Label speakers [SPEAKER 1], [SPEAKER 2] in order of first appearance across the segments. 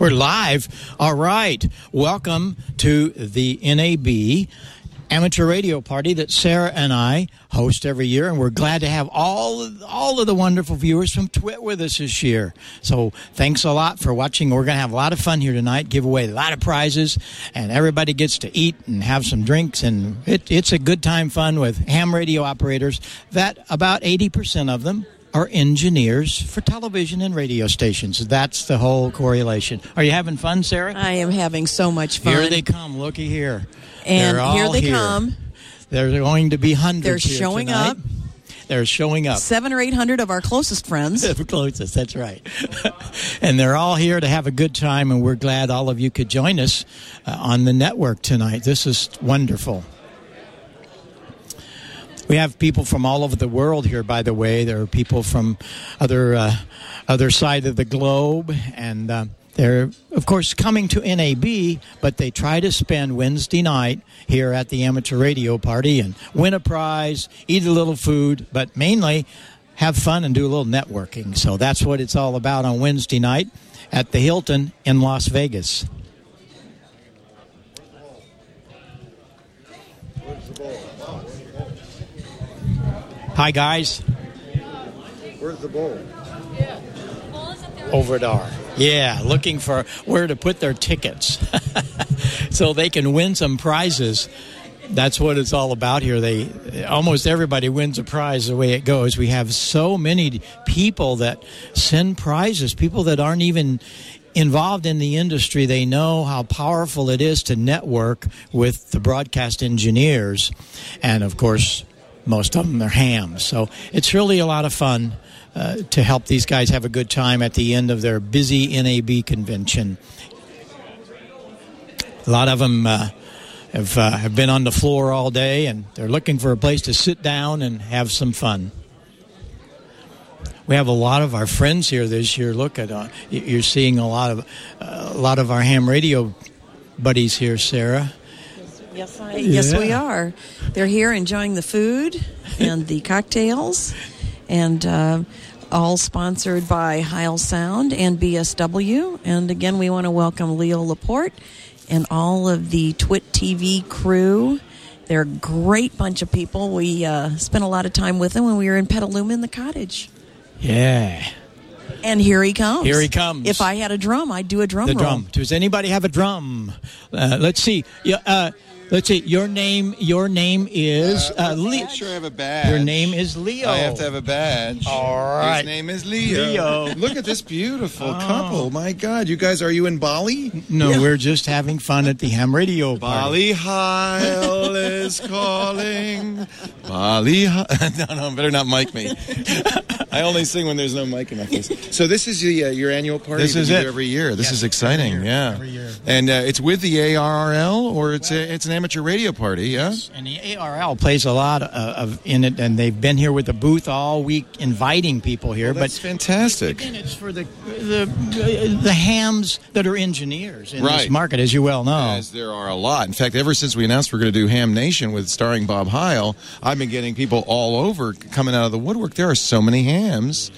[SPEAKER 1] We're live. All right. Welcome to the NAB amateur radio party that Sarah and I host every year, and we're glad to have all of, all of the wonderful viewers from Twit with us this year. So thanks a lot for watching. We're going to have a lot of fun here tonight. Give away a lot of prizes, and everybody gets to eat and have some drinks, and it, it's a good time fun with ham radio operators. That about eighty percent of them. Are engineers for television and radio stations. That's the whole correlation. Are you having fun, Sarah?
[SPEAKER 2] I am having so much fun.
[SPEAKER 1] Here they come. Looky here.
[SPEAKER 2] And
[SPEAKER 1] They're all
[SPEAKER 2] here they
[SPEAKER 1] here.
[SPEAKER 2] come.
[SPEAKER 1] There's going to be hundreds.
[SPEAKER 2] They're
[SPEAKER 1] here
[SPEAKER 2] showing
[SPEAKER 1] tonight.
[SPEAKER 2] up.
[SPEAKER 1] They're showing up.
[SPEAKER 2] Seven or eight hundred of our closest friends.
[SPEAKER 1] The closest, that's right. and they're all here to have a good time, and we're glad all of you could join us uh, on the network tonight. This is wonderful. We have people from all over the world here, by the way. There are people from other uh, other side of the globe, and uh, they're of course coming to NAB, but they try to spend Wednesday night here at the amateur radio party and win a prize, eat a little food, but mainly have fun and do a little networking. So that's what it's all about on Wednesday night at the Hilton in Las Vegas. Hi guys.
[SPEAKER 3] Where's the bowl?
[SPEAKER 1] over Overdar. Yeah, looking for where to put their tickets so they can win some prizes. That's what it's all about here. They almost everybody wins a prize the way it goes. We have so many people that send prizes, people that aren't even involved in the industry. They know how powerful it is to network with the broadcast engineers. And of course, most of them are hams. So it's really a lot of fun uh, to help these guys have a good time at the end of their busy NAB convention. A lot of them uh, have, uh, have been on the floor all day and they're looking for a place to sit down and have some fun. We have a lot of our friends here this year. Look at uh, y- you're seeing a lot of uh, a lot of our ham radio buddies here, Sarah.
[SPEAKER 2] Yes, I, yes,
[SPEAKER 1] Yeah.
[SPEAKER 2] we are. They're here enjoying the food and the cocktails, and uh, all sponsored by Heil Sound and BSW. And again, we want to welcome Leo Laporte and all of the Twit TV crew. They're a great bunch of people. We uh, spent a lot of time with them when we were in Petaluma in the cottage.
[SPEAKER 1] Yeah,
[SPEAKER 2] And here he comes.
[SPEAKER 1] Here he comes.
[SPEAKER 2] If I had a drum, I'd do a drum
[SPEAKER 1] the
[SPEAKER 2] roll.
[SPEAKER 1] drum. Does anybody have a drum? Uh, let's see. Yeah, uh, let's see. Your name. Your name is uh, Leo.
[SPEAKER 3] Make sure I have a badge.
[SPEAKER 1] Your name is Leo.
[SPEAKER 3] I have to have a badge.
[SPEAKER 1] All right.
[SPEAKER 3] His name is Leo.
[SPEAKER 1] Leo.
[SPEAKER 3] Look at this beautiful couple. My God, you guys, are you in Bali?
[SPEAKER 1] Oh. No, we're just having fun at the ham radio party.
[SPEAKER 3] Bali Heil is calling. Bali Heil. no, no, better not mic me. I only sing when there's no mic in my face. So this is the, uh, your annual party
[SPEAKER 1] This
[SPEAKER 3] that
[SPEAKER 1] is
[SPEAKER 3] you do
[SPEAKER 1] it.
[SPEAKER 3] every year. This is exciting, yeah.
[SPEAKER 1] every year.
[SPEAKER 3] And uh, it's with the ARRL, or it's a, it's an amateur radio party, yeah?
[SPEAKER 1] And the ARL plays a lot of, of in it, and they've been here with the booth all week, inviting people here.
[SPEAKER 3] Well, that's
[SPEAKER 1] but
[SPEAKER 3] fantastic.
[SPEAKER 1] Again, it's for the uh, the the hams that are engineers in this
[SPEAKER 3] Right.
[SPEAKER 1] market, as you well know.
[SPEAKER 3] As there are a lot. In fact, ever since we announced we're going to do Ham Nation with starring Bob Heil, I've been getting people all over coming out of the woodwork. There are so many hams,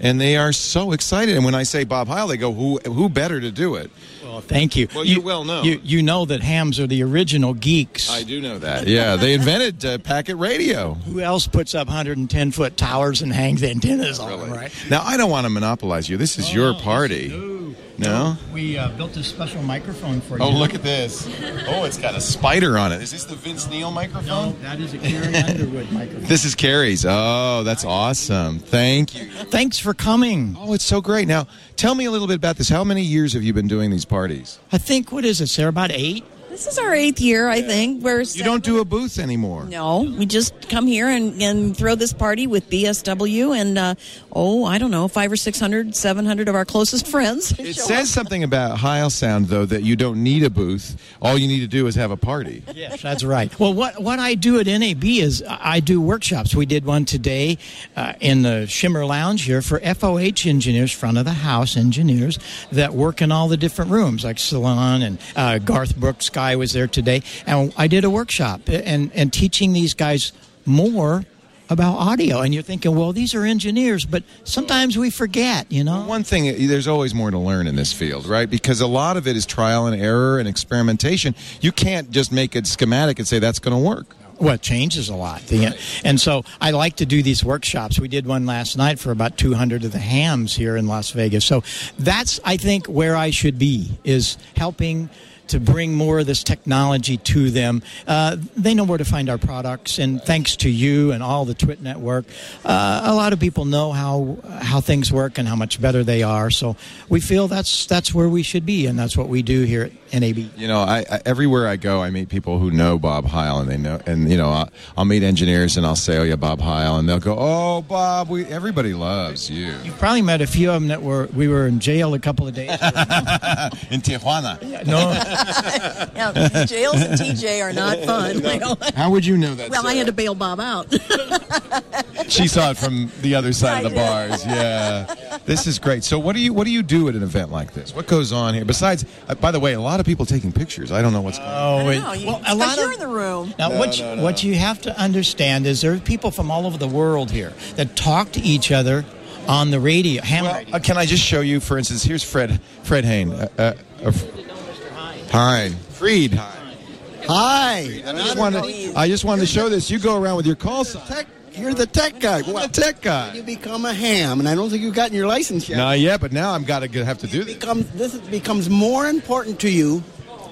[SPEAKER 3] and they are so excited. And when I say Bob Heil, they go, "Who who better to do it?"
[SPEAKER 1] Well, thank you.
[SPEAKER 3] Well, you well know.
[SPEAKER 1] You, you know that hams are the original geeks.
[SPEAKER 3] I do know that. Yeah, they invented uh, packet radio.
[SPEAKER 1] Who else puts up 110 foot towers and hangs antennas on them, right?
[SPEAKER 3] Now I don't want to monopolize you. This is your party. No?
[SPEAKER 1] We uh, built this special microphone for
[SPEAKER 3] Oh,
[SPEAKER 1] you.
[SPEAKER 3] look at this. Oh, it's got a spider on it. Is this the Vince Neil microphone?
[SPEAKER 1] No, that is a Carrie Underwood microphone.
[SPEAKER 3] This is Carrie's. Oh, that's awesome. Thank you.
[SPEAKER 1] Thanks for coming.
[SPEAKER 3] Oh, it's so great. Now, tell me a little bit about this. How many years have you been doing these parties?
[SPEAKER 1] I think, what is it, Sarah? About eight?
[SPEAKER 2] This is our eighth year, I think. We're
[SPEAKER 3] You don't do a booth anymore.
[SPEAKER 2] No, we just come here and, and throw this party with BSW and, uh, oh, I don't know, five or six hundred, seven hundred of our closest friends.
[SPEAKER 3] It
[SPEAKER 2] show
[SPEAKER 3] says something about Heil Sound, though, that you don't need a booth. All you need to do is have a party.
[SPEAKER 1] Yes, that's right. Well, what, what I do at NAB is I do workshops. We did one today uh, in the Shimmer Lounge here for FOH engineers, front of the house engineers that work in all the different rooms, like salon and uh, Garth Brooks guy was there today, and I did a workshop and and teaching these guys more about audio. And you're thinking, well, these are engineers, but sometimes we forget, you know?
[SPEAKER 3] One thing, there's always more to learn in this field, right? Because a lot of it is trial and error and experimentation. You can't just make a schematic and say that's going to work.
[SPEAKER 1] Well, it changes a lot. The- And so I like to do these workshops. We did one last night for about 200 of the hams here in Las Vegas. So that's, I think, where I should be, is helping to bring more of this technology to them. Uh, they know where to find our products, and thanks to you and all the Twit Network, uh, a lot of people know how how things work and how much better they are. So we feel that's that's where we should be, and that's what we do here at NAB.
[SPEAKER 3] You know, I, I everywhere I go, I meet people who know Bob Heil, and they know, and you know, I, I'll meet engineers, and I'll say, "Oh yeah, Bob Heil," and they'll go, "Oh, Bob, we everybody loves you
[SPEAKER 1] Probably met a few of them that were we were in jail a couple of days.
[SPEAKER 3] in Tijuana."
[SPEAKER 1] no.
[SPEAKER 2] Yeah, jails and TJ are not fun.
[SPEAKER 3] How would you know that?
[SPEAKER 2] well, I
[SPEAKER 3] Sarah?
[SPEAKER 2] had to bail Bob out.
[SPEAKER 3] She saw it from the other side of the
[SPEAKER 2] Right.
[SPEAKER 3] bars. Yeah, this is great. So, what do you what do you do at an event like this? What goes on here? Besides, uh, by the way, a lot of people taking pictures. I don't know what's going on.
[SPEAKER 1] Oh,
[SPEAKER 2] I
[SPEAKER 1] it-
[SPEAKER 2] know, you-
[SPEAKER 1] well, a
[SPEAKER 2] but
[SPEAKER 1] lot
[SPEAKER 2] you're
[SPEAKER 1] of
[SPEAKER 2] in the room.
[SPEAKER 1] Now, what, you, what you have to understand is there are people from all over the world here that talk to each other on the radio, ham
[SPEAKER 3] Well,
[SPEAKER 1] radio.
[SPEAKER 3] uh, can I just show you? For instance, here's Fred Fred Hain. Uh, uh, uh, Hine. Freed Hine.
[SPEAKER 4] Hi.
[SPEAKER 3] I just wanted I just wanted to show this. You go around with your call sign.
[SPEAKER 4] Tech, you're the tech guy.
[SPEAKER 3] I'm a
[SPEAKER 4] What?
[SPEAKER 3] tech
[SPEAKER 4] You
[SPEAKER 3] guy.
[SPEAKER 4] become a ham, and I don't think you've gotten your license yet.
[SPEAKER 3] Not yet, uh, but now I'm gotta g- have to do this.
[SPEAKER 4] Become, this is- becomes more important to you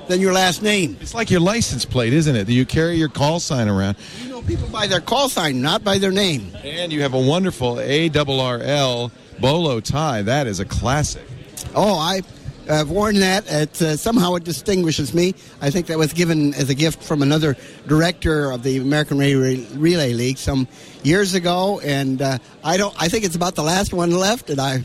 [SPEAKER 4] than your last name.
[SPEAKER 3] It's like your license plate, isn't it? You carry your call sign around,
[SPEAKER 4] You know people by their call sign, not by their name.
[SPEAKER 3] and you have a wonderful ARRL bolo tie. That is a classic.
[SPEAKER 4] Oh, I have worn that. It, uh, somehow it distinguishes me. I think that was given as a gift from another director of the American Relay, Relay League some years ago, and uh, I don't. I think it's about the last one left, and I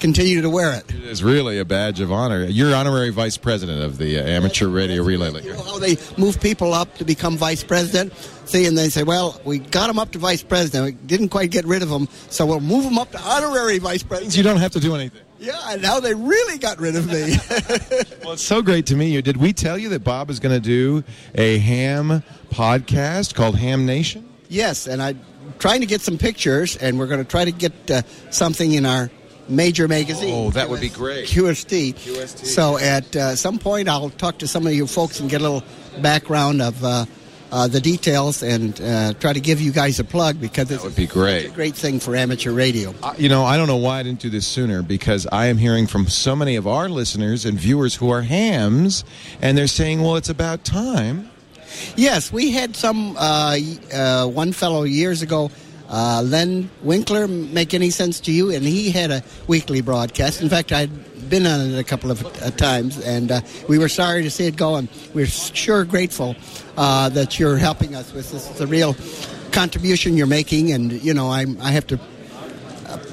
[SPEAKER 4] continue to wear it.
[SPEAKER 3] It is really a badge of honor. You're honorary vice president of the uh, Amateur Radio Relay League.
[SPEAKER 4] You know how they move people up to become vice president? See, and they say, well, we got them up to vice president. We didn't quite get rid of them, so we'll move them up to honorary vice
[SPEAKER 3] You
[SPEAKER 4] president.
[SPEAKER 3] don't have to do anything.
[SPEAKER 4] Yeah, and now they really got rid of me.
[SPEAKER 3] Well, it's so great to meet you. Did we tell you that Bob is going to do a ham podcast called Ham Nation?
[SPEAKER 4] yes, and I'm trying to get some pictures, and we're going to try to get uh, something in our major magazine.
[SPEAKER 3] Oh, that would be great.
[SPEAKER 4] QST.
[SPEAKER 3] QST.
[SPEAKER 4] So at uh, some point, I'll talk to some of you folks and get a little background of uh, uh, the details and uh, try to give you guys a plug because it's
[SPEAKER 3] would be great.
[SPEAKER 4] a great thing for amateur radio.
[SPEAKER 3] I- Uh, you know, I don't know why I didn't do this sooner because I am hearing from so many of our listeners and viewers who are hams, and they're saying, well, it's about time.
[SPEAKER 4] Yes, we had some uh, y- uh, one fellow years ago, uh, Len Winkler. Make any sense to you? And he had a weekly broadcast. In fact, I'd been on it a couple of uh, times, and uh, we were sorry to see it go. And we're sure grateful uh, that you're helping us with this. It's a real contribution you're making, and you know, I'm, I have to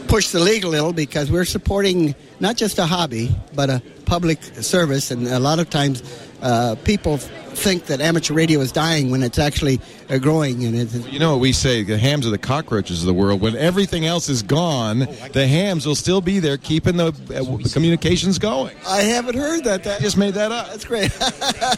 [SPEAKER 4] push the league a little because we're supporting not just a hobby but a public service and a lot of times uh, people f- think that amateur radio is dying when it's actually uh, growing and it's
[SPEAKER 3] You know what we say, the hams are the cockroaches of the world. When everything else is gone,
[SPEAKER 4] Oh,
[SPEAKER 3] the hams will still be there keeping the uh, communications going.
[SPEAKER 4] I haven't heard that.
[SPEAKER 3] I just made that up.
[SPEAKER 4] That's great.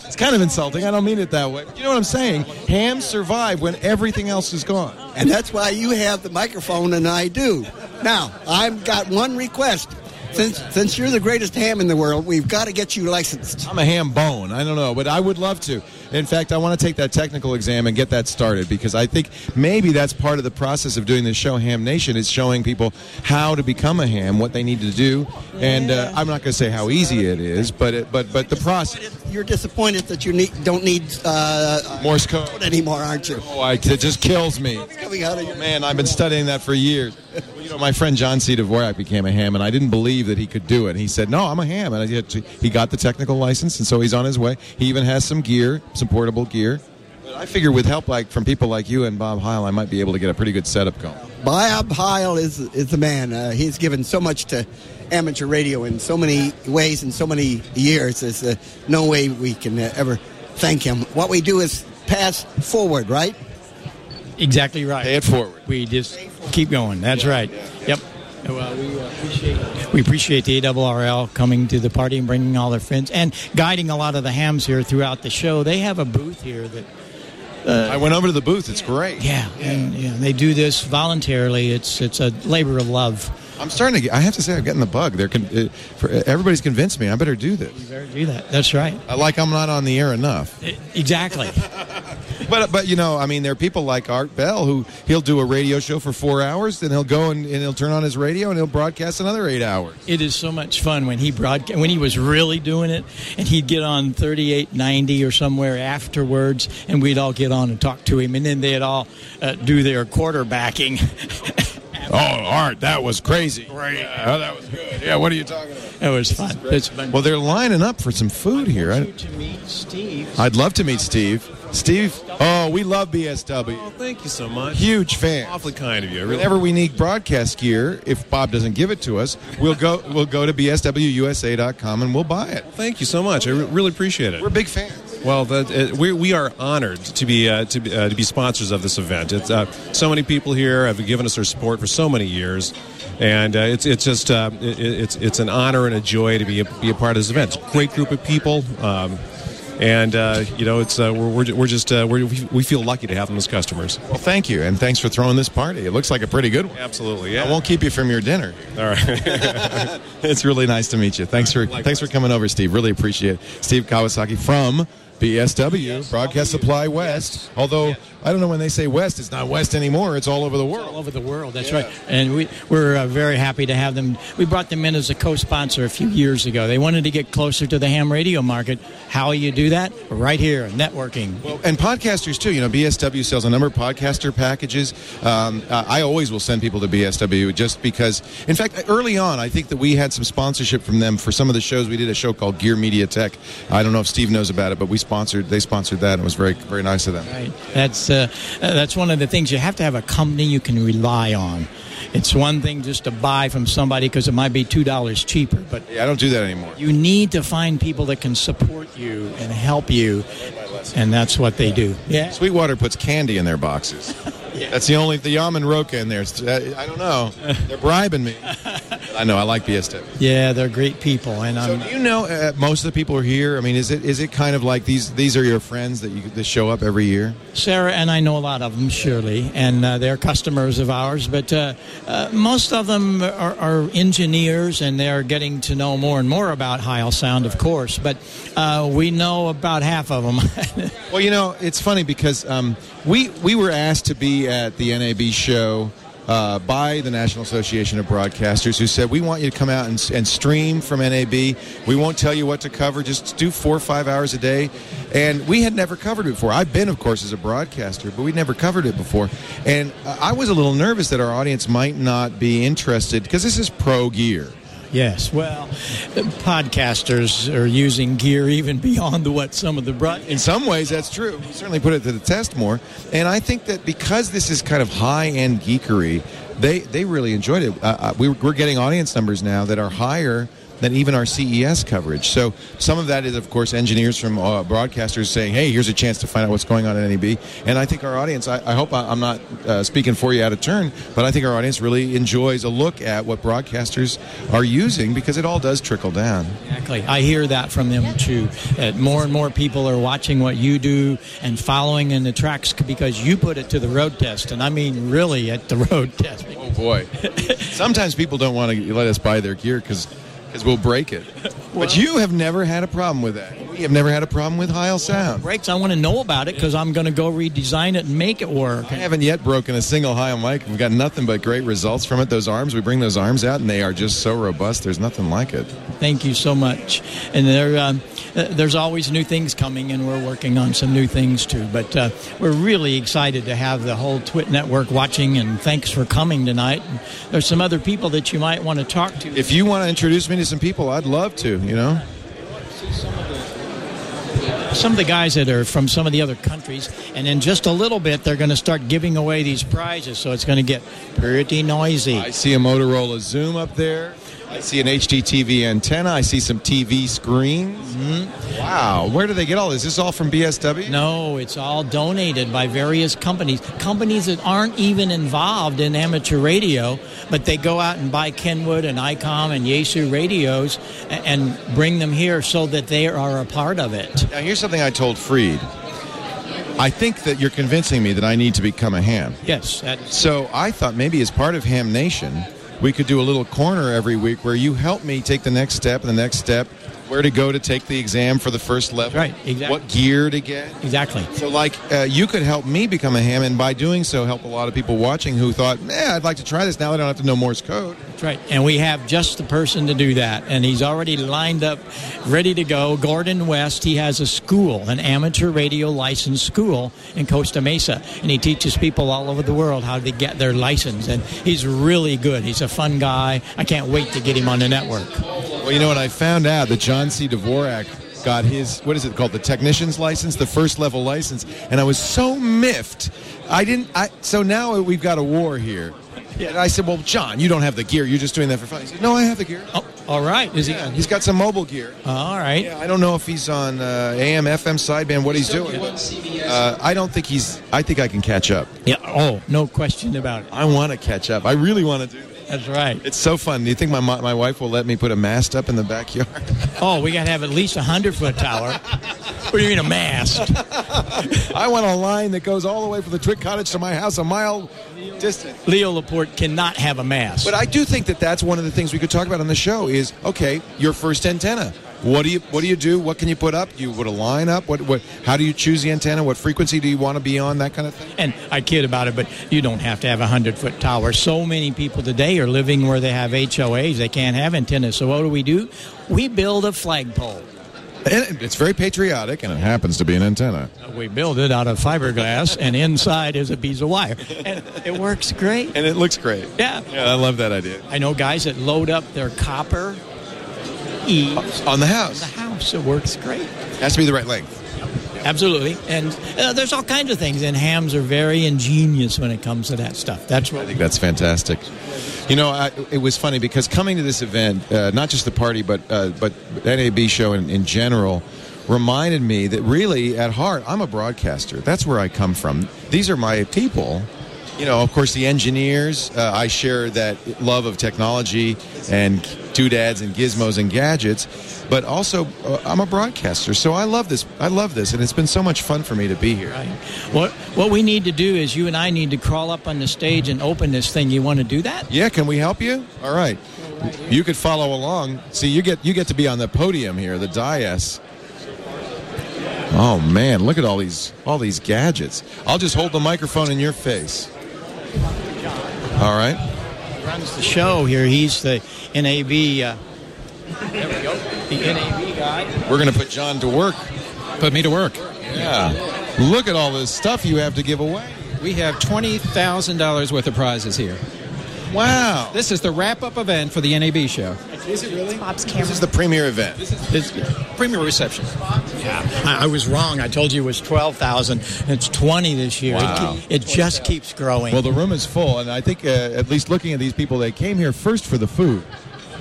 [SPEAKER 3] It's kind of insulting. I don't mean it that way. You know what I'm saying? Hams survive when everything else is gone.
[SPEAKER 4] and that's why you have the microphone and I do. Now, I've got one request. Since since you're the greatest ham in the world, we've got to get you licensed.
[SPEAKER 3] I'm a ham bone. I don't know, but I would love to. In fact, I want to take that technical exam and get that started because I think maybe that's part of the process of doing this show, Ham Nation, is showing people how to become a ham, what they need to do, and uh, I'm not going to say how easy it is, but it, but but the process.
[SPEAKER 4] You're disappointed that you need, don't need uh,
[SPEAKER 3] Morse code.
[SPEAKER 4] anymore, aren't you?
[SPEAKER 3] Oh, I, it just kills me.
[SPEAKER 4] Coming out of your
[SPEAKER 3] Man, I've been studying that for years. Well, You know, my friend John C. Dvorak became a ham, and I didn't believe that he could do it. He said, "No, I'm a ham," and I did- he got the technical license, and so he's on his way. He even has some gear, some portable gear. But I figure with help like from people like you and Bob Heil, I might be able to get a pretty good setup going.
[SPEAKER 4] Bob Heil is is the man. Uh, he's given so much to amateur radio in so many ways in so many years. There's uh, no way we can uh, ever thank him. What we do is pass forward, right?
[SPEAKER 1] Exactly right.
[SPEAKER 3] Pay it forward.
[SPEAKER 1] We just keep going. That's right. Yep. Well, we uh, appreciate we appreciate the ARRL coming to the party and bringing all their friends and guiding a lot of the hams here throughout the show. They have a booth here that
[SPEAKER 3] I went over to the booth. It's great.
[SPEAKER 1] Yeah, and, yeah. They do this voluntarily. It's it's a labor of love.
[SPEAKER 3] I'm starting to. Get, I have to say, I'm getting the bug. They're con- uh, for, everybody's convinced me. I better do this.
[SPEAKER 1] Better do that. That's right. E,
[SPEAKER 3] I like I'm not on the air enough.
[SPEAKER 1] Exactly.
[SPEAKER 3] But but you know, I mean, there are people like Art Bell who he'll do a radio show for four hours, then he'll go and, and he'll turn on his radio and he'll broadcast another eight hours.
[SPEAKER 1] it is so much fun when he broadcast when he was really doing it, and he'd get on 3890 or somewhere afterwards, and we'd all get on and talk to him, and then they'd all uh, do their quarterbacking.
[SPEAKER 3] Oh, Art, that was crazy. Great. that was good. Yeah, what are you talking about?
[SPEAKER 1] it was fun. It's fun.
[SPEAKER 3] Well, they're lining up for some food here. I,
[SPEAKER 1] to meet Steve.
[SPEAKER 3] I'd love to meet Steve. Steve, oh, we love BSW.
[SPEAKER 1] Oh,
[SPEAKER 5] Well, thank you so much.
[SPEAKER 3] Huge fan.
[SPEAKER 5] Awfully kind of you. I really
[SPEAKER 3] Whenever we need broadcast gear, if Bob doesn't give it to us, we'll go we'll go to bswusa.com and we'll buy it.
[SPEAKER 5] Thank you so much. I re- really appreciate it.
[SPEAKER 3] We're big fans.
[SPEAKER 5] Well, that, uh, we, we are honored to be uh, to, be- uh, to be sponsors of this event. It's, uh, so many people here have given us their support for so many years, and uh, it's it's just uh, it, it's it's an honor and a joy to be a, be a part of this event. It's a great group of people, um, and uh, you know it's uh, we're, we're ju- we're just uh, we're, we we feel lucky to have them as customers.
[SPEAKER 3] Well, thank you, and thanks for throwing this party. It looks like a pretty good one.
[SPEAKER 5] Absolutely,
[SPEAKER 3] I won't keep you from your dinner.
[SPEAKER 5] All right.
[SPEAKER 3] It's really nice to meet you. Thanks for thanks for coming over, Steve. Really appreciate it. Steve Kawasaki from BSW Broadcast Supply West. Although I don't know when they say West, it's not West anymore. It's all over the
[SPEAKER 1] all
[SPEAKER 3] world.
[SPEAKER 1] over the world. That's right. And we, we're uh, very happy to have them. We brought them in as a co sponsor a few years ago. They wanted to get closer to the ham radio market. How you do that? Right here, networking.
[SPEAKER 3] Well, and podcasters too. You know, BSW sells a number of podcaster packages. Um, uh, I always will send people to BSW just because. In fact, early on, I think that we had some sponsorship from them for some of the shows. We did a show called Gear Media Tech. I don't know if Steve knows about it, but we sponsored. They sponsored that. And it was very very nice of them.
[SPEAKER 1] Right. That's uh, uh, that's one of the things you have to have a company you can rely on. It's one thing just to buy from somebody because it might be two dollars cheaper, but
[SPEAKER 3] Yeah, I don't do that anymore.
[SPEAKER 1] you need to find people that can support you and help you, and that's what they do. Yeah.
[SPEAKER 3] Sweetwater puts candy in their boxes. That's the only the almond roca in there. It's- uh, I don't know. They're bribing me. I know. I like BSW.
[SPEAKER 1] Yeah, they're great people, and
[SPEAKER 3] So
[SPEAKER 1] I'm.
[SPEAKER 3] do you know uh, most of the people are here? I mean, is it is it kind of like these these are your friends that you that show up every year?
[SPEAKER 1] Sarah and I know a lot of them, surely, and uh, they're customers of ours. But uh, uh, most of them are, are engineers, and they're getting to know more and more about Heil Sound, of course. But uh, we know about half of them.
[SPEAKER 3] Well, you know, it's funny because um, we we were asked to be at the NAB show uh, by the National Association of Broadcasters, who said we want you to come out and, and stream from NAB. We won't tell you what to cover; just do four or five hours a day. And we had never covered it before. I've been, of course, as a broadcaster, but we'd never covered it before. And uh, I was a little nervous that our audience might not be interested because this is pro gear.
[SPEAKER 1] Yes, well, podcasters are using gear even beyond what some of the broad.
[SPEAKER 3] In some ways, that's true. We certainly put it to the test more. And I think that because this is kind of high end geekery, they, they really enjoyed it. Uh, uh, we, were- we're getting audience numbers now that are higher than even our CES coverage. So some of that is, of course, engineers from uh, broadcasters saying, hey, here's a chance to find out what's going on at NEB. And I think our audience, I, I hope I, I'm not uh, speaking for you out of turn, but I think our audience really enjoys a look at what broadcasters are using because it all does trickle down.
[SPEAKER 1] Exactly. I hear that from them too. That more and more people are watching what you do and following in the tracks c- because you put it to the road test, and I mean really at the road test.
[SPEAKER 3] Oh boy! Sometimes people don't want to let us buy their gear because we'll break it. but you have never had a problem with that. We have never had a problem with Heil Sound.
[SPEAKER 1] Breaks. I want to know about it because I'm going to go redesign it and make it work.
[SPEAKER 3] I haven't yet broken a single Heil mic. We've got nothing but great results from it. Those arms, we bring those arms out, and they are just so robust. There's nothing like it.
[SPEAKER 1] Thank you so much. And there, um, uh, there's always new things coming, and we're working on some new things too. But uh, we're really excited to have the whole Twit Network watching, and thanks for coming tonight. And there's some other people that you might want to talk to.
[SPEAKER 3] If you want to introduce me to some people, I'd love to. You know,
[SPEAKER 1] some of the guys that are from some of the other countries, and in just a little bit, they're going to start giving away these prizes, so it's going to get pretty noisy.
[SPEAKER 3] I see a Motorola Zoom up there. I see an HDTV antenna. I see some TV screens. Wow, where do they get all this? Is this all from BSW?
[SPEAKER 1] No, it's all donated by various companies. Companies that aren't even involved in amateur radio, but they go out and buy Kenwood and ICOM and Yaesu radios a- and bring them here so that they are a part of it.
[SPEAKER 3] Now, here's something I told Freed. I think that you're convincing me that I need to become a ham.
[SPEAKER 1] Yes, that is
[SPEAKER 3] So I thought maybe as part of Ham Nation, we could do a little corner every week where you help me take the next step and the next step, where to go to take the exam for the first level,
[SPEAKER 1] Right, exactly.
[SPEAKER 3] what gear to get.
[SPEAKER 1] exactly.
[SPEAKER 3] So, like, uh, you could help me become a ham, and by doing so, help a lot of people watching who thought, "Yeah, I'd like to try this." Now I don't have to know Morse code.
[SPEAKER 1] That's right. And we have just the person to do that. And he's already lined up, ready to go. Gordon West, he has a school, an amateur radio licensed school in Costa Mesa. And he teaches people all over the world how to get their license. And he's really good. He's a fun guy. I can't wait to get him on the network.
[SPEAKER 3] Well, you know what? I found out that John C. Dvorak got his what is it called the technician's license, the first level license, and I was so miffed. I didn't. I so now we've got a war here. And I said, "Well, John, you don't have the gear. You're just doing that for fun." He said, "No, I have the gear.
[SPEAKER 1] Oh, all right. Is
[SPEAKER 3] Yeah,
[SPEAKER 1] he?
[SPEAKER 3] he's got some mobile gear."
[SPEAKER 1] All right.
[SPEAKER 3] Yeah, I don't know if he's on uh, AM, FM sideband, what he's doing. Uh, I don't think he's. I think I can catch up.
[SPEAKER 1] Yeah. Oh, no question about it.
[SPEAKER 3] I want to catch up. I really want to do that.
[SPEAKER 1] That's right.
[SPEAKER 3] It's so fun. Do you think my mo- my wife will let me put a mast up in the backyard?
[SPEAKER 1] Oh, we got to have at least a 100 foot tower. What do you mean a mast?
[SPEAKER 3] I want a line that goes all the way from the Twick Cottage to my house, a mile distant.
[SPEAKER 1] Leo Laporte cannot have a mast.
[SPEAKER 3] But I do think that that's one of the things we could talk about on the show is okay, your first antenna. What do you what do you do? What can you put up? You would a line up? What what? How do you choose the antenna? What frequency do you want to be on? That kind of thing.
[SPEAKER 1] and I kid about it, but you don't have to have a hundred foot tower. So many people today are living where they have HOAs; they can't have antennas. So what do we do? We build a flagpole.
[SPEAKER 3] And it's very patriotic, and it happens to be an antenna.
[SPEAKER 1] We build it out of fiberglass, and inside is a piece of wire, and it works great.
[SPEAKER 3] And it looks great.
[SPEAKER 1] Yeah.
[SPEAKER 3] Yeah, I love that idea.
[SPEAKER 1] I know guys that load up their copper eaves
[SPEAKER 3] On the
[SPEAKER 1] in
[SPEAKER 3] house.
[SPEAKER 1] the house. It works great.
[SPEAKER 3] Has to be the right length.
[SPEAKER 1] Absolutely, and uh, there's all kinds of things. And hams are very ingenious when it comes to that stuff. That's what
[SPEAKER 3] I think that's fantastic. You know, I, it was funny because coming to this event, uh, not just the party, but uh, but NAB show in, in general, reminded me that really at heart I'm a broadcaster. That's where I come from. These are my people. You know, of course, the engineers. Uh, I share that love of technology and doodads and gizmos and gadgets, but also uh, I'm a broadcaster. So I love this. I love this, and it's been so much fun for me to be here.
[SPEAKER 1] Right. What what we need to do is you and I need to crawl up on the stage and open this thing. You want to do that?
[SPEAKER 3] Yeah, can we help you? All right. You could follow along. See, you get you get to be on the podium here, the dais. Oh man, look at all these all these gadgets. I'll just hold the microphone in your face. All right.
[SPEAKER 1] Runs the show here. He's the NAB. Uh, there we go. The NAB guy.
[SPEAKER 3] We're going to put John to work.
[SPEAKER 6] Put me to work.
[SPEAKER 3] Yeah. Look at all this stuff you have to give away.
[SPEAKER 6] We have $20,000 worth of prizes here.
[SPEAKER 3] Wow. This,
[SPEAKER 6] This is the wrap up event for the NAB show.
[SPEAKER 7] Bob's camera.
[SPEAKER 3] this is the premier event.
[SPEAKER 1] This,
[SPEAKER 6] Premier reception.
[SPEAKER 1] I, I was wrong. I told you it was twelve thousand. It's twenty this year.
[SPEAKER 3] Wow.
[SPEAKER 1] It, keep- it just keeps growing.
[SPEAKER 3] Well, the room is full, and I think uh, at least looking at these people, they came here first for the food,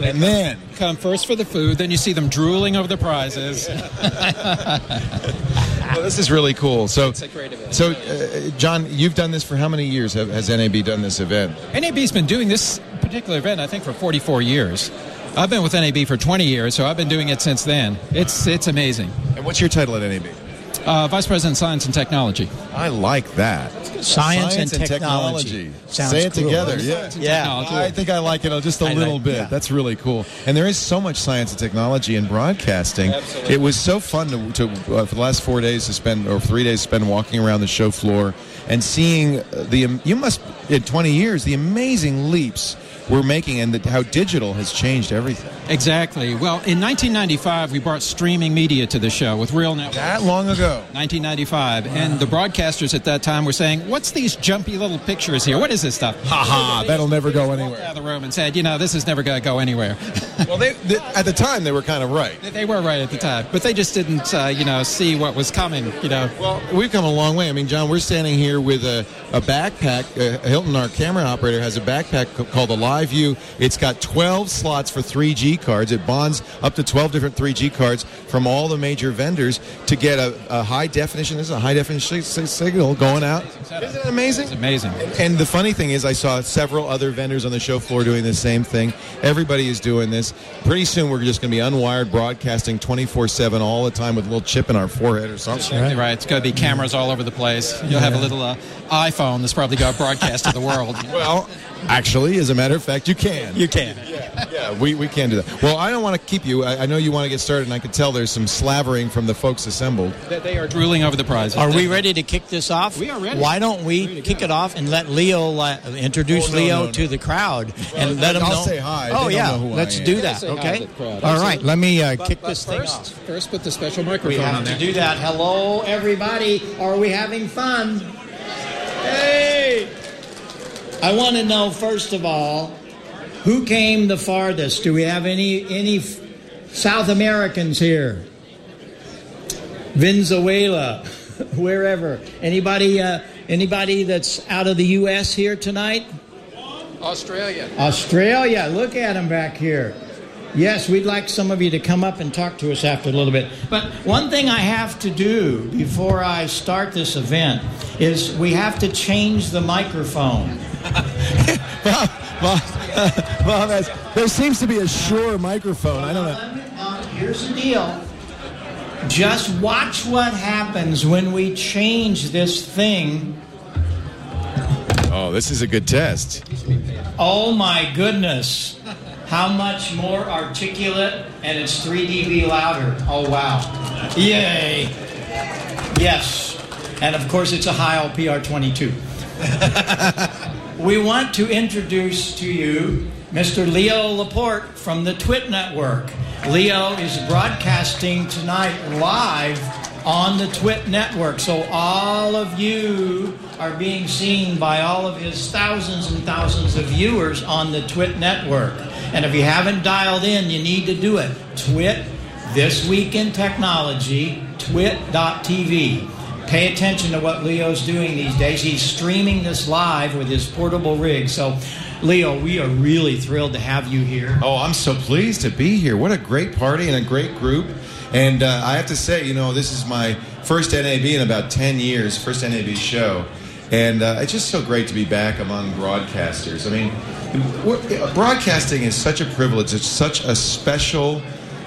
[SPEAKER 3] and then
[SPEAKER 6] Come first for the food, then you see them drooling over the prizes.
[SPEAKER 3] Well, this is really cool. So,
[SPEAKER 6] a great event.
[SPEAKER 3] so uh, John, you've done this for how many years? Have, has NAB done this event?
[SPEAKER 6] NAB's been doing this particular event, I think, for 44 years. I've been with NAB for 20 years, so I've been doing it since then. It's, it's amazing.
[SPEAKER 3] And what's your title at NAB?
[SPEAKER 6] Uh, Vice President of Science and Technology.
[SPEAKER 3] I like that.
[SPEAKER 1] science, and technology. Sounds
[SPEAKER 3] Say it
[SPEAKER 1] cool.
[SPEAKER 3] together. Yeah.
[SPEAKER 6] Science and
[SPEAKER 1] Yeah.
[SPEAKER 6] technology.
[SPEAKER 3] I think I like it uh, just a
[SPEAKER 1] I
[SPEAKER 3] little
[SPEAKER 1] like-
[SPEAKER 3] bit.
[SPEAKER 1] yeah.
[SPEAKER 3] That's really cool. And there is so much science and technology in broadcasting. It was so fun to, to uh, for the last four days to spend, or three days, spend walking around the show floor and seeing uh, the, um, you must, in 20 years, the amazing leaps we're making and the, how digital has changed everything.
[SPEAKER 6] Exactly. Well, in 1995, we brought streaming media to the show with Real Network.
[SPEAKER 3] That long ago.
[SPEAKER 6] 1995, and the broadcasters at that time were saying, "What's these jumpy little pictures here? What is this stuff?" Ha
[SPEAKER 3] Ah, that'll never go
[SPEAKER 6] Out
[SPEAKER 3] anywhere.
[SPEAKER 6] of the room and said, "You know, this is never going to go anywhere."
[SPEAKER 3] Well, they, they, at the time they were kind of right.
[SPEAKER 6] they were right at the time, but they just didn't, uh, you know, see what was coming. You know,
[SPEAKER 3] Well, we've come a long way. I mean, John, we're standing here with a, a backpack. Uh, Hilton, our camera operator, has a backpack c- called the Live View. It's got 12 slots for 3G cards. It bonds up to 12 different 3G cards from all the major vendors to get a, a high definition. This is a high definition sig- sig- signal going out
[SPEAKER 6] setup.
[SPEAKER 3] Isn't it amazing?
[SPEAKER 6] It's amazing.
[SPEAKER 3] And the funny thing is, I saw several other vendors on the show floor doing the same thing. Everybody is doing this. Pretty soon, we're just going to be unwired broadcasting 24 7 all the time with a little chip in our forehead or something.
[SPEAKER 6] Exactly right. It's going to be cameras all over the place. You'll have a little uh, iPhone that's probably going to broadcast to the world.
[SPEAKER 3] Well, actually, as a matter of fact, you can.
[SPEAKER 1] You can.
[SPEAKER 3] yeah, we, we can do that. Well, I don't want to keep you. I, I know you want to get started, and I can tell there's some slavering from the folks assembled.
[SPEAKER 6] They- They are drooling over the prizes.
[SPEAKER 1] Are we ready to kick this off?
[SPEAKER 6] We are ready.
[SPEAKER 1] Why don't
[SPEAKER 6] Ready
[SPEAKER 1] we
[SPEAKER 6] to
[SPEAKER 1] kick
[SPEAKER 6] go.
[SPEAKER 1] it off and let Leo uh, introduce
[SPEAKER 3] Oh, no,
[SPEAKER 1] Leo
[SPEAKER 3] no, no.
[SPEAKER 1] to the crowd and let him
[SPEAKER 3] I'll
[SPEAKER 1] know?
[SPEAKER 3] say hi. They
[SPEAKER 1] Oh
[SPEAKER 3] don't
[SPEAKER 1] yeah,
[SPEAKER 3] know who I
[SPEAKER 1] let's
[SPEAKER 3] am.
[SPEAKER 1] do
[SPEAKER 3] Yeah,
[SPEAKER 1] that.
[SPEAKER 7] say hi
[SPEAKER 1] Okay.
[SPEAKER 7] to the crowd.
[SPEAKER 1] All right, let me uh, kick
[SPEAKER 6] But
[SPEAKER 1] this thing
[SPEAKER 6] first,
[SPEAKER 1] off.
[SPEAKER 7] First, put the special
[SPEAKER 1] We
[SPEAKER 7] microphone on
[SPEAKER 1] have
[SPEAKER 7] there.
[SPEAKER 1] to do that. Hello, everybody. Are we having fun? Hey! I want to know first of all, who came the farthest? Do we have any any f- South Americans here? Venezuela, wherever. Anybody? Uh, anybody that's out of the U.S. here tonight?
[SPEAKER 7] Australia.
[SPEAKER 1] Australia, look at them back here. Yes, we'd like some of you to come up and talk to us after a little bit. But one thing I have to do before I start this event is we have to change the microphone.
[SPEAKER 3] Bob, Bob, Bob has, uh, there seems to be a sure microphone. I don't know.
[SPEAKER 1] Uh, Here's the deal. Just watch what happens when we change this thing.
[SPEAKER 3] Oh, this is a good test.
[SPEAKER 1] Oh my goodness. How much more articulate and it's 3 dB louder. Oh wow. Yay. Yes. And of course it's a high LPR 22. we want to introduce to you Mr. Leo Laporte from the Twit Network. Leo is broadcasting tonight live on the Twit Network, so all of you are being seen by all of his thousands and thousands of viewers on the Twit Network. And if you haven't dialed in, you need to do it. Twit, This Week in Technology, twit.tv. Pay attention to what Leo's doing these days. He's streaming this live with his portable rig. So, Leo, we are really thrilled to have you here.
[SPEAKER 3] Oh, I'm so pleased to be here. What a great party and a great group. And uh, I have to say, you know, this is my first NAB in about 10 years, first NAB show. And uh, it's just so great to be back among broadcasters. I mean, we're- broadcasting is such a privilege, it's such a special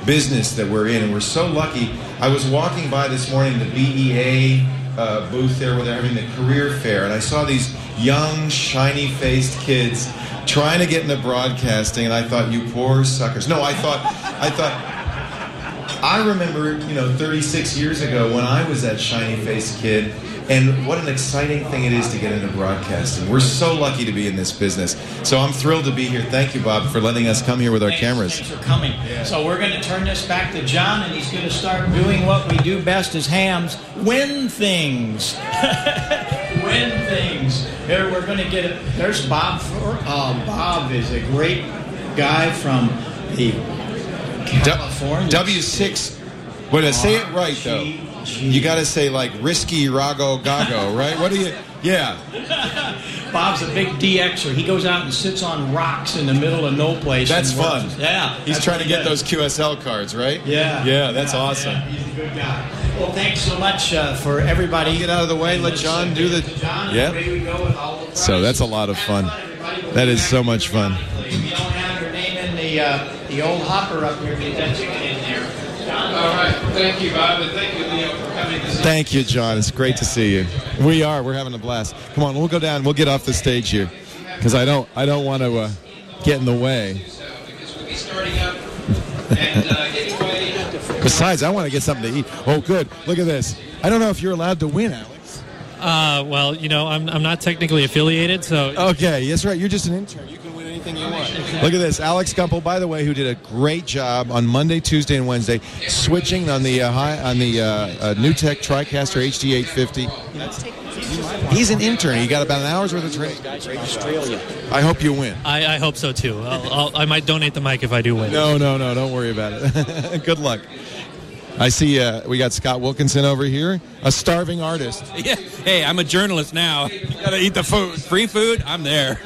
[SPEAKER 3] business that we're in, and we're so lucky. I was walking by this morning the BEA uh, booth there where they're having the career fair, and I saw these young, shiny faced kids trying to get into broadcasting, and I thought, you poor suckers. No, I thought, I thought. I remember, you know, 36 years ago when I was that shiny faced kid, and what an exciting thing it is to get into broadcasting. We're so lucky to be in this business. So I'm thrilled to be here. Thank you, Bob, for letting us come here with our
[SPEAKER 1] Thanks-
[SPEAKER 3] cameras.
[SPEAKER 1] Thanks for coming. So we're going to turn this back to John, and he's going to start doing what we do best as hams: win things. win things. Here we're going to get it. There's Bob. For, uh, Bob is a great guy from the California.
[SPEAKER 3] W six. But to say it right though,
[SPEAKER 1] RGG.
[SPEAKER 3] you got to say like risky rago gago, right? What do you? Yeah,
[SPEAKER 1] Bob's a big DXer. He goes out and sits on rocks in the middle of no place.
[SPEAKER 3] that's
[SPEAKER 1] and works.
[SPEAKER 3] fun.
[SPEAKER 1] Yeah.
[SPEAKER 3] he's
[SPEAKER 1] that's
[SPEAKER 3] trying to
[SPEAKER 1] what
[SPEAKER 3] get
[SPEAKER 1] he
[SPEAKER 3] those
[SPEAKER 1] does.
[SPEAKER 3] QSL cards, right?
[SPEAKER 1] Yeah.
[SPEAKER 3] yeah, that's
[SPEAKER 1] Yeah,
[SPEAKER 3] awesome.
[SPEAKER 1] yeah, he's a good guy. Well, thanks so much uh, for everybody.
[SPEAKER 3] Get out of the way,
[SPEAKER 1] And
[SPEAKER 3] let
[SPEAKER 1] let's,
[SPEAKER 3] John
[SPEAKER 1] uh,
[SPEAKER 3] do
[SPEAKER 1] give it
[SPEAKER 3] the-
[SPEAKER 1] to John, and
[SPEAKER 3] Yeah.
[SPEAKER 1] away we go with all the
[SPEAKER 3] So that's a
[SPEAKER 1] prizes.
[SPEAKER 3] lot of
[SPEAKER 1] Have
[SPEAKER 3] fun.
[SPEAKER 1] everybody. We'll
[SPEAKER 3] That
[SPEAKER 1] be
[SPEAKER 3] is
[SPEAKER 1] back
[SPEAKER 3] so much fun.
[SPEAKER 1] periodically. If you don't have your name in the, uh, the old hopper up here, get that ticket in there. John,
[SPEAKER 7] All right. Thank you, Bob, and thank you, Leo, for coming this evening.
[SPEAKER 3] Thank you, John. It's great to see you. We are. We're having a blast. Come on, we'll go down. We'll get off the stage here, because I don't. I don't want to uh, get in the way.
[SPEAKER 7] So, because we'll be starting up and uh, getting ready.
[SPEAKER 3] Besides, I want to get something to eat. Oh, good. Look at this. I don't know if you're allowed to win, Alex.
[SPEAKER 8] Uh, well, you know, I'm, I'm not technically affiliated, so
[SPEAKER 3] Okay, that's right. You're just an intern. You can win anything you want. Look at this, Alex Gumpel. By the way, who did a great job on Monday, Tuesday, and Wednesday, switching on the uh, high on the uh, uh, New Tech TriCaster HD850. He's an intern. He got about an hour's worth of training. I hope you win.
[SPEAKER 8] I, I hope so too. I'll, I'll, I might donate the mic if I do win.
[SPEAKER 3] No, no, no. Don't worry about it. Good luck. I see uh, we got Scott Wilkinson over here, a starving artist.
[SPEAKER 9] Yeah. Hey, I'm a journalist now. You gotta eat the food. Free food, I'm there.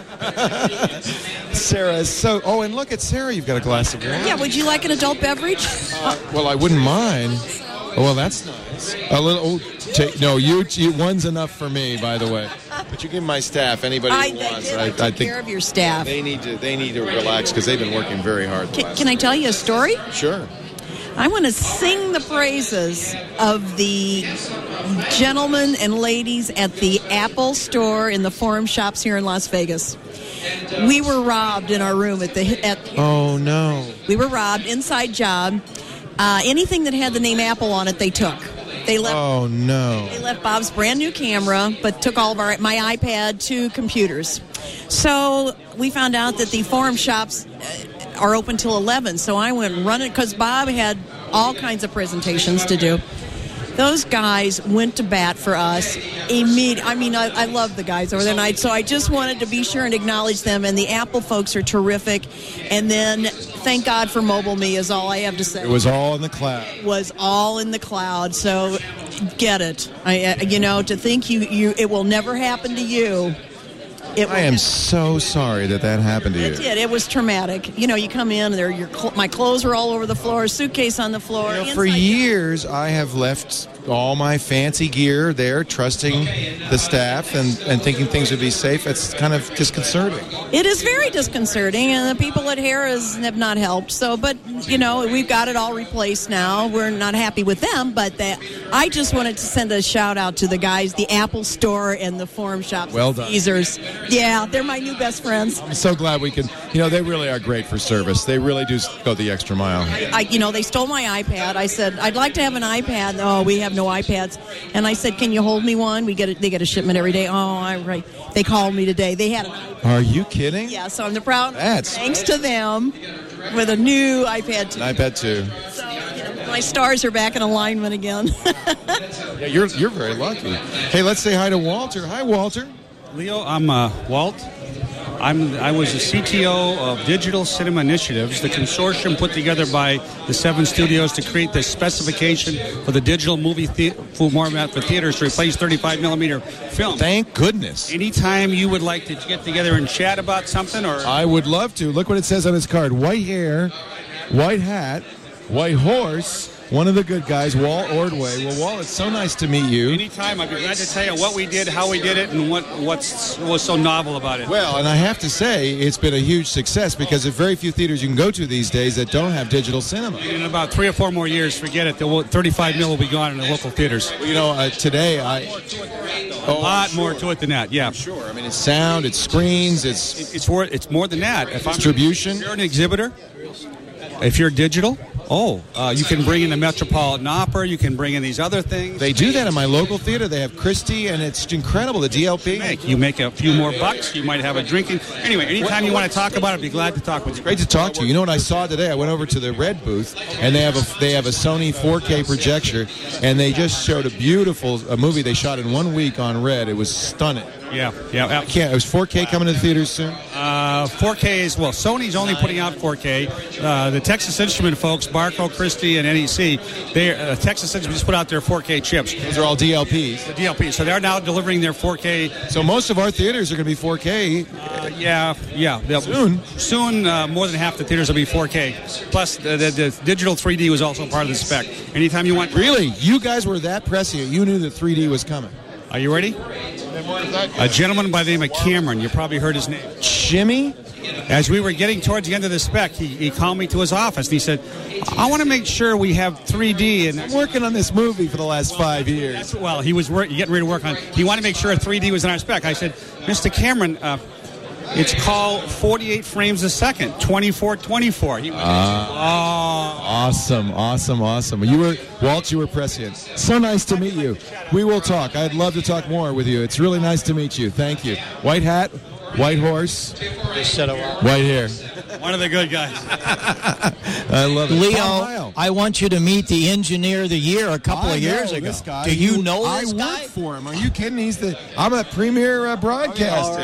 [SPEAKER 3] Sarah is so. Oh, and look at Sarah. You've got a glass of wine.
[SPEAKER 2] Yeah, would you like an adult beverage?
[SPEAKER 3] Well, I wouldn't mind. Oh, well, that's nice. A little. Oh, take, no, you, you. One's enough for me, by the way. But you give my staff anybody
[SPEAKER 10] I,
[SPEAKER 3] who
[SPEAKER 10] I,
[SPEAKER 3] wants.
[SPEAKER 10] did.
[SPEAKER 3] it.
[SPEAKER 10] I took care of your staff.
[SPEAKER 3] They need to. They need to relax because they've been working very hard. the
[SPEAKER 10] Can,
[SPEAKER 3] last
[SPEAKER 10] can I
[SPEAKER 3] week.
[SPEAKER 10] tell you a story?
[SPEAKER 3] Sure.
[SPEAKER 10] I want to sing the praises of the gentlemen and ladies at the Apple store in the Forum shops here in Las Vegas. We were robbed in our room at the at
[SPEAKER 3] Oh no.
[SPEAKER 10] We were robbed. Inside job. Uh, anything that had the name Apple on it, they took. They left.
[SPEAKER 3] Oh no.
[SPEAKER 10] They left Bob's brand new camera, but took all of our my iPad, two computers. So we found out that the forum shops uh, are open till eleven. So I went running because Bob had all kinds of presentations to do. Those guys went to bat for us. Immediate. I mean, I, I love the guys over there, and I, so I just wanted to be sure and acknowledge them. And the Apple folks are terrific. And then, thank God for Mobile Me is all I have to say
[SPEAKER 3] It was all in the cloud.
[SPEAKER 10] was all in the cloud. So get it. I, uh, you know, to think you, you it will never happen to you. It
[SPEAKER 3] I am so sorry that that happened to
[SPEAKER 10] It
[SPEAKER 3] you.
[SPEAKER 10] did. It was traumatic. You know, you come in, there your cl- my clothes are all over the floor, suitcase on the floor.
[SPEAKER 3] You know, for
[SPEAKER 10] inside-
[SPEAKER 3] years, I have left all my fancy gear there, trusting the staff and, and thinking things would be safe. It's kind of disconcerting.
[SPEAKER 10] It is very disconcerting, and the people at Harris have not helped. So, but you know, we've got it all replaced now. We're not happy with them, but that I just wanted to send a shout out to the guys, the Apple Store and the Forum Shops,
[SPEAKER 3] Well done.
[SPEAKER 10] Caesars. Yeah, they're my new best friends.
[SPEAKER 3] I'm so glad we can. You know, they really are great for service. They really do go the extra mile.
[SPEAKER 10] I, you know, they stole my iPad. I said, I'd like to have an iPad. Oh, we have no iPads. And I said, Can you hold me one? We get a, they get a shipment every day. Oh, I right. They called me today. They had an iPad.
[SPEAKER 3] Are you kidding?
[SPEAKER 10] Yeah, so I'm the proud.
[SPEAKER 3] That's-
[SPEAKER 10] thanks to them with a new iPad. Too.
[SPEAKER 3] I bet too.
[SPEAKER 10] So you know, my stars are back in alignment again.
[SPEAKER 3] Yeah, you're you're very lucky. Hey, let's say hi to Walter. Hi, Walter.
[SPEAKER 11] Leo, I'm uh, Walt. I'm, I was the CTO of Digital Cinema Initiatives, the consortium put together by the seven studios to create the specification for the digital movie the- format for theaters to replace 35 millimeter film.
[SPEAKER 3] Thank goodness.
[SPEAKER 11] Anytime you would like to get together and chat about something, or
[SPEAKER 3] I would love to. Look what it says on his card: white hair, white hat, white horse. One of the good guys, Wall Ordway. Well, Wall, it's so nice to meet you.
[SPEAKER 11] anytime, I'd be glad to tell you what we did, how we did it, and what what's was so novel about it.
[SPEAKER 3] Well, and I have to say, it's been a huge success because there's very few theaters you can go to these days that don't have digital cinema.
[SPEAKER 11] in about three or four more years, forget it. The wo- 35 mil will be gone in the local theaters.
[SPEAKER 3] You know, uh, today I Oh,
[SPEAKER 11] A lot more to it than that. Yeah.
[SPEAKER 3] sure. I mean, it's sound, it's screens, it's
[SPEAKER 11] It- It's more. It's more than that. If I'm-
[SPEAKER 3] Distribution?
[SPEAKER 11] if you're an exhibitor. If you're digital, oh, uh, you can bring in the Metropolitan Opera. You can bring in these other things.
[SPEAKER 3] They do that in my local theater. They have Christie, and it's incredible. The DLP.
[SPEAKER 11] make. You make a few more bucks. You might have a drinking. Anyway, anytime you want to talk about it, I'd be glad to talk with you.
[SPEAKER 3] Great to talk to you. You know what I saw today? I went over to the Red booth, and they have a they have a Sony 4K projector, and they just showed a beautiful a movie they shot in one week on Red. It was stunning.
[SPEAKER 11] Yeah, yeah. yeah.
[SPEAKER 3] Can't it was 4K coming to the theaters soon?
[SPEAKER 11] Uh, 4K is well. Sony's only putting out 4K. Uh, the Texas Instrument folks, Barco, Christie, and NEC, they uh, Texas Instrument just put out their 4K chips,
[SPEAKER 3] These are all DLPs.
[SPEAKER 11] the DLP. So they're now delivering their 4K
[SPEAKER 3] So most of our theaters are going to be 4K.
[SPEAKER 11] Uh, yeah, yeah. they'll-
[SPEAKER 3] Soon.
[SPEAKER 11] soon, uh, more than half the theaters will be 4K. Plus, the, the, the digital 3D was also part of the spec. Anytime you want.
[SPEAKER 3] Really, you guys were that prescient. You knew that 3D was coming.
[SPEAKER 11] Are you ready? A gentleman by the name of Cameron. You probably heard his name.
[SPEAKER 3] Jimmy,
[SPEAKER 11] As we were getting towards the end of the spec, he, he called me to his office and he said, "I want to make sure we have 3D." And
[SPEAKER 3] I'm working on this movie for the last five years.
[SPEAKER 11] That's- well, he was wor- getting ready to work on. He wanted to make sure 3D was in our spec. I said, Mr. Cameron, uh, it's called 48 frames a second, 24, 24. He went, oh,
[SPEAKER 3] Ah. Awesome, awesome, awesome. You were Walt. You were prescient. So nice to meet you. We will talk. I'd love to talk more with you. It's really nice to meet you. Thank you. White hat, white horse,
[SPEAKER 1] Just said a while.
[SPEAKER 3] white hair.
[SPEAKER 11] one of the good guys.
[SPEAKER 3] I love it.
[SPEAKER 1] Leo,
[SPEAKER 3] Tom Ryle.
[SPEAKER 1] I want you to meet the Engineer of the Year a couple
[SPEAKER 3] I
[SPEAKER 1] of years
[SPEAKER 3] know
[SPEAKER 1] ago.
[SPEAKER 3] this guy.
[SPEAKER 1] Do you know
[SPEAKER 3] I
[SPEAKER 1] this
[SPEAKER 3] work
[SPEAKER 1] guy?
[SPEAKER 3] for him. Are you kidding? He's the. I'm a premier uh, broadcaster.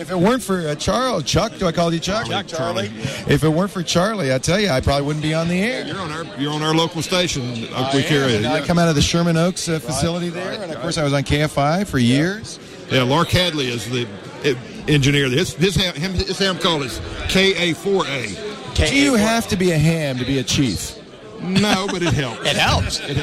[SPEAKER 3] If it weren't for uh, Charles, Chuck, do I call you Chuck? Chuck Charlie. If it weren't for Charlie, I tell you, I probably wouldn't be on the air.
[SPEAKER 12] You're on our you're on our local station. Oak Creek
[SPEAKER 3] Yeah,
[SPEAKER 12] area.
[SPEAKER 3] and I
[SPEAKER 12] Yeah.
[SPEAKER 3] come out of the Sherman Oaks uh, facility there, and of course I was on KFI for years.
[SPEAKER 12] yeah, Lark Hadley is the uh, engineer. His his ham, him, his ham call is KA4A.
[SPEAKER 3] Do you have to be a ham to be a chief?
[SPEAKER 13] No, but it helps.
[SPEAKER 1] It helps.
[SPEAKER 13] It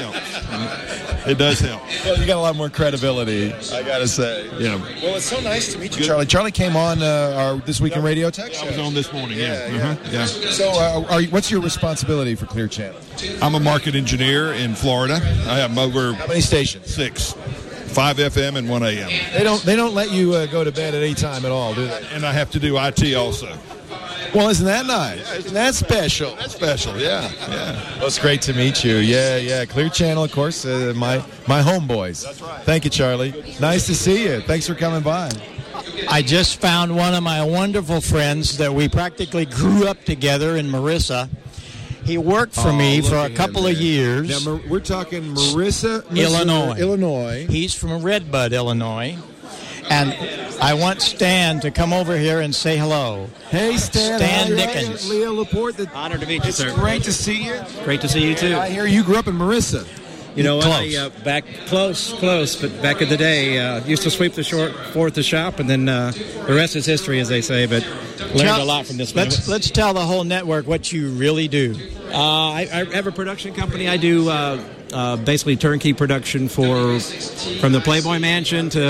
[SPEAKER 13] helps. It does help.
[SPEAKER 3] you got a lot more credibility, I gotta say.
[SPEAKER 13] Yeah.
[SPEAKER 3] Well, it's so nice to meet you, Charlie. Charlie came on uh, our This Week in Radio Tech show.
[SPEAKER 13] I was on this morning. Yeah.
[SPEAKER 3] Yeah,
[SPEAKER 13] uh-huh, yeah.
[SPEAKER 3] So, uh, are you, what's your responsibility for Clear Channel?
[SPEAKER 13] I'm a market engineer in Florida. I have over how
[SPEAKER 3] many stations?
[SPEAKER 13] Six, five FM and one AM.
[SPEAKER 3] They don't they don't let you uh, go to bed at any time at all, do they?
[SPEAKER 13] And I have to do IT also.
[SPEAKER 3] Well, isn't that nice? Isn't that special?
[SPEAKER 13] That's special. Yeah, yeah.
[SPEAKER 3] Well, it's great to meet you. Yeah, yeah. Clear Channel, of course, uh, my my homeboys. That's right. Thank you, Charlie. Nice to see you. Thanks for coming by.
[SPEAKER 1] I just found one of my wonderful friends that we practically grew up together in Marissa. He worked for
[SPEAKER 14] Oh,
[SPEAKER 3] Oh,
[SPEAKER 1] me for a couple of years.
[SPEAKER 14] Now, Mar- we're talking Marissa, Marissa,
[SPEAKER 1] Illinois.
[SPEAKER 14] Illinois.
[SPEAKER 1] He's from Redbud, Illinois. And I want Stan to come over here and say hello.
[SPEAKER 14] Hey, Stan.
[SPEAKER 1] Stan
[SPEAKER 14] hi,
[SPEAKER 1] Dickens.
[SPEAKER 14] Leah Laporte. The,
[SPEAKER 15] Honored to meet you,
[SPEAKER 14] it's
[SPEAKER 15] sir.
[SPEAKER 14] great to see you.
[SPEAKER 15] Great to see you too.
[SPEAKER 14] I hear you grew up in Marissa.
[SPEAKER 15] You know, what,
[SPEAKER 1] Close.
[SPEAKER 15] I, uh, back close, close, but back in the day, uh, used to sweep the short floor at the shop, and then uh, the rest is history, as they say. But learned
[SPEAKER 1] Tell-
[SPEAKER 15] a lot from this. man.
[SPEAKER 1] Let's, let's tell the whole network what you really do.
[SPEAKER 15] Uh, I, I have a production company. I do uh, uh, basically turnkey production for from the Playboy Mansion to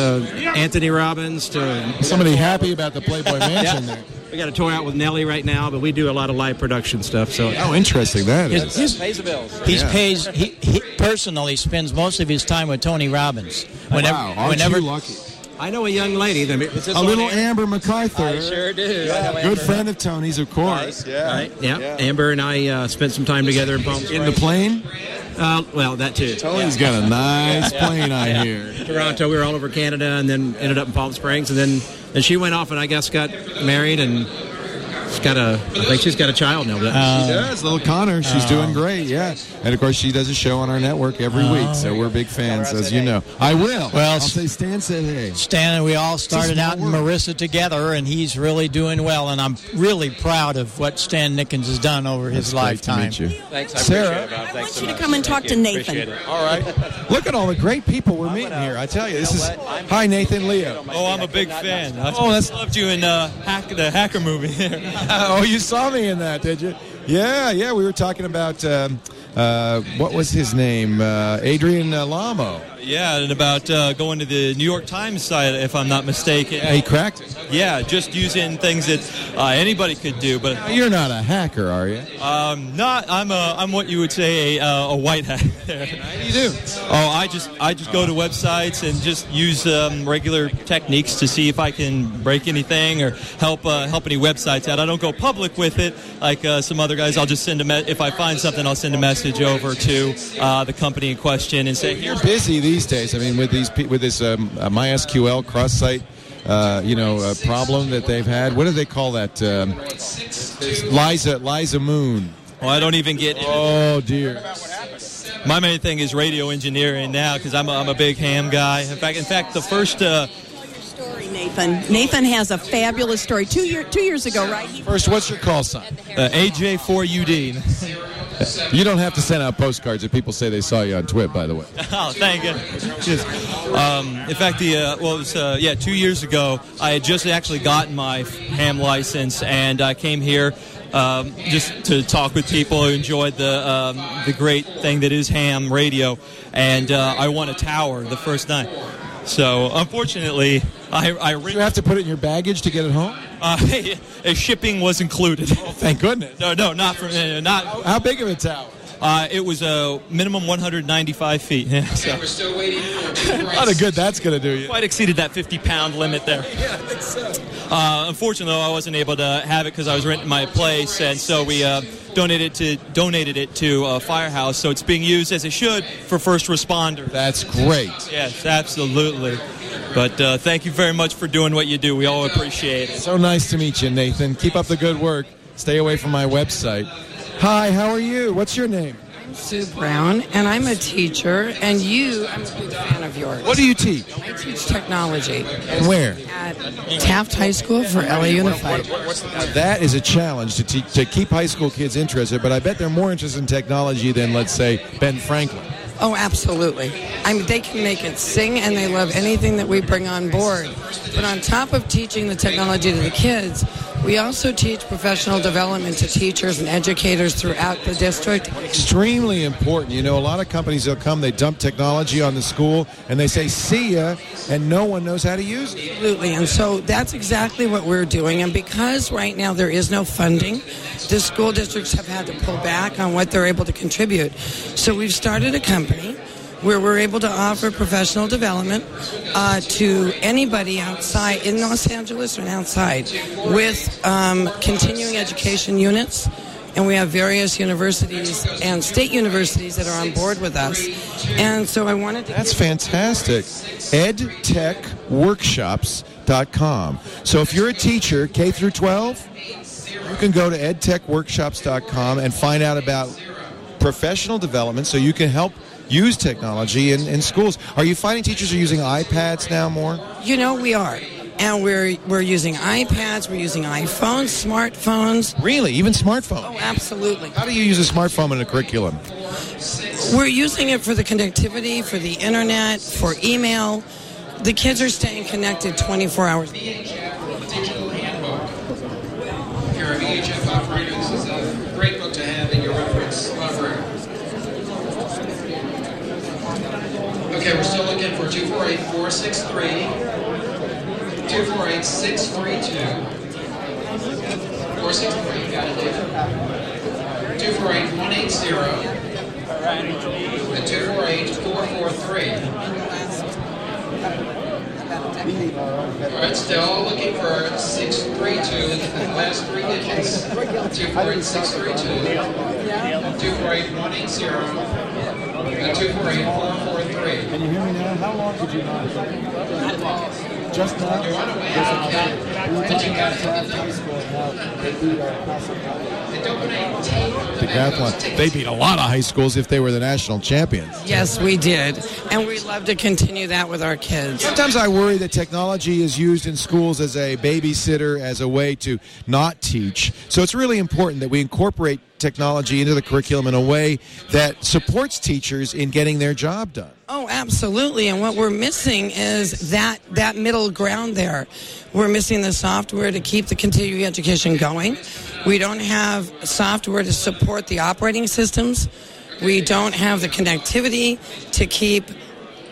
[SPEAKER 15] Anthony Robbins to
[SPEAKER 14] Somebody happy about the Playboy Mansion
[SPEAKER 15] Yeah.
[SPEAKER 14] there.
[SPEAKER 15] We got a tour out with Nelly right now, but we do a lot of live production stuff. So
[SPEAKER 14] How interesting that is.
[SPEAKER 15] pays the bills.
[SPEAKER 1] He's pays he, he personally spends most of his time with Tony Robbins. Whenever,
[SPEAKER 14] wow, aren't
[SPEAKER 1] whenever
[SPEAKER 14] you lucky?
[SPEAKER 15] I know a young lady. That, is this
[SPEAKER 14] A
[SPEAKER 15] on
[SPEAKER 14] little
[SPEAKER 15] air?
[SPEAKER 14] Amber MacArthur.
[SPEAKER 15] I sure do. I know
[SPEAKER 14] Good
[SPEAKER 15] Amber.
[SPEAKER 14] friend of Tony's, of course.
[SPEAKER 3] Yeah.
[SPEAKER 15] Right. Yeah. Amber and I uh, spent some time together in Palm
[SPEAKER 14] In the
[SPEAKER 15] Springs.
[SPEAKER 14] plane?
[SPEAKER 15] uh, well, that too.
[SPEAKER 14] Tony's got a nice plane, I hear.
[SPEAKER 15] Toronto. We were all over Canada, and then ended up in Palm Springs, and then and she went off, and I guess got married, and she's got a. I think she's got a child now. But
[SPEAKER 3] Um,
[SPEAKER 14] She does, little Connor. She's doing great, yeah. And of course, she does a show on our network every week, so
[SPEAKER 3] Uh,
[SPEAKER 14] we're big fans, as you know. I will.
[SPEAKER 1] Well,
[SPEAKER 14] I'll
[SPEAKER 1] s-
[SPEAKER 14] say Stan said hey.
[SPEAKER 1] Stan and we all started
[SPEAKER 14] small
[SPEAKER 1] out in
[SPEAKER 14] world.
[SPEAKER 1] Marissa together, and he's really doing well. And I'm really proud of what Stan Nickens has done over his
[SPEAKER 14] Great to
[SPEAKER 1] lifetime.
[SPEAKER 14] meet you.
[SPEAKER 15] thanks, I
[SPEAKER 14] Sarah.
[SPEAKER 15] appreciate it, Bob.
[SPEAKER 2] I
[SPEAKER 15] Thanks
[SPEAKER 2] want
[SPEAKER 15] so
[SPEAKER 2] you to
[SPEAKER 15] much.
[SPEAKER 2] come and
[SPEAKER 15] Thank
[SPEAKER 2] talk to
[SPEAKER 15] you.
[SPEAKER 2] Nathan.
[SPEAKER 15] Appreciate it.
[SPEAKER 3] All right.
[SPEAKER 14] Look at all the great people we're meeting here. I tell you, this is. Hi, Nathan Leo.
[SPEAKER 9] Oh, I'm a big fan. I
[SPEAKER 14] Oh, that's-
[SPEAKER 9] loved you in uh, hack, the hacker movie.
[SPEAKER 14] Oh, you saw me in that, did you?
[SPEAKER 3] Yeah, yeah. We were talking about um, uh, what was his name? Uh, Adrian uh, Lamo.
[SPEAKER 9] yeah, and about uh, going to the New York Times site, if I'm not mistaken.
[SPEAKER 3] Yeah, he cracked it.
[SPEAKER 9] Yeah, just using things that uh, anybody could do, but
[SPEAKER 3] You're not a hacker, are you?
[SPEAKER 9] um, not. I'm a. I'm what you would say a, uh, a white hat. How
[SPEAKER 3] you do?
[SPEAKER 9] Oh, I just I just go to websites and just use um, regular techniques to see if I can break anything or help uh, help any websites out. I don't go public with it like uh, some other guys. I'll just send a me- if I find something, I'll send a message over to uh, the company in question and say here's.
[SPEAKER 3] You're busy these days. I mean, with these pe- with this um, uh, MySQL cross-site, uh, you know, uh, problem that they've had. What do they call that? Um, Liza Liza Moon.
[SPEAKER 9] Well, I don't even get.
[SPEAKER 3] Oh dear.
[SPEAKER 9] My main thing is radio engineering now because I'm a, I'm a big ham guy. In fact, in fact, the first. Uh,
[SPEAKER 2] Story, Nathan. Nathan has a fabulous story. Two year, two years ago, right? He
[SPEAKER 3] First, what's your call sign?
[SPEAKER 9] Uh, AJ4UD.
[SPEAKER 3] You don't have to send out postcards if people say they saw you on Twitter. By the way,
[SPEAKER 9] Oh, thank you. Cheers. Um, in fact, the uh, well, it was, uh, yeah, two years ago, I had just actually gotten my ham license, and I came here um, just to talk with people who enjoyed the um, the great thing that is ham radio, and uh, I won a tower the first night. So, unfortunately, I, I
[SPEAKER 14] You have to put it in your baggage to get it home? Oh,
[SPEAKER 9] uh, shipping was included.
[SPEAKER 14] Thank goodness.
[SPEAKER 9] No, no, not from uh, not.
[SPEAKER 14] How big of a tower?
[SPEAKER 9] Uh, it was a minimum 195 feet. Yeah, so.
[SPEAKER 7] still waiting for
[SPEAKER 14] Not a good that's going to do you.
[SPEAKER 9] Quite exceeded that 50 pound limit there. Yeah, I think so. Uh, unfortunately, though, I wasn't able to have it because I was renting my place, and so we uh, donated to donated it to uh, Firehouse. So it's being used as it should for first responders.
[SPEAKER 14] That's great.
[SPEAKER 9] Yes, absolutely. But uh, thank you very much for doing what you do. We all appreciate it.
[SPEAKER 14] So nice to meet you, Nathan. Keep up the good work. Stay away from my website. Hi, how are you? What's your name?
[SPEAKER 16] Sue Brown, and I'm a teacher, and you, I'm a big fan of yours.
[SPEAKER 14] What do you teach?
[SPEAKER 16] I teach technology
[SPEAKER 14] And where?
[SPEAKER 16] at Taft High School for LA Unified.
[SPEAKER 14] That
[SPEAKER 3] that is a challenge to teach to keep high school kids interested. But I bet they're more interested in technology than, let's say, Ben Franklin.
[SPEAKER 16] Oh, absolutely. I mean, they can make it sing, and they love anything that we bring on board. But on top of teaching the technology to the kids, We also teach professional development to teachers and educators throughout the district.
[SPEAKER 3] extremely important. You know, a lot of companies will come, they dump technology on the school, and they say, see ya, and no one knows how to use it.
[SPEAKER 16] Absolutely. And so that's exactly what we're doing. And because right now there is no funding, the school districts have had to pull back on what they're able to contribute. So we've started a company where we're able to offer professional development uh, to anybody outside in Los Angeles and outside with um, continuing education units. And we have various universities and state universities that are on board with us. And so I wanted to.
[SPEAKER 3] That's fantastic. EdTechWorkshops.com. So if you're a teacher, K through 12, you can go to edtechworkshops.com and find out about professional development so you can help use technology in, in schools. Are you finding teachers are using iPads now more?
[SPEAKER 16] You know we are, and we're we're using iPads, we're using iPhones, smartphones.
[SPEAKER 3] Really, even smartphones.
[SPEAKER 16] Oh, absolutely.
[SPEAKER 3] How do you use a smartphone in a curriculum?
[SPEAKER 16] We're using it for the connectivity, for the internet, for email. The kids are staying connected 24 hours.
[SPEAKER 7] Here at VHF Operator, this is a great book to have in your reference library. Okay, we're still looking for 248-463, 248-632, 463, got it, David. 248-180, and 248-443. All right, still looking for 632, the last three digits, 248-632. 248-180, and 248-443.
[SPEAKER 3] Can you hear me now? How long did you not? Just now? Decathlon. They beat a lot of high schools if they were the national champions.
[SPEAKER 16] Yes, we did, and we'd love to continue that with our kids.
[SPEAKER 3] Sometimes I worry that technology is used in schools as a babysitter, as a way to not teach. So it's really important that we incorporate technology into the curriculum in a way that supports teachers in getting their job done.
[SPEAKER 16] Oh, absolutely. And what we're missing is that that middle ground there. We're missing the software to keep the continuing education going. We don't have software to support the operating systems. We don't have the connectivity to keep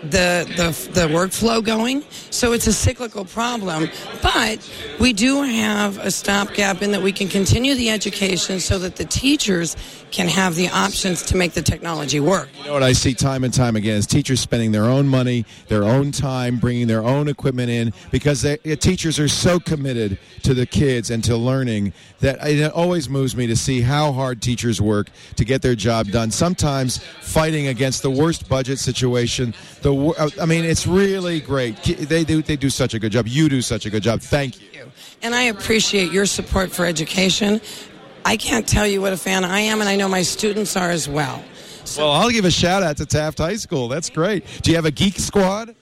[SPEAKER 16] the the, the workflow going. So it's a cyclical problem. But we do have a stopgap in that we can continue the education so that the teachers can have the options to make the technology work.
[SPEAKER 3] You know what I see time and time again is teachers spending their own money, their own time, bringing their own equipment in because they, uh, teachers are so committed to the kids and to learning that it always moves me to see how hard teachers work to get their job done. Sometimes fighting against the worst budget situation. The wor- uh, I mean, it's really great. Ki- They do they do such a good job. You do such a good job. Thank you.
[SPEAKER 16] And I appreciate your support for education. I can't tell you what a fan I am, and I know my students are as well.
[SPEAKER 3] Well, Oh, I'll give a shout out to Taft High School. That's great. Do you have a geek squad?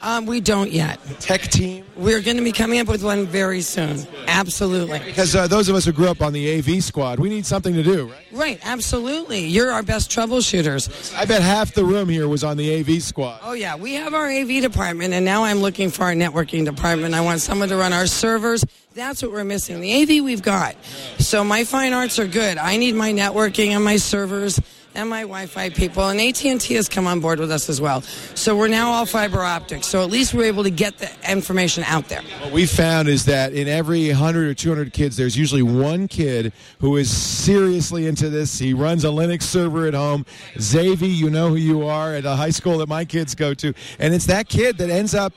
[SPEAKER 16] Um, we don't yet.
[SPEAKER 3] Tech team?
[SPEAKER 16] We're going to be coming up with one very soon. Absolutely.
[SPEAKER 3] Because uh, those of us who grew up on the AV squad, we need something to do, right?
[SPEAKER 16] Right, absolutely. You're our best troubleshooters.
[SPEAKER 3] I bet half the room here was on the AV squad.
[SPEAKER 16] Oh, yeah. We have our AV department, and now I'm looking for our networking department. I want someone to run our servers. That's what we're missing. The AV we've got. So my fine arts are good. I need my networking and my servers and my Wi-Fi people. And AT&T has come on board with us as well. So we're now all fiber optic. So at least we're able to get the information out there.
[SPEAKER 3] What we found is that in every 100 or 200 kids, there's usually one kid who is seriously into this. He runs a Linux server at home. Xavi, you know who you are, at a high school that my kids go to. And it's that kid that ends up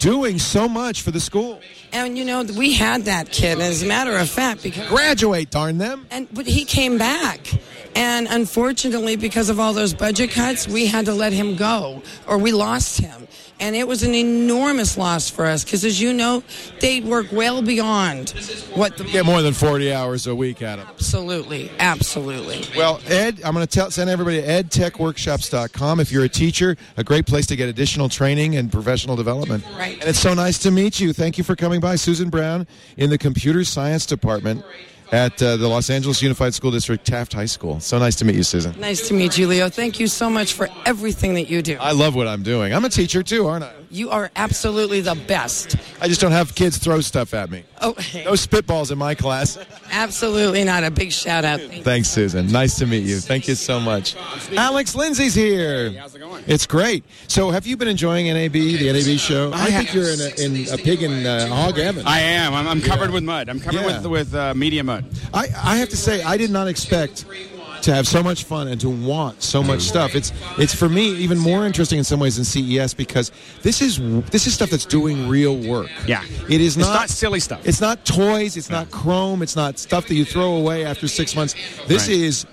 [SPEAKER 3] doing so much for the school.
[SPEAKER 16] And you know, we had that kid. As a matter of fact, because
[SPEAKER 3] graduate, darn them.
[SPEAKER 16] And but he came back, and unfortunately, because of all those budget cuts, we had to let him go, or we lost him. And it was an enormous loss for us because, as you know, they work well beyond what the
[SPEAKER 3] You get more than 40 hours a week out of them.
[SPEAKER 16] absolutely, absolutely.
[SPEAKER 3] Well, Ed, I'm going to tell, send everybody to edtechworkshops.com. If you're a teacher, a great place to get additional training and professional development.
[SPEAKER 16] Right.
[SPEAKER 3] And it's so nice to meet you. Thank you for coming by, Susan Brown, in the Computer Science Department at uh, the Los Angeles Unified School District, Taft High School. So nice to meet you, Susan.
[SPEAKER 16] Nice to meet you, Leo. Thank you so much for everything that you do.
[SPEAKER 3] I love what I'm doing. I'm a teacher too, aren't I?
[SPEAKER 16] You are absolutely the best.
[SPEAKER 3] I just don't have kids throw stuff at me.
[SPEAKER 16] Oh,
[SPEAKER 3] No spitballs in my class.
[SPEAKER 16] absolutely not. A big shout out.
[SPEAKER 3] Thanks, Susan. Nice to meet you. Thank you so much. Alex Lindsay's here. how's it going? It's great. So, have you been enjoying NAB, the NAB show? I think you're in a, in a pig and uh, hog heaven.
[SPEAKER 17] I am. I'm, I'm covered
[SPEAKER 3] Yeah.
[SPEAKER 17] with mud. I'm covered
[SPEAKER 3] Yeah.
[SPEAKER 17] with with uh, media mud.
[SPEAKER 3] I, I have to say, I did not expect to have so much fun and to want so much stuff. It's it's for me even more interesting in some ways than CES because this is this is stuff that's doing real work.
[SPEAKER 17] Yeah.
[SPEAKER 3] It is
[SPEAKER 17] It's
[SPEAKER 3] not,
[SPEAKER 17] not silly stuff.
[SPEAKER 3] It's not toys. It's not chrome. It's not stuff that you throw away after six months. This
[SPEAKER 17] Right.
[SPEAKER 3] is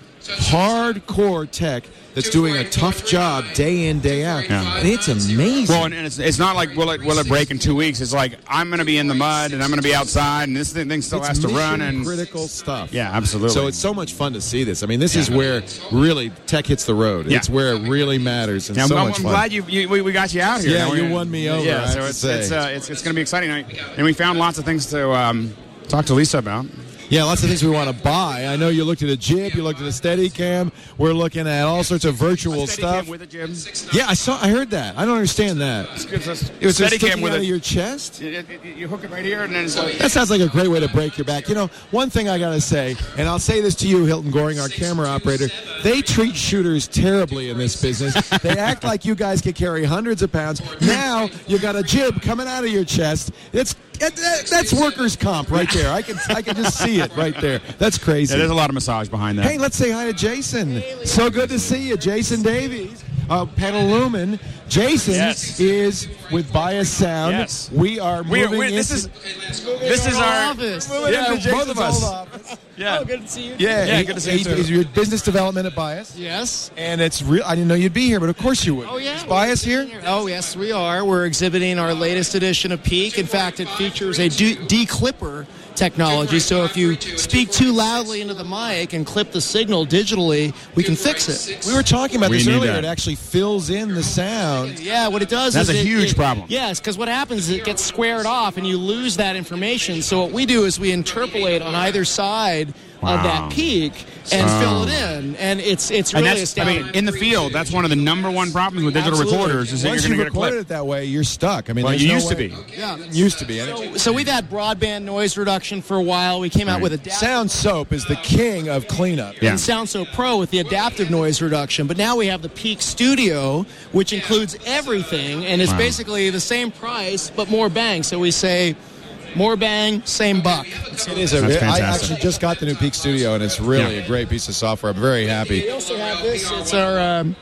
[SPEAKER 3] hardcore tech that's doing a tough job day in day out, and it's amazing.
[SPEAKER 17] Well, and, and it's, it's not like will it will it break in two weeks? It's like I'm going to be in the mud and I'm going to be outside, and this thing, thing still
[SPEAKER 3] It's
[SPEAKER 17] has to run.
[SPEAKER 3] mission
[SPEAKER 17] And
[SPEAKER 3] critical stuff.
[SPEAKER 17] Yeah, absolutely.
[SPEAKER 3] So it's so much fun to see this. I mean, this is where really tech hits the road.
[SPEAKER 17] Yeah.
[SPEAKER 3] It's where it really matters and
[SPEAKER 17] Yeah, I'm,
[SPEAKER 3] so
[SPEAKER 17] I'm-
[SPEAKER 3] much
[SPEAKER 17] I'm
[SPEAKER 3] fun.
[SPEAKER 17] glad you, you we, we got you out here.
[SPEAKER 3] Yeah,
[SPEAKER 17] Now we're
[SPEAKER 3] you
[SPEAKER 17] gonna-
[SPEAKER 3] won me over, I
[SPEAKER 17] Yeah,
[SPEAKER 3] have
[SPEAKER 17] so
[SPEAKER 3] to
[SPEAKER 17] it's
[SPEAKER 3] say.
[SPEAKER 17] it's, uh, it's, it's going to be exciting, and we- and we found lots of things to um, talk to Lisa about.
[SPEAKER 3] Yeah, lots of things we want to buy. I know you looked at a jib, you looked at a Steadicam. We're looking at all sorts of virtual stuff.
[SPEAKER 17] With a gym.
[SPEAKER 3] Yeah, I saw. I heard that. I don't understand that.
[SPEAKER 17] It was
[SPEAKER 3] It was just sticking out of your chest.
[SPEAKER 17] You hook it right here, and then it's like.
[SPEAKER 3] That sounds like a great way to break your back. You know, one thing I gotta say, and I'll say this to you, Hilton Goring, our camera operator. They treat shooters terribly in this business. They act like you guys could carry hundreds of pounds. Now you got a jib coming out of your chest. It's that- that- that's workers' comp right there. I can I can just see it right there. That's crazy.
[SPEAKER 17] Yeah, there's a lot of massage behind that.
[SPEAKER 3] Hey, let's say hi to Jason. So good to see you, Jason Davies. Uh, Petalumen. Jason is with Bias Sound.
[SPEAKER 17] Yes.
[SPEAKER 3] We are
[SPEAKER 17] We are-
[SPEAKER 3] moving.
[SPEAKER 17] we're- this
[SPEAKER 3] into-
[SPEAKER 17] This is our
[SPEAKER 3] Moving
[SPEAKER 17] Yeah,
[SPEAKER 3] into
[SPEAKER 17] both of
[SPEAKER 3] Jason's
[SPEAKER 17] us.
[SPEAKER 3] old office.
[SPEAKER 17] Yeah.
[SPEAKER 18] Oh, good to see you.
[SPEAKER 3] Yeah,
[SPEAKER 17] Yeah,
[SPEAKER 3] he-
[SPEAKER 17] good to see you
[SPEAKER 3] he-
[SPEAKER 17] too.
[SPEAKER 3] He's your business development at Bias,
[SPEAKER 18] Yes.
[SPEAKER 3] and it's real. I didn't know you'd be here, but of course you would.
[SPEAKER 18] Oh yeah.
[SPEAKER 3] Is Bias here?
[SPEAKER 18] Oh yes, we are. We're exhibiting our latest edition of Peak. In fact, it features a de clipper technology. So if you speak too loudly into the mic and clip the signal digitally, we can fix it.
[SPEAKER 3] We were talking about
[SPEAKER 18] We
[SPEAKER 3] this
[SPEAKER 18] need
[SPEAKER 3] earlier.
[SPEAKER 18] that.
[SPEAKER 3] It actually fills in the sound.
[SPEAKER 18] Yeah, what it does
[SPEAKER 3] That's
[SPEAKER 18] is
[SPEAKER 3] a
[SPEAKER 18] it-
[SPEAKER 3] huge
[SPEAKER 18] it-
[SPEAKER 3] problem.
[SPEAKER 18] Yes, because what happens is it gets squared off and you lose that information. So what we do is we interpolate on either side of
[SPEAKER 17] Wow.
[SPEAKER 18] that peak and
[SPEAKER 17] Oh.
[SPEAKER 18] fill it in, and it's it's
[SPEAKER 17] And
[SPEAKER 18] really
[SPEAKER 17] that's, I
[SPEAKER 18] astounding.
[SPEAKER 17] mean, in the field, that's one of the number one problems with digital
[SPEAKER 18] Absolutely.
[SPEAKER 17] recorders is that
[SPEAKER 3] Once
[SPEAKER 17] you're
[SPEAKER 3] you
[SPEAKER 17] going to get a
[SPEAKER 3] record
[SPEAKER 17] clip.
[SPEAKER 3] it that way, you're stuck. I mean,
[SPEAKER 17] Well,
[SPEAKER 3] there's
[SPEAKER 17] you
[SPEAKER 3] no
[SPEAKER 17] used to
[SPEAKER 3] way-
[SPEAKER 17] be.
[SPEAKER 18] Yeah.
[SPEAKER 3] used to be. and it-
[SPEAKER 18] So, so we've had broadband noise reduction for a while. We came out with a
[SPEAKER 3] sound soap is the king of cleanup.
[SPEAKER 18] and Sound So Pro with the adaptive noise reduction. But now we have the Peak Studio, which includes everything, and it's
[SPEAKER 3] Wow.
[SPEAKER 18] basically the same price but more bang. So we say more bang, same buck.
[SPEAKER 3] It is a.
[SPEAKER 18] That's
[SPEAKER 3] I
[SPEAKER 18] fantastic.
[SPEAKER 3] actually just got the new Peak Studio, and it's really a great piece of software. I'm very happy.
[SPEAKER 17] Uh,
[SPEAKER 18] We also have this. It's our um,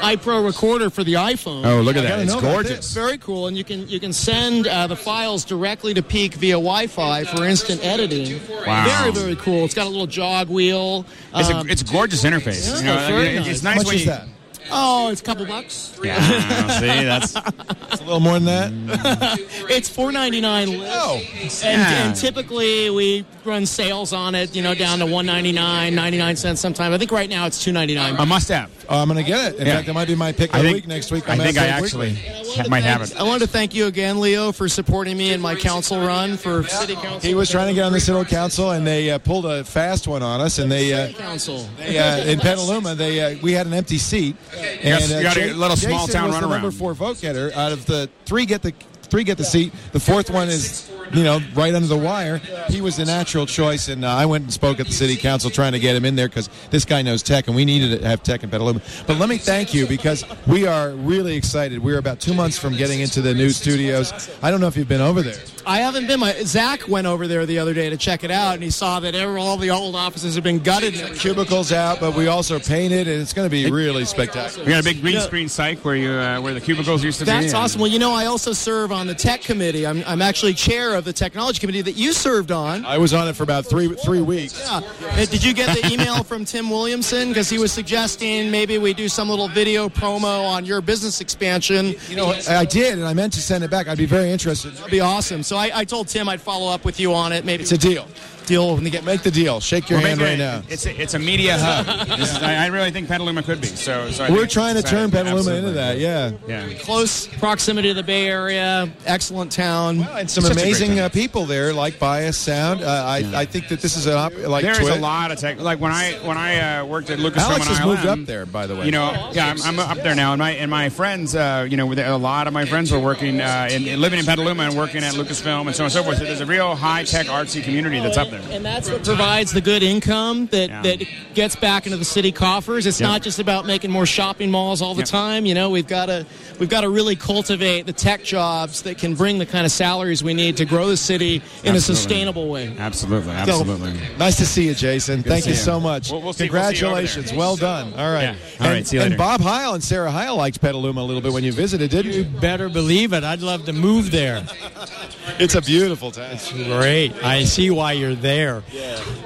[SPEAKER 18] iPro recorder for the iPhone.
[SPEAKER 3] Oh, look at
[SPEAKER 18] I
[SPEAKER 3] that.
[SPEAKER 18] gotta
[SPEAKER 3] It's
[SPEAKER 18] know about
[SPEAKER 3] gorgeous.
[SPEAKER 18] this. Very cool, and you can you can send uh, the files directly to Peak via Wi-Fi for instant editing.
[SPEAKER 17] Wow.
[SPEAKER 18] Very very cool. It's got a little jog wheel.
[SPEAKER 17] It's a,
[SPEAKER 18] Um,
[SPEAKER 17] it's a gorgeous interface.
[SPEAKER 18] yeah,
[SPEAKER 17] you know, I mean,
[SPEAKER 18] very
[SPEAKER 17] it's-
[SPEAKER 18] nice.
[SPEAKER 17] It's nice
[SPEAKER 18] Much
[SPEAKER 17] when
[SPEAKER 18] is
[SPEAKER 17] you.
[SPEAKER 18] that? Oh, it's a couple bucks.
[SPEAKER 17] Yeah, see, that's
[SPEAKER 3] It's a little more than that.
[SPEAKER 18] it's four ninety nine list. And,
[SPEAKER 3] Oh, Yeah.
[SPEAKER 18] and typically we run sales on it, you know, down to 199 99 cents sometime. I think right now it's 299
[SPEAKER 17] a must have.
[SPEAKER 3] Oh, I'm going to get it. In
[SPEAKER 18] Yeah.
[SPEAKER 3] fact, that might be my pick of
[SPEAKER 18] I
[SPEAKER 3] the
[SPEAKER 18] think-
[SPEAKER 3] week next week.
[SPEAKER 18] I
[SPEAKER 3] I'm
[SPEAKER 18] think
[SPEAKER 3] at
[SPEAKER 18] I
[SPEAKER 3] Pick
[SPEAKER 18] actually
[SPEAKER 3] Weekly.
[SPEAKER 17] might
[SPEAKER 18] I wanted to thank you again, Leo, for supporting me in my council run for city council.
[SPEAKER 3] He was trying to get on the city council, and they uh, pulled a fast one on us. And they, uh,
[SPEAKER 18] council.
[SPEAKER 3] they uh, in Petaluma, they uh, we had an empty seat. uh,
[SPEAKER 17] You got- you got a
[SPEAKER 3] Ja-
[SPEAKER 17] little small
[SPEAKER 3] Jason
[SPEAKER 17] town
[SPEAKER 3] was the
[SPEAKER 17] runaround.
[SPEAKER 3] Number four vote getter out of the three get the three get the seat. The fourth one is you know right under the wire. He was the natural choice, and uh, I went and spoke at the city council trying to get him in there because this guy knows tech, and we needed to have tech in Petaluma. But let me thank you because we are really excited. We are about two months from getting into the new studios. I don't know if you've been over there.
[SPEAKER 18] I haven't been. My Zach went over there the other day to check it out, and he saw that every, all the old offices have been gutted.
[SPEAKER 3] Cubicles out, but we also painted, and it's going to be really spectacular.
[SPEAKER 17] We got a big green screen psych where you uh, where the cubicles used to be.
[SPEAKER 18] That's
[SPEAKER 17] and-
[SPEAKER 18] awesome. Well, you know, I also serve on the tech committee. I'm, I'm actually chair of the technology committee that you served on.
[SPEAKER 3] I was on it for about three three weeks.
[SPEAKER 18] Yeah. Uh, Did you get the email from Tim Williamson? Because he was suggesting maybe we do some little video promo on your business expansion.
[SPEAKER 3] You know, I did, and I meant to send it back. I'd be very interested.
[SPEAKER 18] That'd be awesome. So I, I told Tim I'd follow up with you on it. Maybe
[SPEAKER 3] It's a deal.
[SPEAKER 18] deal when they get make the deal. Shake your
[SPEAKER 17] We're
[SPEAKER 18] hand right
[SPEAKER 17] making
[SPEAKER 18] now.
[SPEAKER 17] it- It's a, it's a media hub. This is, I, I really think Petaluma could be. So, so I think
[SPEAKER 18] We're
[SPEAKER 17] it's
[SPEAKER 18] trying to
[SPEAKER 17] exciting.
[SPEAKER 18] turn Petaluma into
[SPEAKER 17] Absolutely.
[SPEAKER 18] that,
[SPEAKER 3] yeah.
[SPEAKER 17] Yeah.
[SPEAKER 18] Close proximity to the Bay Area, excellent town. Well,
[SPEAKER 3] and some amazing uh, people there, like Bias Sound. Uh, I, I think that this is an op- like
[SPEAKER 17] There is
[SPEAKER 3] Twit.
[SPEAKER 17] a lot of tech. Like when I when I uh, worked at Lucas
[SPEAKER 3] Alex
[SPEAKER 17] Roman
[SPEAKER 3] has moved
[SPEAKER 17] ILM,
[SPEAKER 3] up there, by the way.
[SPEAKER 17] You know, yeah, I'm, I'm up there now, and my and my friends, uh, you know, with- a lot of my friends were working uh, in, in- living in Petaluma and working at Lucasfilm and so on and so forth. So there's a real high tech artsy community that's up there.
[SPEAKER 18] And that's what provides the good income that, that gets back into the city coffers. It's
[SPEAKER 17] Yeah.
[SPEAKER 18] not just about making more shopping malls all the
[SPEAKER 17] Yeah.
[SPEAKER 18] time. You know, we've got to we've got to really cultivate the tech jobs that can bring the kind of salaries we need to grow the city in a
[SPEAKER 17] Absolutely.
[SPEAKER 18] sustainable way.
[SPEAKER 17] Absolutely,
[SPEAKER 18] So-
[SPEAKER 17] absolutely.
[SPEAKER 3] Nice to see you, Jason.
[SPEAKER 18] Good
[SPEAKER 3] Thank
[SPEAKER 18] to
[SPEAKER 3] you
[SPEAKER 18] see you.
[SPEAKER 3] so much.
[SPEAKER 18] We'll- we'll see- we'll see you over there.
[SPEAKER 3] Congratulations. well done. All right.
[SPEAKER 17] All right,
[SPEAKER 3] And,
[SPEAKER 17] see you
[SPEAKER 3] and
[SPEAKER 17] later.
[SPEAKER 3] Bob Heil and Sarah Heil liked Petaluma a little bit when you visited, didn't you? You
[SPEAKER 1] better believe it. I'd love to move there.
[SPEAKER 3] It's a beautiful town.
[SPEAKER 1] Great. I see why you're there.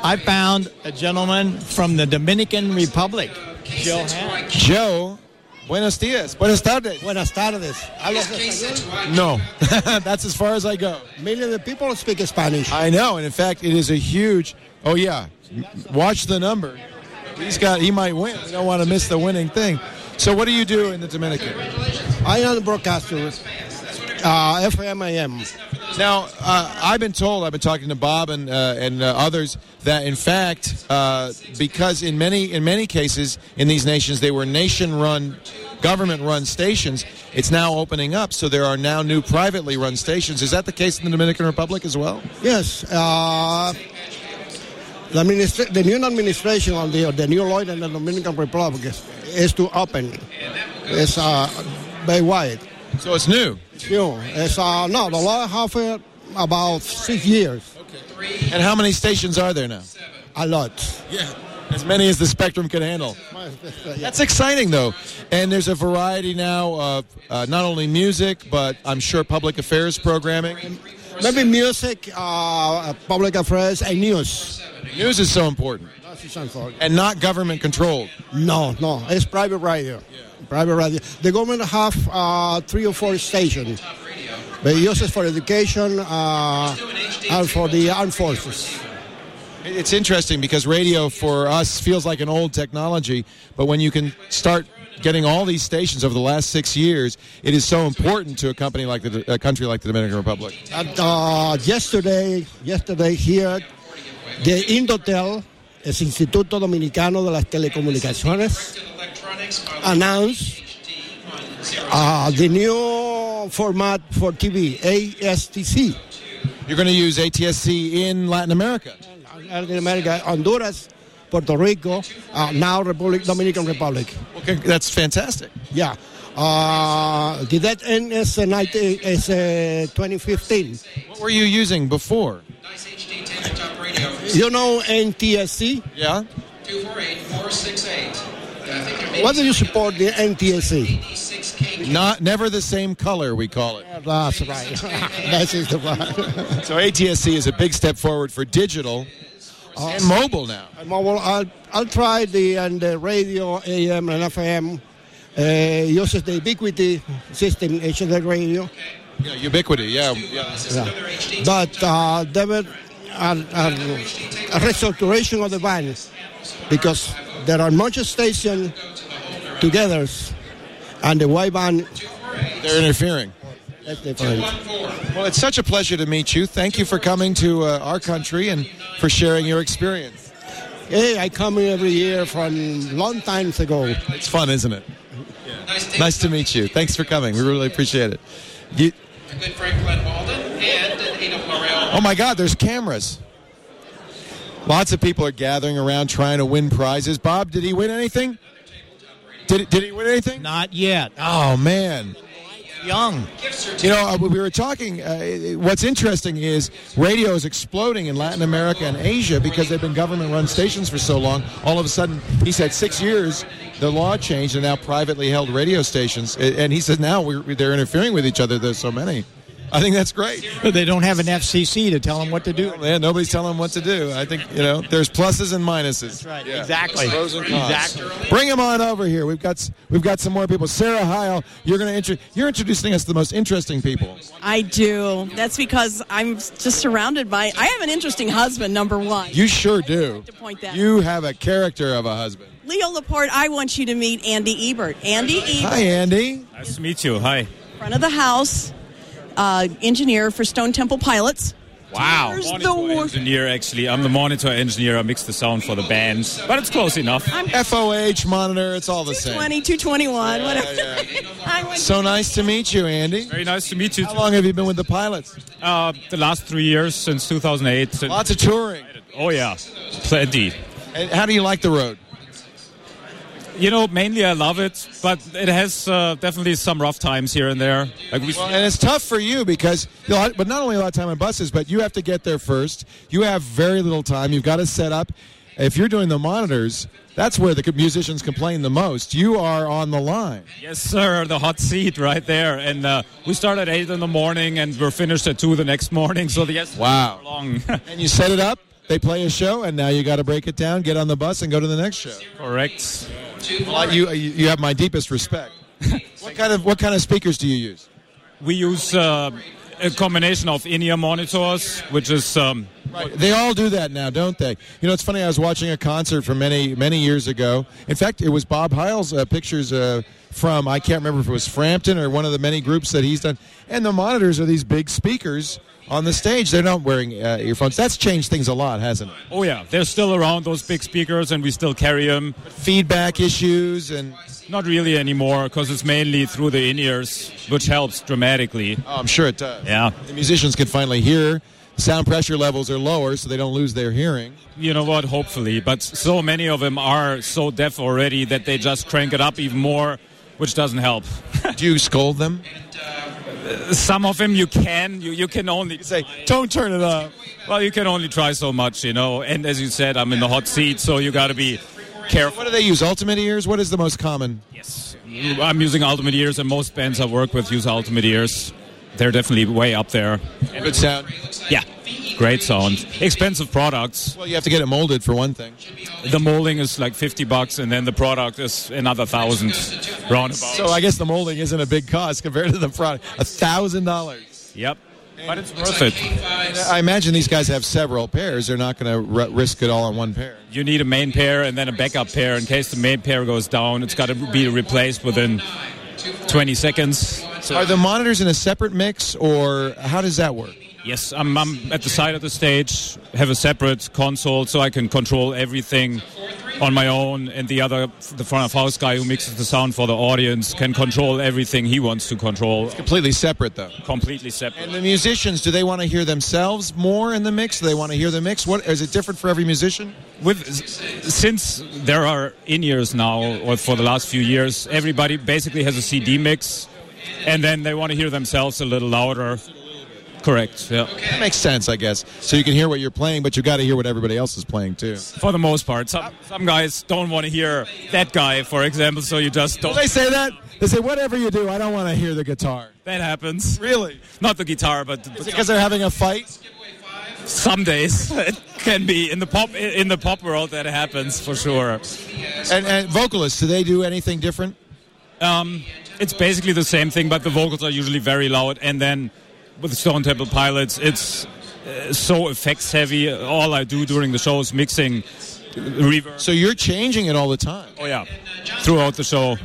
[SPEAKER 1] I found a gentleman from the Dominican Republic. Joe. Han-
[SPEAKER 3] Joe. Buenos dias. Buenas tardes.
[SPEAKER 19] Buenas tardes.
[SPEAKER 3] No, that's as far as I go.
[SPEAKER 19] Millions of people speak Spanish.
[SPEAKER 3] I know, and in fact, it is a huge. Oh yeah, M- watch the number. He's got. He might win. We don't want to miss the winning thing. So, what do you do in the Dominican?
[SPEAKER 19] I am a broadcaster.
[SPEAKER 3] Uh, FMAM. Now, uh, I've been told, I've been talking to Bob and uh, and uh, others that, in fact, uh, because in many in many cases in these nations they were nation-run, government-run stations, it's now opening up. So there are now new privately run stations. Is that the case in the Dominican Republic as well?
[SPEAKER 19] Yes. Uh, the, administra- the new administration on the, the new law in the Dominican Republic is, is to open. It's uh, very wide.
[SPEAKER 3] So it's new.
[SPEAKER 19] It's new. It's uh, no, the law have it about six years.
[SPEAKER 3] And how many stations are there now?
[SPEAKER 19] A lot.
[SPEAKER 3] Yeah, as many as the spectrum could handle. That's exciting, though. And there's a variety now of uh, not only music, but I'm sure public affairs programming.
[SPEAKER 19] Maybe music, uh, public affairs, and news.
[SPEAKER 3] News is so important. And not government controlled.
[SPEAKER 19] No, no, it's private radio. Private radio. The government have uh, three or four stations. They use it for education uh, and for the armed forces.
[SPEAKER 3] It's interesting because radio for us feels like an old technology, but when you can start getting all these stations over the last six years, it is so important to a company like the a country like the Dominican Republic.
[SPEAKER 19] And uh, yesterday, yesterday here, the Indotel, el Instituto Dominicano de las Telecomunicaciones, announced uh, the new format for TV, ASTC.
[SPEAKER 3] You're going to use ATSC in Latin America.
[SPEAKER 19] Latin America, Honduras, Puerto Rico, uh, now Republic Dominican Republic.
[SPEAKER 3] Okay, that's fantastic.
[SPEAKER 19] Yeah. Uh, did that end as, a 19, as a 2015?
[SPEAKER 3] What were you using before?
[SPEAKER 19] You know NTSC?
[SPEAKER 3] Yeah.
[SPEAKER 7] 248-468.
[SPEAKER 19] Why do you support the NTSC?
[SPEAKER 3] Not never the same color, we call it.
[SPEAKER 19] That's right. that is the one.
[SPEAKER 3] So ATSC is a big step forward for digital and mobile now.
[SPEAKER 19] And mobile, I'll, I'll try the and the radio AM and FM. Uh, uses the ubiquity system, HD radio.
[SPEAKER 3] Yeah, ubiquity. Yeah. yeah.
[SPEAKER 19] Yeah. But uh, there were a, a, a restructuration of the band because there are much stations together and the Y band.
[SPEAKER 3] They're interfering.
[SPEAKER 19] That's different.
[SPEAKER 3] Well, it's such a pleasure to meet you. Thank you for coming to uh, our country and for sharing your experience.
[SPEAKER 19] Hey, I come here every year from long times ago.
[SPEAKER 3] It's fun, isn't it? Nice to meet you. Thanks for coming. We really appreciate it. You,
[SPEAKER 7] A good Frank Glenn Walden and an Ada Laurel.
[SPEAKER 3] oh my God, there's cameras. Lots of people are gathering around trying to win prizes. Bob, did he win anything? Did, did he win anything?
[SPEAKER 1] Not yet.
[SPEAKER 3] Oh man.
[SPEAKER 1] Young.
[SPEAKER 3] You know, uh, we were talking. Uh, it- what's interesting is radio is exploding in Latin America and Asia because they've been government-run stations for so long. All of a sudden, he said six years, the law changed, and now privately held radio stations. A- And he said now we're, they're interfering with each other. There's so many. I think that's great.
[SPEAKER 1] But they don't have an FCC to tell them what to do.
[SPEAKER 3] Yeah, nobody's telling them what to do. I think you know there's pluses and minuses.
[SPEAKER 1] That's right.
[SPEAKER 3] Yeah.
[SPEAKER 1] Exactly.
[SPEAKER 3] Pros and cons.
[SPEAKER 1] Exactly.
[SPEAKER 3] Bring them on over here. We've got s- we've got some more people. Sarah Heil, you're going to intro- you're introducing us to the most interesting people.
[SPEAKER 10] I do. That's because I'm just surrounded by. I have an interesting husband, number one.
[SPEAKER 3] You sure do.
[SPEAKER 10] point that
[SPEAKER 3] You have a character of a husband.
[SPEAKER 10] Leo Laporte, I want you to meet Andy Ebert. Andy Ebert,
[SPEAKER 3] Hi, Andy.
[SPEAKER 20] Nice to meet you. Hi.
[SPEAKER 10] front of the house, uh, engineer for Stone Temple Pilots.
[SPEAKER 20] Wow.
[SPEAKER 10] Here's
[SPEAKER 20] Monitor
[SPEAKER 10] the worst.
[SPEAKER 20] engineer, actually. I'm the monitor engineer. I mix the sound for the bands, but it's close enough.
[SPEAKER 3] FOH monitor. It's all the same.
[SPEAKER 10] 20, 221, whatever. I want
[SPEAKER 3] So nice to meet you, Andy. Very
[SPEAKER 20] nice to meet you.
[SPEAKER 3] How long have you been with the pilots?
[SPEAKER 20] Uh, the last three years since 2008.
[SPEAKER 3] Lots of touring.
[SPEAKER 20] Oh yeah, plenty.
[SPEAKER 3] And how do you like the road?
[SPEAKER 20] You know, mainly I love it, but it has uh, definitely some rough times here and there. Like we,
[SPEAKER 3] Well, and it's tough for you because, you'll have- but not only a lot of time on buses, but you have to get there first. You have very little time. You've got to set up. If you're doing the monitors, that's where the musicians complain the most. You are on the line.
[SPEAKER 20] yes, sir, the hot seat right there. And uh, we start at eight in the morning, and we're finished at two the next morning. So the yes,
[SPEAKER 3] Wow.
[SPEAKER 20] long.
[SPEAKER 3] And you set it up. They play a show, and now you got to break it down, get on the bus, and go to the next show.
[SPEAKER 20] Correct.
[SPEAKER 3] Well, you, you you have my deepest respect. what kind of what kind of speakers do you use?
[SPEAKER 20] We use uh, a combination of in-ear monitors, which is um,
[SPEAKER 3] They all do that now, don't they? You know, it's funny. I was watching a concert from many many years ago. In fact, it was Bob Hiles' uh, pictures uh, from I can't remember if it was Frampton or one of the many groups that he's done. And the monitors are these big speakers on the stage. They're not wearing uh, earphones. That's changed things a lot, hasn't it?
[SPEAKER 20] Oh yeah, they're still around those big speakers, and we still carry them.
[SPEAKER 3] Feedback issues and
[SPEAKER 20] not really anymore because it's mainly through the in-ears, which helps dramatically.
[SPEAKER 3] Oh, I'm sure it does.
[SPEAKER 20] Yeah,
[SPEAKER 3] The musicians can finally hear. Sound pressure levels are lower, so they don't lose their hearing.
[SPEAKER 20] you know what? Hopefully, but so many of them are so deaf already that they just crank it up even more, which doesn't help.
[SPEAKER 3] Do you scold them?
[SPEAKER 20] Some of them you can. You, you can only
[SPEAKER 3] say, "Don't turn it up."
[SPEAKER 20] Well, you can only try so much, you know. And as you said, I'm in the hot seat, so you got to be careful.
[SPEAKER 3] What do they use? Ultimate ears? What is the most common?
[SPEAKER 20] Yes. I'm using Ultimate Ears, and most bands I work with use Ultimate Ears. They're definitely way up there.
[SPEAKER 3] Good sound.
[SPEAKER 20] Yeah, great sound. Expensive products.
[SPEAKER 3] Well, you have to get it molded for one thing.
[SPEAKER 20] The molding is like 50 bucks, and then the product is another thousand roundabout.
[SPEAKER 3] So I guess the molding isn't a big cost compared to the product. A thousand dollars.
[SPEAKER 20] Yep. But it's worth it.
[SPEAKER 3] I imagine these guys have several pairs. They're not going to r- risk it all on one pair.
[SPEAKER 20] You need a main pair and then a backup pair. In case the main pair goes down, it's got to be replaced within 20 seconds.
[SPEAKER 3] Are the monitors in a separate mix, or how does that work?
[SPEAKER 20] Yes, I'm, I'm at the side of the stage, have a separate console so I can control everything on my own, and the other, the front of house guy who mixes the sound for the audience, can control everything he wants to control.
[SPEAKER 3] completely separate, though.
[SPEAKER 20] Completely separate.
[SPEAKER 3] And the musicians, do they want to hear themselves more in the mix? Do they want to hear the mix? What is it different for every musician?
[SPEAKER 20] With since there are in ears now, or for the last few years, everybody basically has a CD mix, and then they want to hear themselves a little louder. Correct. Yeah.
[SPEAKER 3] That makes sense, I guess. So you can hear what you're playing, but you've got to hear what everybody else is playing too.
[SPEAKER 20] For the most part, some some guys don't want to hear that guy, for example. So you just
[SPEAKER 3] Well,
[SPEAKER 20] don't.
[SPEAKER 3] they say that. They say whatever you do, I don't want to hear the guitar.
[SPEAKER 20] That happens.
[SPEAKER 3] Really?
[SPEAKER 20] Not the guitar, but
[SPEAKER 3] Because they're having a fight.
[SPEAKER 20] Some days it can be in the pop in the pop world that happens for sure.
[SPEAKER 3] And, and vocalists, do they do anything different?
[SPEAKER 20] Um, it's basically the same thing, but the vocals are usually very loud. And then with Stone Temple Pilots, it's uh, so effects heavy. All I do during the show is mixing uh, reverb.
[SPEAKER 3] So you're changing it all the time.
[SPEAKER 20] Oh yeah, throughout the show.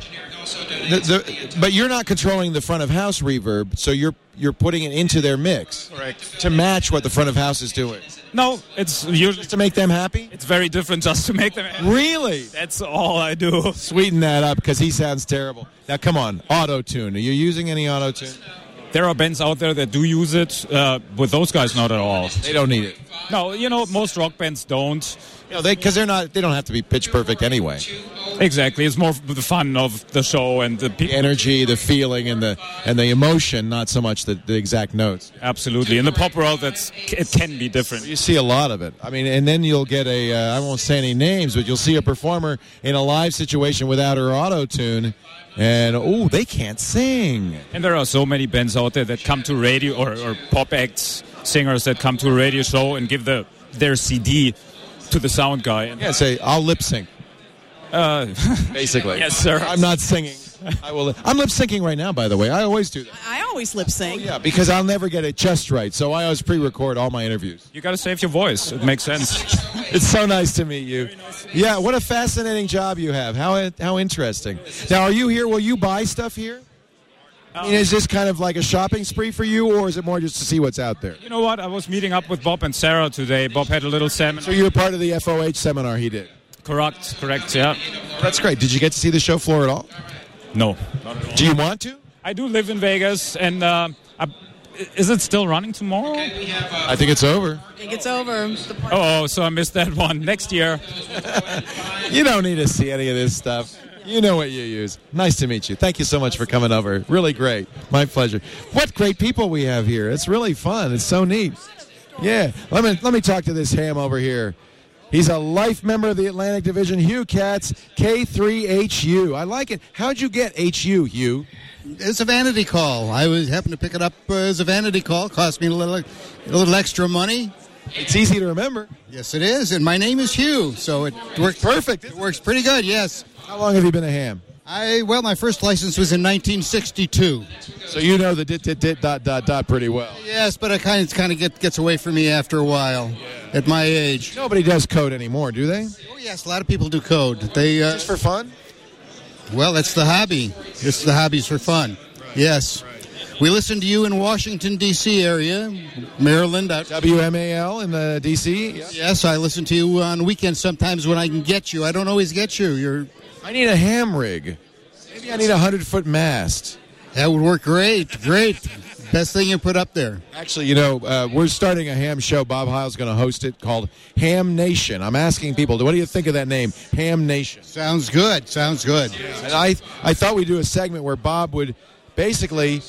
[SPEAKER 3] The, the, but you're not controlling the front of house reverb, so you're you're putting it into their mix.
[SPEAKER 20] Correct.
[SPEAKER 3] To match what the front of house is doing.
[SPEAKER 20] No, it's usually
[SPEAKER 3] to make them happy.
[SPEAKER 20] It's very different just to make them. happy.
[SPEAKER 3] Really?
[SPEAKER 20] That's all I do.
[SPEAKER 3] Sweeten that up because he sounds terrible. Now come on, auto tune. Are you using any auto tune?
[SPEAKER 20] There are bands out there that do use it. Uh, with those guys, not at all. They
[SPEAKER 3] don't need it.
[SPEAKER 20] No, you know most rock bands don't.
[SPEAKER 3] You know, they because they're not they don't have to be pitch perfect anyway.
[SPEAKER 20] Exactly, it's more f- the fun of the show and the, pe-
[SPEAKER 3] energy, the feeling, and the and the emotion, not so much the, the exact notes.
[SPEAKER 20] Absolutely, in the pop world, that's it can be different.
[SPEAKER 3] You see a lot of it. I mean, and then you'll get a uh, I won't say any names, but you'll see a performer in a live situation without her auto tune, and oh, they can't sing.
[SPEAKER 20] And there are so many bands out there that come to radio or, or pop acts, singers that come to a radio show and give the their CD to the sound guy. And
[SPEAKER 3] Yeah, say I'll lip sync.
[SPEAKER 20] Uh,
[SPEAKER 3] Basically,
[SPEAKER 20] yes, sir.
[SPEAKER 3] I'm not singing. I will. I'm lip syncing right now. By the way, I always do that
[SPEAKER 10] I always lip sync.
[SPEAKER 3] Oh, yeah, because I'll never get it just right. So I always pre-record all my interviews.
[SPEAKER 20] You got to save your voice. It makes sense.
[SPEAKER 3] It's so nice to meet you. Yeah, what a fascinating job you have. How how interesting. Now, are you here? Will you buy stuff here? I mean, is this kind of like a shopping spree for you, or is it more just to see what's out there?
[SPEAKER 20] You know what? I was meeting up with Bob and Sarah today. Bob had a little seminar.
[SPEAKER 3] So you were part of the FOH seminar he did.
[SPEAKER 20] Correct, correct, yeah.
[SPEAKER 3] That's great. Did you get to see the show floor at all?
[SPEAKER 20] No.
[SPEAKER 3] Do you want to?
[SPEAKER 20] I do live in Vegas, and uh, I, is it still running tomorrow?
[SPEAKER 3] I think it's over.
[SPEAKER 10] I think it's over. The part-
[SPEAKER 20] Oh, so I missed that one. Next year.
[SPEAKER 3] You don't need to see any of this stuff. You know what you use. Nice to meet you. Thank you so much for coming over. Really great. My pleasure. What great people we have here. It's really fun. It's so neat. Yeah. Let me let me talk to this ham over here. He's a life member of the Atlantic Division, Hugh Katz, K3HU. I like it. How'd you get HU, Hugh?
[SPEAKER 21] It's a vanity call. I was happened to pick it up uh, as a vanity call. Cost me a little, a little extra money.
[SPEAKER 3] It's easy to remember.
[SPEAKER 21] Yes, it is. And my name is Hugh, so it works
[SPEAKER 3] perfect.
[SPEAKER 21] It works pretty good. Yes.
[SPEAKER 3] How long have you been a ham?
[SPEAKER 21] I well, my first license was in 1962.
[SPEAKER 3] So you know the dit dit dit dot dot dot pretty well.
[SPEAKER 21] Yes, but it kind of kind of get, gets away from me after a while. At my age,
[SPEAKER 3] nobody does code anymore, do they?
[SPEAKER 21] Oh yes, a lot of people do code. They uh,
[SPEAKER 3] just for fun.
[SPEAKER 21] Well, that's the hobby. It's the hobbies for fun. Yes. We listen to you in Washington D.C. area, Maryland. Out-
[SPEAKER 3] WMAL in the D.C.
[SPEAKER 21] Yes, I listen to you on weekends sometimes when I can get you. I don't always get you. You're.
[SPEAKER 3] I need a ham rig. Maybe I need a hundred foot mast.
[SPEAKER 21] That would work great. Great. Best thing you put up there.
[SPEAKER 3] Actually, you know, uh, we're starting a ham show. Bob Hile's going to host it called Ham Nation. I'm asking people, what do you think of that name, Ham Nation?
[SPEAKER 21] Sounds good. Sounds good.
[SPEAKER 3] And I, I thought we'd do a segment where Bob would basically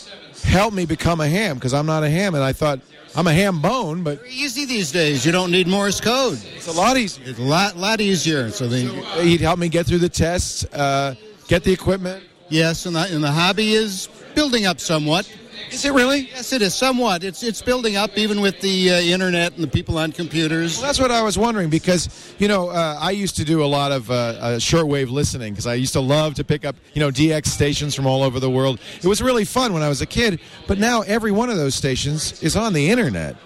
[SPEAKER 3] help me become a ham because I'm not a ham, and I thought I'm a ham bone, but
[SPEAKER 21] easy these days. You don't need Morse code.
[SPEAKER 3] It's a lot easier.
[SPEAKER 21] It's a lot, lot easier. So then
[SPEAKER 3] he'd uh, help me get through the tests, uh, get the equipment.
[SPEAKER 21] Yes, and the, and the hobby is building up somewhat.
[SPEAKER 3] Is it really?
[SPEAKER 21] Yes, it is somewhat. It's it's building up even with the uh, internet and the people on computers.
[SPEAKER 3] Well, that's what I was wondering because you know uh, I used to do a lot of uh, uh, shortwave listening because I used to love to pick up you know DX stations from all over the world. It was really fun when I was a kid, but now every one of those stations is on the internet.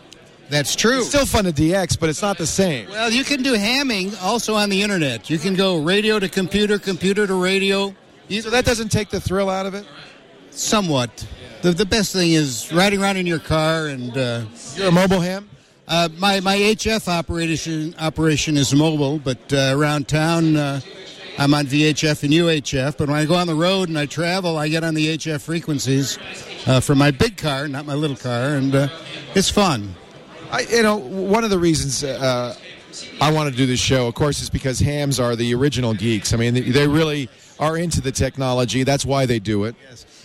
[SPEAKER 21] That's true.
[SPEAKER 3] It's still fun to DX, but it's not the same.
[SPEAKER 21] Well, you can do hamming also on the internet. You can go radio to computer, computer to radio.
[SPEAKER 3] So that doesn't take the thrill out of it?
[SPEAKER 21] Somewhat. The, the best thing is riding around in your car and. Uh,
[SPEAKER 3] You're a mobile ham?
[SPEAKER 21] Uh, my, my HF operation operation is mobile, but uh, around town uh, I'm on VHF and UHF. But when I go on the road and I travel, I get on the HF frequencies uh, from my big car, not my little car, and uh, it's fun.
[SPEAKER 3] I, you know, one of the reasons uh, I want to do this show, of course, is because hams are the original geeks. I mean, they- they really are into the technology. That's why they do it.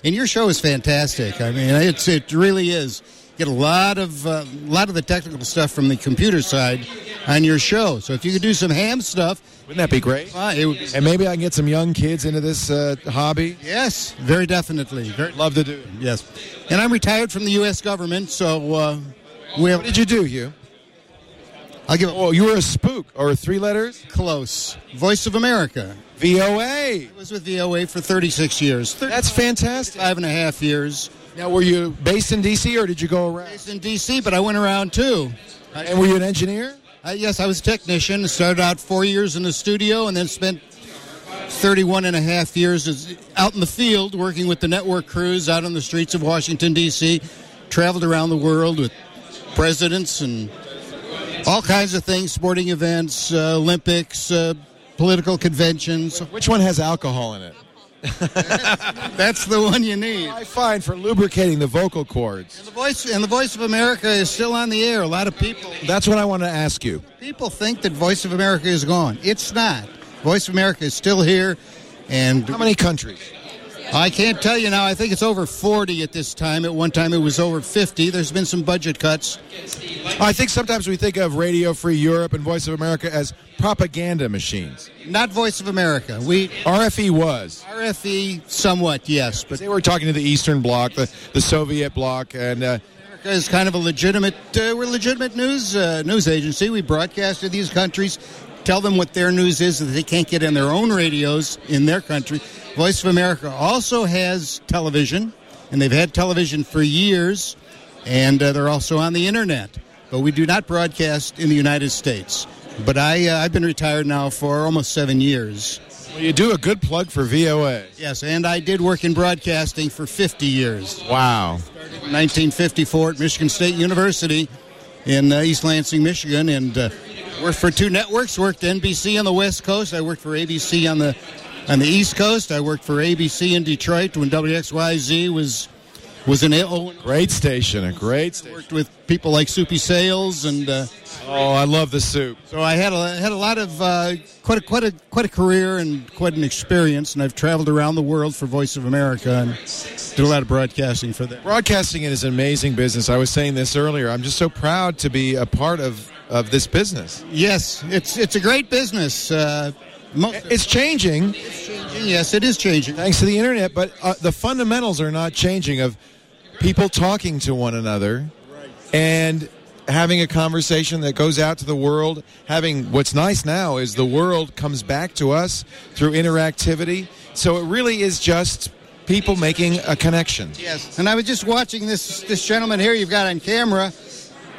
[SPEAKER 21] And your show is fantastic. I mean, it's it really is. Get a lot of uh, lot of the technical stuff from the computer side on your show. So if you could do some ham stuff, uh,
[SPEAKER 3] wouldn't that be great?
[SPEAKER 21] it would be
[SPEAKER 3] And maybe I can get some young kids into this uh, hobby.
[SPEAKER 21] Yes, very definitely. Very,
[SPEAKER 3] Love to do it.
[SPEAKER 21] Yes. And I'm retired from the U.S. government, so uh, we'll. What
[SPEAKER 3] did you do, Hugh?
[SPEAKER 21] I'll give it.
[SPEAKER 3] Oh, you were a spook or three letters?
[SPEAKER 21] Close. Voice of America.
[SPEAKER 3] VOA. I
[SPEAKER 21] was with VOA for 36 years.
[SPEAKER 3] That's fantastic.
[SPEAKER 21] Five and a half years.
[SPEAKER 3] Now, were you based in D.C. or did you go around?
[SPEAKER 21] Based in D.C., but I went around too.
[SPEAKER 3] And were you an engineer?
[SPEAKER 21] Uh, yes, I was a technician. Started out four years in the studio and then spent 31 and a half years as, out in the field working with the network crews out on the streets of Washington, D.C. Traveled around the world with presidents and all kinds of things sporting events, uh, Olympics, uh, political conventions.
[SPEAKER 3] Which one has alcohol in it?
[SPEAKER 21] That's the one you need.
[SPEAKER 3] I find for lubricating the vocal cords.
[SPEAKER 21] The voice and the Voice of America is still on the air. A lot of people
[SPEAKER 3] That's what I want to ask you.
[SPEAKER 21] people think that Voice of America is gone. It's not. Voice of America is still here. And how
[SPEAKER 3] many countries?
[SPEAKER 21] I can't tell you now. I think it's over 40 at this time. At one time, it was over 50. There's been some budget cuts.
[SPEAKER 3] I think sometimes we think of Radio Free Europe and Voice of America as propaganda machines.
[SPEAKER 21] Not Voice of America. We
[SPEAKER 3] RFE was
[SPEAKER 21] RFE E somewhat, yes, but
[SPEAKER 3] they were talking to the Eastern Bloc, the, the Soviet bloc, and uh,
[SPEAKER 21] America is kind of a legitimate. Uh, we're a legitimate news uh, news agency. We broadcast to these countries, tell them what their news is that they can't get in their own radios in their country. Voice of America also has television, and they've had television for years, and uh, they're also on the internet. But we do not broadcast in the United States. But I uh, I've been retired now for almost seven years.
[SPEAKER 3] Well, you do a good plug for VOA.
[SPEAKER 21] Yes, and I did work in broadcasting for 50 years.
[SPEAKER 3] Wow.
[SPEAKER 21] 1954 at Michigan State University in uh, East Lansing, Michigan, and uh, worked for two networks. Worked NBC on the West Coast. I worked for ABC on the on the East Coast. I worked for ABC in Detroit when WXYZ was was an oh,
[SPEAKER 3] great station, a great station.
[SPEAKER 21] Worked with people like Soupy Sales and. Uh,
[SPEAKER 3] oh, I love the soup.
[SPEAKER 21] So I had a had a lot of uh, quite a quite a quite a career and quite an experience, and I've traveled around the world for Voice of America and did a lot of broadcasting for them.
[SPEAKER 3] Broadcasting is an amazing business. I was saying this earlier. I'm just so proud to be a part of, of this business.
[SPEAKER 21] Yes, it's it's a great business. Uh,
[SPEAKER 3] it's changing.
[SPEAKER 21] Yes, it is changing.
[SPEAKER 3] Thanks to the internet, but uh, the fundamentals are not changing of people talking to one another and having a conversation that goes out to the world. Having what's nice now is the world comes back to us through interactivity. So it really is just people making a connection.
[SPEAKER 21] Yes. And I was just watching this this gentleman here you've got on camera,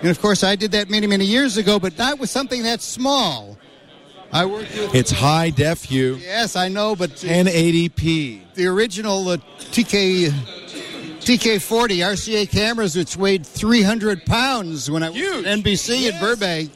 [SPEAKER 21] and of course I did that many many years ago, but not with something that small. I worked with
[SPEAKER 3] It's high def you.
[SPEAKER 21] Yes, I know, but
[SPEAKER 3] 1080p.
[SPEAKER 21] The original uh, TK TK40 RCA cameras, which weighed 300 pounds when I was at NBC in Burbank,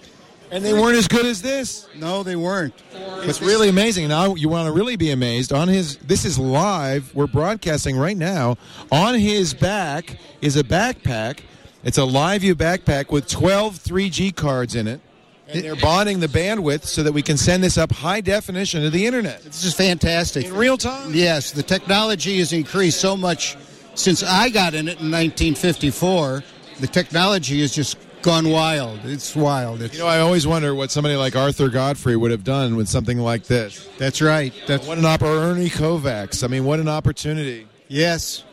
[SPEAKER 3] and they weren't as good as this.
[SPEAKER 21] No, they weren't.
[SPEAKER 3] It's really amazing. Now you want to really be amazed on his. This is live. We're broadcasting right now. On his back is a backpack. It's a LiveView backpack with 12 3G cards in it. And they're bonding the bandwidth so that we can send this up high definition to the internet.
[SPEAKER 21] It's just fantastic. In
[SPEAKER 3] real time?
[SPEAKER 21] Yes, the technology has increased so much since I got in it in 1954. The technology has just gone wild. It's wild. It's,
[SPEAKER 3] You know, I always wonder what somebody like Arthur Godfrey would have done with something like this.
[SPEAKER 21] That's right. That's
[SPEAKER 3] what an op- or Ernie Kovacs. I mean, what an opportunity.
[SPEAKER 21] Yes.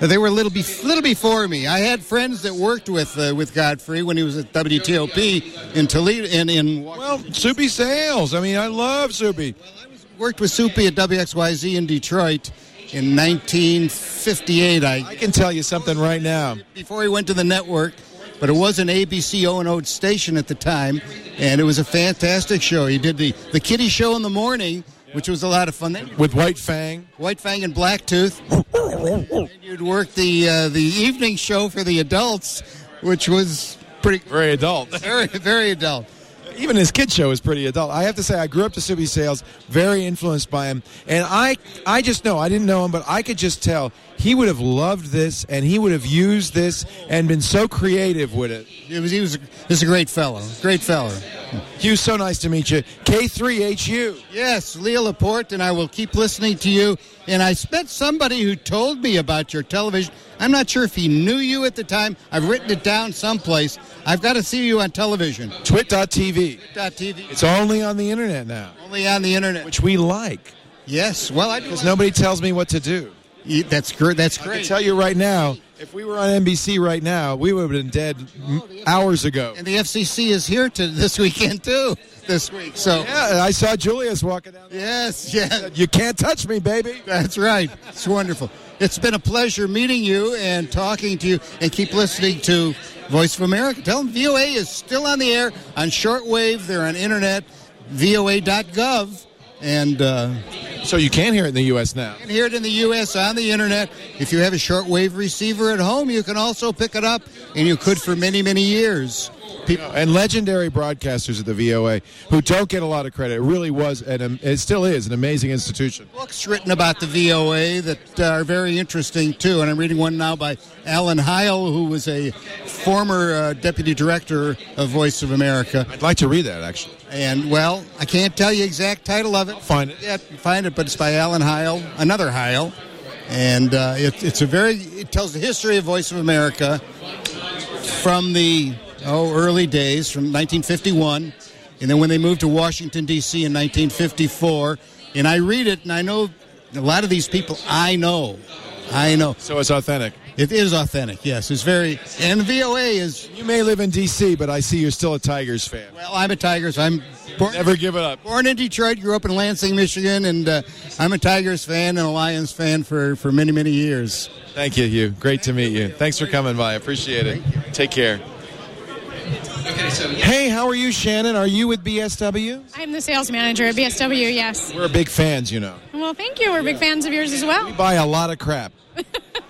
[SPEAKER 21] They were a little, be- little before me. I had friends that worked with uh, with Godfrey when he was at WTOP in Toledo. In, in well,
[SPEAKER 3] Soupy Sales. I mean, I love Soupy.
[SPEAKER 21] worked with Soupy at WXYZ in Detroit in 1958. I, I
[SPEAKER 3] can tell you something right now.
[SPEAKER 21] Before he went to the network, but it was an ABC owned old station at the time, and it was a fantastic show. He did the, the kitty show in the morning, which was a lot of fun. Then-
[SPEAKER 3] With White Fang.
[SPEAKER 21] White Fang and Blacktooth. and you'd work the uh, the evening show for the adults, which was pretty
[SPEAKER 3] very adult,
[SPEAKER 21] very very adult.
[SPEAKER 3] Even his kid show is pretty adult. I have to say, I grew up to Subi Sales, very influenced by him, and I, I just know I didn't know him, but I could just tell he would have loved this, and he would have used this, and been so creative with it.
[SPEAKER 21] It was he was he's a great fellow, great fellow.
[SPEAKER 3] Hugh, so nice to meet you. K three H U.
[SPEAKER 21] Yes, Leah Laporte, and I will keep listening to you. And I met somebody who told me about your television. I'm not sure if he knew you at the time. I've written it down someplace. I've got to see you on television.
[SPEAKER 3] Twit.tv.
[SPEAKER 21] Twit.tv.
[SPEAKER 3] It's only on the internet now,
[SPEAKER 21] only on the internet,
[SPEAKER 3] which we like.
[SPEAKER 21] Yes, well, I do.
[SPEAKER 3] Because nobody tells me what to do.
[SPEAKER 21] that's great. That's
[SPEAKER 3] I can tell you right now, if we were on NBC right now, we would have been dead m- hours ago.
[SPEAKER 21] And the FCC is here to this weekend too. This week, so
[SPEAKER 3] yeah, I saw Julius walking down.
[SPEAKER 21] Yes, yes.
[SPEAKER 3] You can't touch me, baby.
[SPEAKER 21] That's right. It's wonderful. It's been a pleasure meeting you and talking to you. And keep listening to Voice of America. Tell them VOA is still on the air on shortwave. They're on internet, voa.gov, and uh,
[SPEAKER 3] So you can hear it in the U.S. now.
[SPEAKER 21] you can hear it in the U.S. on the internet. If you have a shortwave receiver at home, you can also pick it up, and you could for many, many years.
[SPEAKER 3] people and legendary broadcasters at the VOA who don't get a lot of credit. It really was, and it still is, an amazing institution.
[SPEAKER 21] books written about the VOA that uh, are very interesting too, and I'm reading one now by Alan Heil, who was a former uh, deputy director of Voice of America.
[SPEAKER 3] I'd like to read that actually.
[SPEAKER 21] And well, I can't tell you exact title of it.
[SPEAKER 3] find it.
[SPEAKER 21] Yeah, find it, but it's by Alan Heil, another Heil, and uh, it, it's a very. It tells the history of Voice of America from the oh early days from 1951 and then when they moved to washington d.c in 1954 and i read it and i know a lot of these people i know i know
[SPEAKER 3] so it's authentic
[SPEAKER 21] it is authentic yes it's very and voa is
[SPEAKER 3] you may live in d.c but i see you're still a tigers fan
[SPEAKER 21] well i'm a tigers i'm born,
[SPEAKER 3] never give it up
[SPEAKER 21] born in detroit grew up in lansing michigan and uh, i'm a tigers fan and a lions fan for for many many years
[SPEAKER 3] Thank you, Hugh. Great to meet you. Thanks for coming by. Appreciate it. Take care. Hey, how are you, Shannon? Are you with BSW?
[SPEAKER 22] I'm the sales manager at BSW, yes.
[SPEAKER 3] We're big fans, you know.
[SPEAKER 22] Well, thank you. We're big fans of yours as well.
[SPEAKER 3] Buy a lot of crap,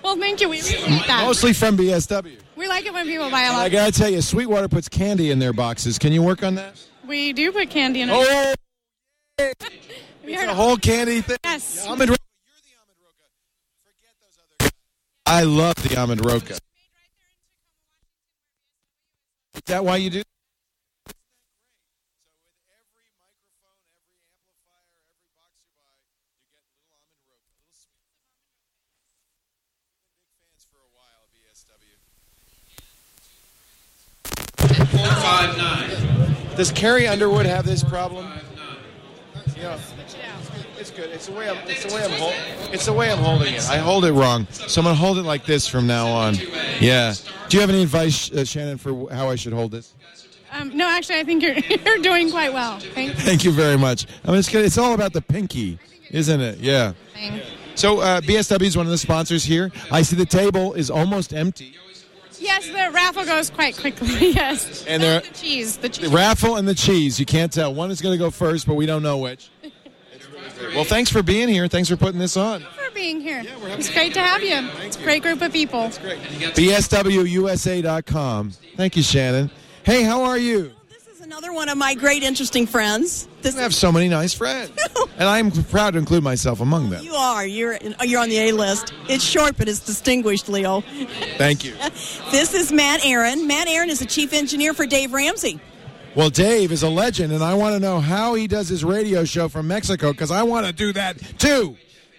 [SPEAKER 22] Well, thank you. We appreciate that.
[SPEAKER 3] mostly from BSW.
[SPEAKER 22] We like it when people buy a
[SPEAKER 3] And I
[SPEAKER 22] lot.
[SPEAKER 3] gotta tell you, Sweetwater puts candy in their boxes. Can you work on that?
[SPEAKER 22] We do put candy in it.
[SPEAKER 3] Oh!
[SPEAKER 22] we
[SPEAKER 3] The
[SPEAKER 22] heard
[SPEAKER 3] whole candy thing.
[SPEAKER 22] Yes.
[SPEAKER 3] Almond Roca. You're the Almond Roca. Forget those other. I love the Almond Roca. Is that why you do? Does Carrie Underwood have this problem? Yeah. It's good. It's the way I'm. It's the way I'm. Hold, it's the way I'm holding it.
[SPEAKER 7] I
[SPEAKER 3] I hold it wrong. Someone hold it like this from now on. Yeah. Do you have any advice, uh, Shannon, for wh- how I should hold this?
[SPEAKER 22] Um, no, actually, I think you're, you're doing quite well. Thanks.
[SPEAKER 3] Thank you very much. I mean, it's good. It's all about the pinky, isn't it? Yeah. So uh, BSW is one of the sponsors here. I see the table is almost empty.
[SPEAKER 22] Yes, the raffle goes quite quickly, yes.
[SPEAKER 3] And there-
[SPEAKER 22] the cheese. The cheese.
[SPEAKER 3] The raffle and the cheese. You can't tell. One is going to go first, but we don't know which. Well, thanks for being here. Thanks for putting this on.
[SPEAKER 22] for being here. it's great to have you. it's a great group of people. It's
[SPEAKER 3] great. BSWUSA.com. Thank you, Shannon. Hey, how are you?
[SPEAKER 10] This is another one of my great, interesting friends. This
[SPEAKER 3] I have so many nice friends, and I'm proud to include myself among them.
[SPEAKER 10] you are. You're uh, you're on the A list. It's short, but it's distinguished, Leo.
[SPEAKER 3] Thank you.
[SPEAKER 10] This is Matt Aaron. Matt Aaron is the chief engineer for Dave Ramsey.
[SPEAKER 3] Well, Dave is a legend, and I want to know how he does his radio show from Mexico because I want to do that too.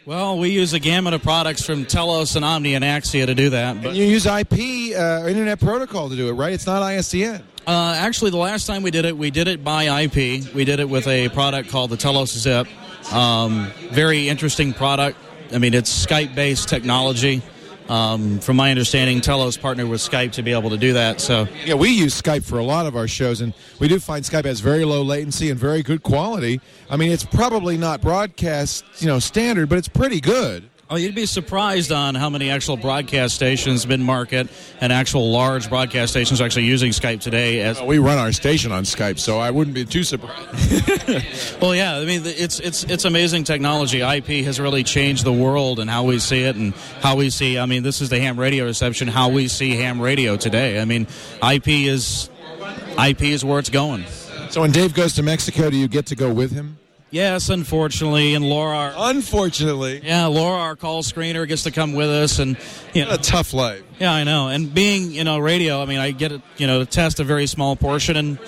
[SPEAKER 23] Well, we use a gamut of products from Telos and Omni and Axia to do that. But
[SPEAKER 3] You use IP, uh, Internet Protocol, to do it, right? It's not ISDN.
[SPEAKER 23] uh, actually, the last time we did it, we did it by IP. We did it with a product called the Telos Zip. Um, very interesting product. I mean, it's Skype based technology. Um, from my understanding, Telos partnered with Skype to be able to do that. So
[SPEAKER 3] Yeah, we use Skype for a lot of our shows, and we do find Skype has very low latency and very good quality. I mean, it's probably not broadcast, you know, standard, but it's pretty good.
[SPEAKER 23] Oh, you'd be surprised on how many actual broadcast stations, mid-market, and actual large broadcast stations are actually using Skype today. As
[SPEAKER 3] we run our station on Skype, so I wouldn't be too surprised.
[SPEAKER 23] well, yeah, I mean, it's it's it's amazing technology. IP has really changed the world and how we see it, and how we see. I mean, this is the ham radio reception. How we see ham radio today. I mean, IP is IP is where it's going.
[SPEAKER 3] So when Dave goes to Mexico, do you get to go with him?
[SPEAKER 23] Yes, unfortunately, and Laura.
[SPEAKER 3] Unfortunately,
[SPEAKER 23] yeah, Laura, our call screener, gets to come with us, and you know,
[SPEAKER 3] a tough life.
[SPEAKER 23] Yeah, I know. And being you know radio, I mean, I get it, you know to test a very small portion, and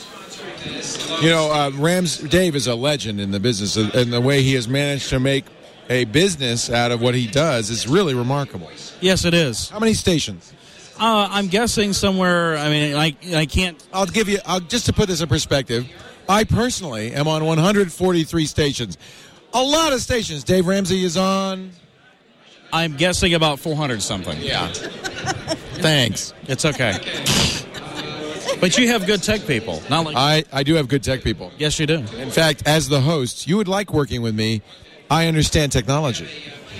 [SPEAKER 3] You know, uh, Rams Dave is a legend in the business, uh, and the way he has managed to make a business out of what he does is really remarkable.
[SPEAKER 23] yes, it is.
[SPEAKER 3] How many stations?
[SPEAKER 23] Uh, I'm guessing somewhere. I mean, I I can't.
[SPEAKER 3] I'll give you. I'll, just to put this in perspective, I personally am on 143 stations. A lot of stations. Dave Ramsey is on.
[SPEAKER 23] I'm guessing about 400 something.
[SPEAKER 3] Yeah. Thanks.
[SPEAKER 23] It's okay. but you have good tech people. Not like
[SPEAKER 3] I, I do have good tech people.
[SPEAKER 23] Yes, you do.
[SPEAKER 3] In fact, as the host, you would like working with me. I understand technology.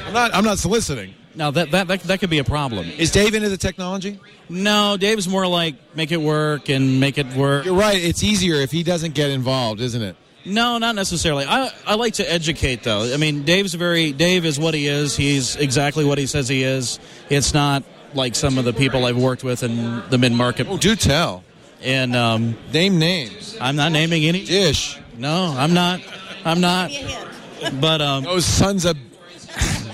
[SPEAKER 3] I'm not. I'm not soliciting.
[SPEAKER 23] now that that, that that could be a problem.
[SPEAKER 3] Is Dave into the technology?
[SPEAKER 23] No, Dave's more like make it work and make it work.
[SPEAKER 3] You're right. It's easier if he doesn't get involved, isn't it?
[SPEAKER 23] No, not necessarily. I, I like to educate though. I mean, Dave's very Dave is what he is. He's exactly what he says he is. It's not like some of the people I've worked with in the mid market. Oh,
[SPEAKER 3] do tell.
[SPEAKER 23] And um,
[SPEAKER 3] name names.
[SPEAKER 23] I'm not naming any
[SPEAKER 3] dish.
[SPEAKER 23] No, I'm not. I'm not. But um,
[SPEAKER 3] those sons of.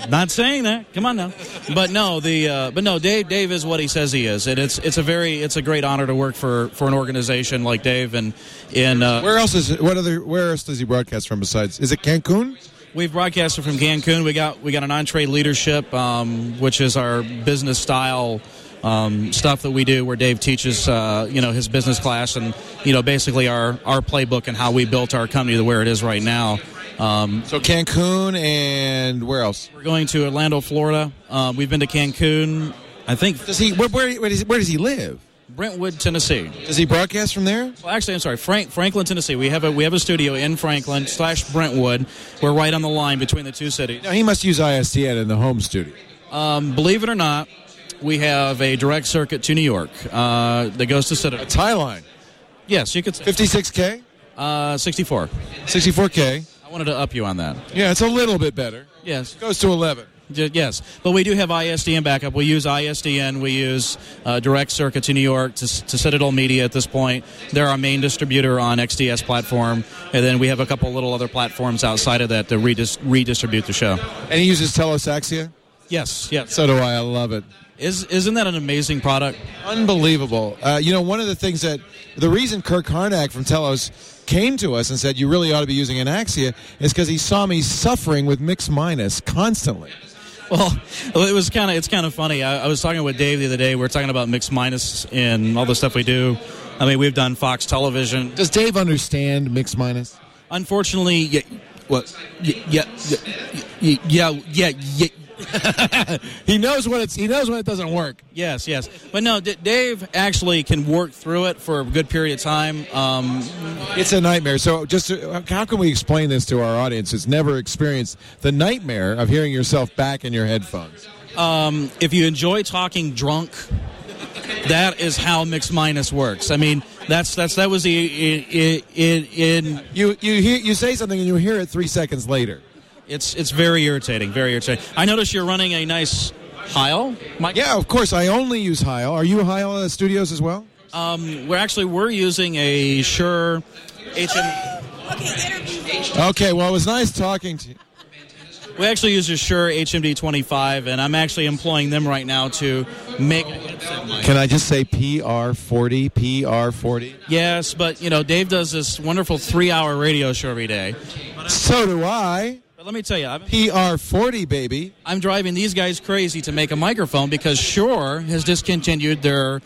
[SPEAKER 23] Not saying that. Come on now, but no, the uh, but no, Dave. Dave is what he says he is, and it's it's a very it's a great honor to work for for an organization like Dave. And and uh,
[SPEAKER 3] Where else is what other? Where else does he broadcast from besides? Is it Cancun?
[SPEAKER 23] We've broadcasted from Cancun. We got we got an entree leadership, um, which is our business style um, stuff that we do, where Dave teaches uh, you know his business class and you know basically our our playbook and how we built our company to where it is right now. Um,
[SPEAKER 3] so Cancun and where else?
[SPEAKER 23] We're going to Orlando, Florida. Um, we've been to Cancun. I think.
[SPEAKER 3] Does he? Where where, where, does, where does he live?
[SPEAKER 23] Brentwood, Tennessee.
[SPEAKER 3] Does he broadcast from there?
[SPEAKER 23] Well, actually, I'm sorry, Frank, Franklin, Tennessee. We have a we have a studio in Franklin slash Brentwood. We're right on the line between the two cities.
[SPEAKER 3] Now he must use ISDN in the home studio.
[SPEAKER 23] Um, believe it or not, we have a direct circuit to New York uh, that goes to Citadel. A
[SPEAKER 3] tie line.
[SPEAKER 23] Yes, you could. say-
[SPEAKER 3] 56K?
[SPEAKER 23] Uh, 64.
[SPEAKER 3] 64K.
[SPEAKER 23] I wanted to up you on that.
[SPEAKER 3] Yeah, it's a little bit better.
[SPEAKER 23] Yes.
[SPEAKER 3] Goes to 11.
[SPEAKER 23] Y- Yes, but we do have ISDN backup. We use ISDN. We use uh, Direct Circuit to New York to, to Citadel Media at this point. They're our main distributor on XDS platform, and then we have a couple little other platforms outside of that to redis- redistribute the show.
[SPEAKER 3] And he uses Telesaxia?
[SPEAKER 23] Yes, yes.
[SPEAKER 3] So do I. I love it.
[SPEAKER 23] Is isn't that an amazing product?
[SPEAKER 3] Unbelievable. Uh, you know, one of the things that the reason Kirk Harnack from Telos came to us and said you really ought to be using Anaxia is because he saw me suffering with mix minus constantly.
[SPEAKER 23] Well, it was kind of it's kind of funny. I, I was talking with Dave the other day. We were talking about mixed minus and all the stuff we do. I mean, we've done Fox Television.
[SPEAKER 3] Does Dave understand mix minus?
[SPEAKER 23] Unfortunately, yeah, what? Yeah, yeah, yeah, yeah, yeah, yeah.
[SPEAKER 3] he knows when it's he knows when it doesn't work.
[SPEAKER 23] Yes, yes, but no, D- Dave actually can work through it for a good period of time. Um,
[SPEAKER 3] It's a nightmare. So, just uh, how can we explain this to our audience who's never experienced the nightmare of hearing yourself back in your headphones?
[SPEAKER 23] um, if you enjoy talking drunk, that is how mixed minus works. I mean, that's that's that was the in, in, in
[SPEAKER 3] you you hear you say something and you hear it three seconds later.
[SPEAKER 23] It's it's very irritating, very irritating. I notice you're running a nice Heil. Mike?
[SPEAKER 3] Yeah, of course. I only use Heil. Are you Heil uh, Studios as well?
[SPEAKER 23] Um, we're actually we're using a Sure HM.
[SPEAKER 3] Okay. Well, it was nice talking to you.
[SPEAKER 23] We actually use a Sure HMD25, and I'm actually employing them right now to make.
[SPEAKER 3] Can I just say PR forty PR forty?
[SPEAKER 23] Yes, but you know Dave does this wonderful three-hour radio show every day.
[SPEAKER 3] So do I.
[SPEAKER 23] But let me tell you, I've
[SPEAKER 3] PR forty baby.
[SPEAKER 23] I'm driving these guys crazy to make a microphone because Shure has discontinued their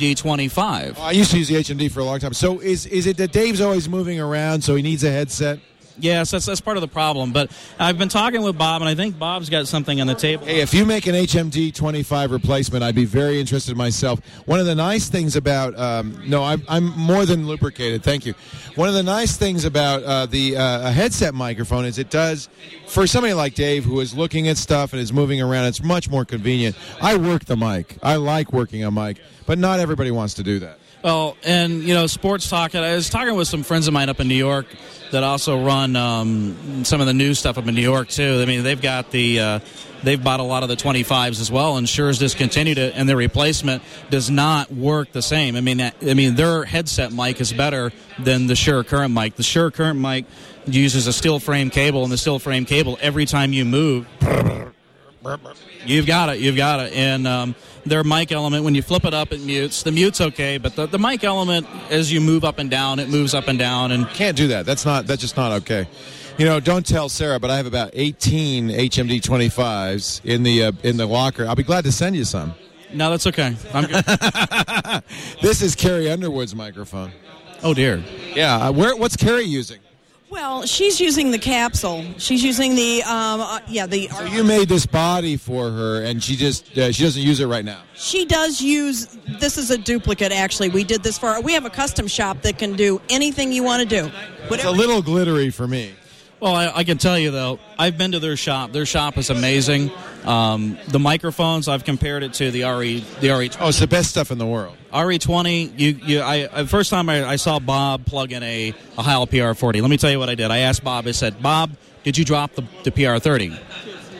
[SPEAKER 23] HMD25.
[SPEAKER 3] I used to use the HMD for a long time. So is is it that Dave's always moving around, so he needs a headset?
[SPEAKER 23] Yes, that's that's part of the problem. But I've been talking with Bob, and I think Bob's got something on the table.
[SPEAKER 3] Hey, if you make an HMD 25 replacement, I'd be very interested myself. One of the nice things about, um, no, I'm, I'm more than lubricated, thank you. One of the nice things about uh, the uh, a headset microphone is it does, for somebody like Dave who is looking at stuff and is moving around, it's much more convenient. I work the mic. I like working a mic, but not everybody wants to do that.
[SPEAKER 23] Well, and you know, sports talk. and I was talking with some friends of mine up in New York that also run um, some of the new stuff up in New York too. I mean, they've got the uh, they've bought a lot of the twenty fives as well, and Sure's discontinued it, and their replacement does not work the same. I mean, that, I mean, their headset mic is better than the Sure current mic. The Sure current mic uses a steel frame cable, and the steel frame cable every time you move. You've got it. You've got it. And um, their mic element, when you flip it up, it mutes. The mute's okay, but the, the mic element, as you move up and down, it moves up and down. And
[SPEAKER 3] Can't do that. That's not, that's just not okay. You know, don't tell Sarah, but I have about 18 HMD 25s in the, uh, in the locker. I'll be glad to send you some.
[SPEAKER 23] no, that's okay. I'm good.
[SPEAKER 3] This is Carrie Underwood's microphone.
[SPEAKER 23] Oh dear.
[SPEAKER 3] Yeah. Uh, where? What's Carrie using?
[SPEAKER 10] Well, she's using the capsule. She's using the um, uh, yeah the.
[SPEAKER 3] So you made this body for her, and she just uh, she doesn't use it right now.
[SPEAKER 10] She does use this is a duplicate actually. We did this for we have a custom shop that can do anything you want to do.
[SPEAKER 3] It's a little glittery for me.
[SPEAKER 23] Well, I, I can tell you though, I've been to their shop. Their shop is amazing. Um, the microphones, I've compared it to the RE the E RE.
[SPEAKER 3] Oh, it's the best stuff in the world.
[SPEAKER 23] RE20. E You, you. I I- first time I, I saw Bob plug in a a Heil PR40. Let me tell you what I did. I asked Bob. I said, Bob, did you drop the, the PR30?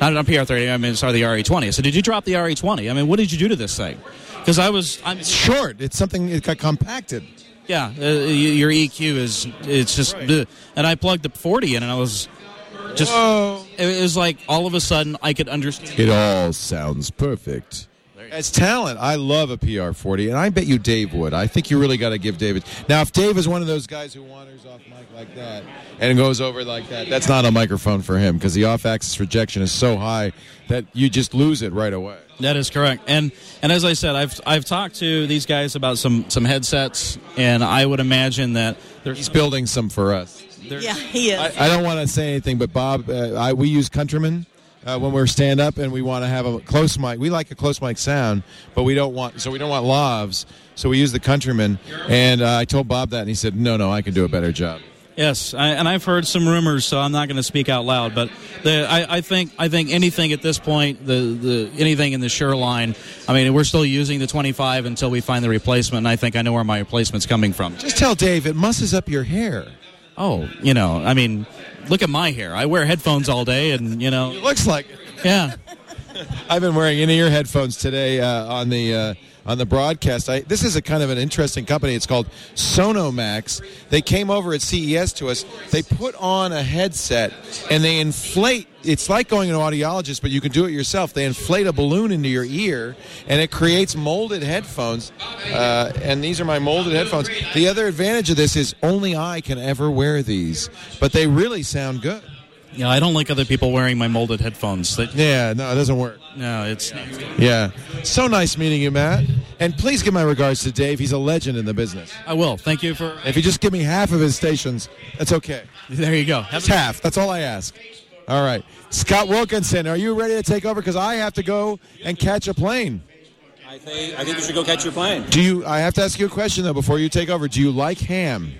[SPEAKER 23] Not, not PR30. I mean, sorry, the RE20. So did you drop the RE20? I mean, what did you do to this thing? Because I was. I'm, it's
[SPEAKER 3] short. It's something. It got compacted.
[SPEAKER 23] Yeah, uh, y- your EQ is. It's just. bleh. And I plugged the 40 in, and I was. Just. It was like all of a sudden I could understand.
[SPEAKER 3] It all sounds perfect. It's talent. I love a PR 40, and I bet you Dave would. I think you really got to give David. Now, if Dave is one of those guys who wanders off mic like that and goes over like that, that's not a microphone for him because the off axis rejection is so high that you just lose it right away.
[SPEAKER 23] That is correct. And and as I said, I've I've talked to these guys about some some headsets, and I would imagine that
[SPEAKER 3] he's building some for us.
[SPEAKER 10] Yeah, he is.
[SPEAKER 3] I don't want to say anything, but Bob, uh, I, we use Countryman uh, when we're stand up, and we want to have a close mic. We like a close mic sound, but we don't want so we don't want lavs. So we use the Countryman, and uh, I told Bob that, and he said, "No, no, I can do a better job."
[SPEAKER 23] Yes, I, and I've heard some rumors, so I'm not going to speak out loud. But the, I, I think I think anything at this point, the, the anything in the Sure line. I mean, we're still using the 25 until we find the replacement, and I think I know where my replacement's coming from.
[SPEAKER 3] Just tell Dave it musses up your hair.
[SPEAKER 23] Oh, you know, I mean, look at my hair. I wear headphones all day, and you know, it
[SPEAKER 3] looks like
[SPEAKER 23] yeah.
[SPEAKER 3] I've been wearing in-ear headphones today uh, on the uh, on the broadcast. I, this is a kind of an interesting company. It's called Sonomax. They came over at CES to us. They put on a headset and they inflate. It's like going to an audiologist, but you can do it yourself. They inflate a balloon into your ear, and it creates molded headphones. Uh, and these are my molded headphones. The other advantage of this is only I can ever wear these, but they really sound good.
[SPEAKER 23] Yeah, I don't like other people wearing my molded headphones. That,
[SPEAKER 3] yeah, no, it doesn't work.
[SPEAKER 23] No, it's
[SPEAKER 3] Yeah. So nice meeting you, Matt. And please give my regards to Dave. He's a legend in the business.
[SPEAKER 23] I will. Thank you for.
[SPEAKER 3] If you just give me half of his stations, that's okay.
[SPEAKER 23] There you go.
[SPEAKER 3] Just half. That's all I ask. All right. Scott Wilkinson, are you ready to take over? Because I have to go and catch a plane.
[SPEAKER 6] I think, I think you should go catch your plane.
[SPEAKER 3] Do you? I have to ask you a question though before you take over. Do you like ham?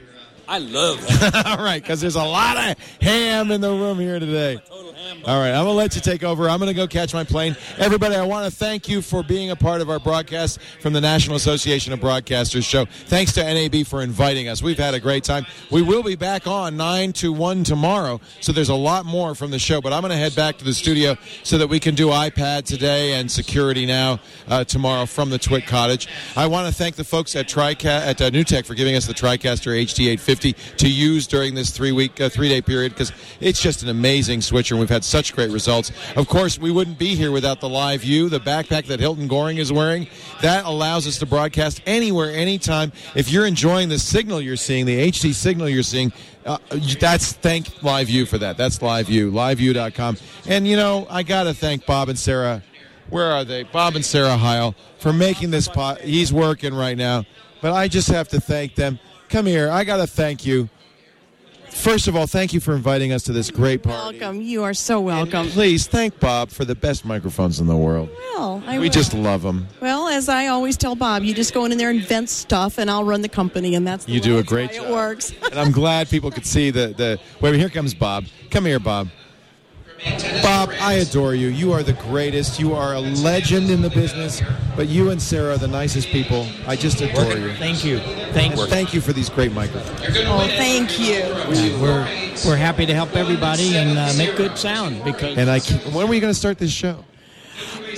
[SPEAKER 6] I love
[SPEAKER 3] All right, because there's a lot of ham in the room here today. All right, I'm going to let you take over. I'm going to go catch my plane. Everybody, I want to thank you for being a part of our broadcast from the National Association of Broadcasters show. Thanks to NAB for inviting us. We've had a great time. We will be back on 9 to 1 tomorrow, so there's a lot more from the show, but I'm going to head back to the studio so that we can do iPad today and security now uh, tomorrow from the Twit Cottage. I want to thank the folks at TriCa- at uh, NewTek for giving us the TriCaster HD850 to use during this three week uh, three day period because it's just an amazing switcher and we've had such great results. Of course, we wouldn't be here without the live view, the backpack that Hilton Goring is wearing. That allows us to broadcast anywhere, anytime. If you're enjoying the signal you're seeing, the HD signal you're seeing, uh, that's thank LiveView for that. That's LiveView, liveview.com. And you know, I got to thank Bob and Sarah. Where are they? Bob and Sarah Heil for making this pot. He's working right now. But I just have to thank them. Come here. I got to thank you. First of all, thank you for inviting us to this great party.
[SPEAKER 10] Welcome. You are so welcome.
[SPEAKER 3] Please thank Bob for the best microphones in the world.
[SPEAKER 10] Well, I
[SPEAKER 3] We
[SPEAKER 10] will.
[SPEAKER 3] just love them.
[SPEAKER 10] Well, as I always tell Bob, you just go in there and vent stuff, and I'll run the company, and that's the
[SPEAKER 3] You do a
[SPEAKER 10] way
[SPEAKER 3] great
[SPEAKER 10] it works.
[SPEAKER 3] and I'm glad people could see the the. Wait, here comes Bob. Come here, Bob. Bob, I adore you. You are the greatest. You are a legend in the business. But you and Sarah are the nicest people. I just adore you.
[SPEAKER 1] Thank you. Thank you.
[SPEAKER 3] Thank you for these great microphones.
[SPEAKER 10] Oh, thank you.
[SPEAKER 1] We're we're happy to help everybody and uh, make good sound because.
[SPEAKER 3] And I. keep- When are we going to start this show?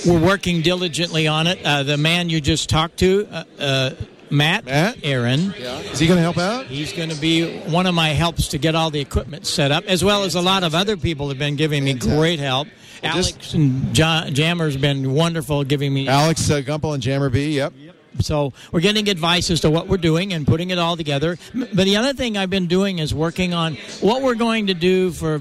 [SPEAKER 1] We're working diligently on it. Uh, the man you just talked to, uh, uh, Matt, Matt Aaron,
[SPEAKER 3] is he going to help out?
[SPEAKER 1] He's going to be one of my helps to get all the equipment set up, as well as a lot of other people have been giving me great help. Alex and John, Jammer's been wonderful giving me.
[SPEAKER 3] Alex uh, Gumpel and Jammer B. Yep.
[SPEAKER 1] So we're getting advice as to what we're doing and putting it all together. M- But the other thing I've been doing is working on what we're going to do for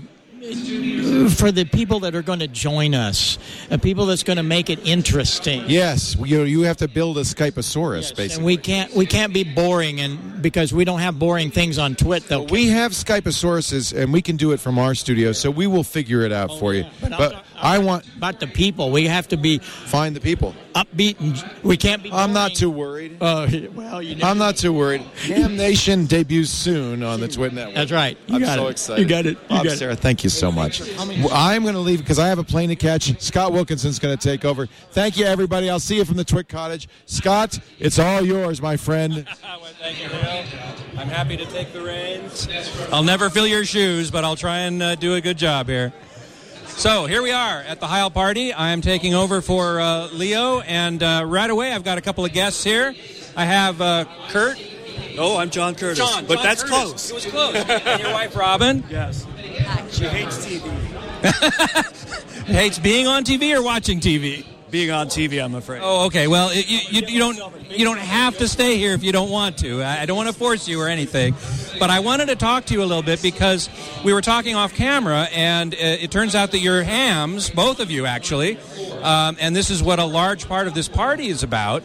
[SPEAKER 1] for the people that are going to join us, uh, people that's going to make it interesting.
[SPEAKER 3] Yes, you you have to build a Skypeosaurus, basically.
[SPEAKER 1] And we can't we can't be boring and because we don't have boring things on Twit though.
[SPEAKER 3] We have Skypeosauruses, and we can do it from our studio, so we will figure it
[SPEAKER 1] Oh,
[SPEAKER 3] out for you. But, I want
[SPEAKER 1] about the people. We have to be
[SPEAKER 3] find the people
[SPEAKER 1] upbeat. And we can't be.
[SPEAKER 3] I'm not too worried.
[SPEAKER 1] Uh, well, you
[SPEAKER 3] I'm not too worried. Ham Nation debuts soon on the Twit Network.
[SPEAKER 1] That's right. You
[SPEAKER 3] I'm
[SPEAKER 1] got
[SPEAKER 3] so
[SPEAKER 1] it.
[SPEAKER 3] excited.
[SPEAKER 1] You got it. You
[SPEAKER 3] Bob,
[SPEAKER 1] got it.
[SPEAKER 3] Sarah, thank you so much. Well, I'm going to leave because I have a plane to catch. Scott Wilkinson's going to take over. Thank you, everybody. I'll see you from the Twit Cottage. Scott, it's all yours, my friend.
[SPEAKER 6] Thank you, Bill. I'm happy to take the reins.
[SPEAKER 7] I'll never fill your shoes, but I'll try and uh, do a good job here.
[SPEAKER 6] So here we are at the Heil party. I am taking over for uh, Leo, and uh, right away I've got a couple of guests here. I have uh, Kurt.
[SPEAKER 5] No, Oh, I'm John Curtis.
[SPEAKER 6] John,
[SPEAKER 5] but
[SPEAKER 6] John
[SPEAKER 5] that's
[SPEAKER 6] Curtis.
[SPEAKER 5] close.
[SPEAKER 6] It was close. and your wife Robin.
[SPEAKER 5] Yes. She hates TV.
[SPEAKER 6] Hates being on TV or watching TV.
[SPEAKER 5] Being on TV, I'm afraid.
[SPEAKER 6] Oh, okay. Well, it, you, you, you don't you don't have to stay here if you don't want to. I I don't want to force you or anything, but I wanted to talk to you a little bit because we were talking off camera, and uh, it turns out that you're hams, both of you actually, um, and this is what a large part of this party is about.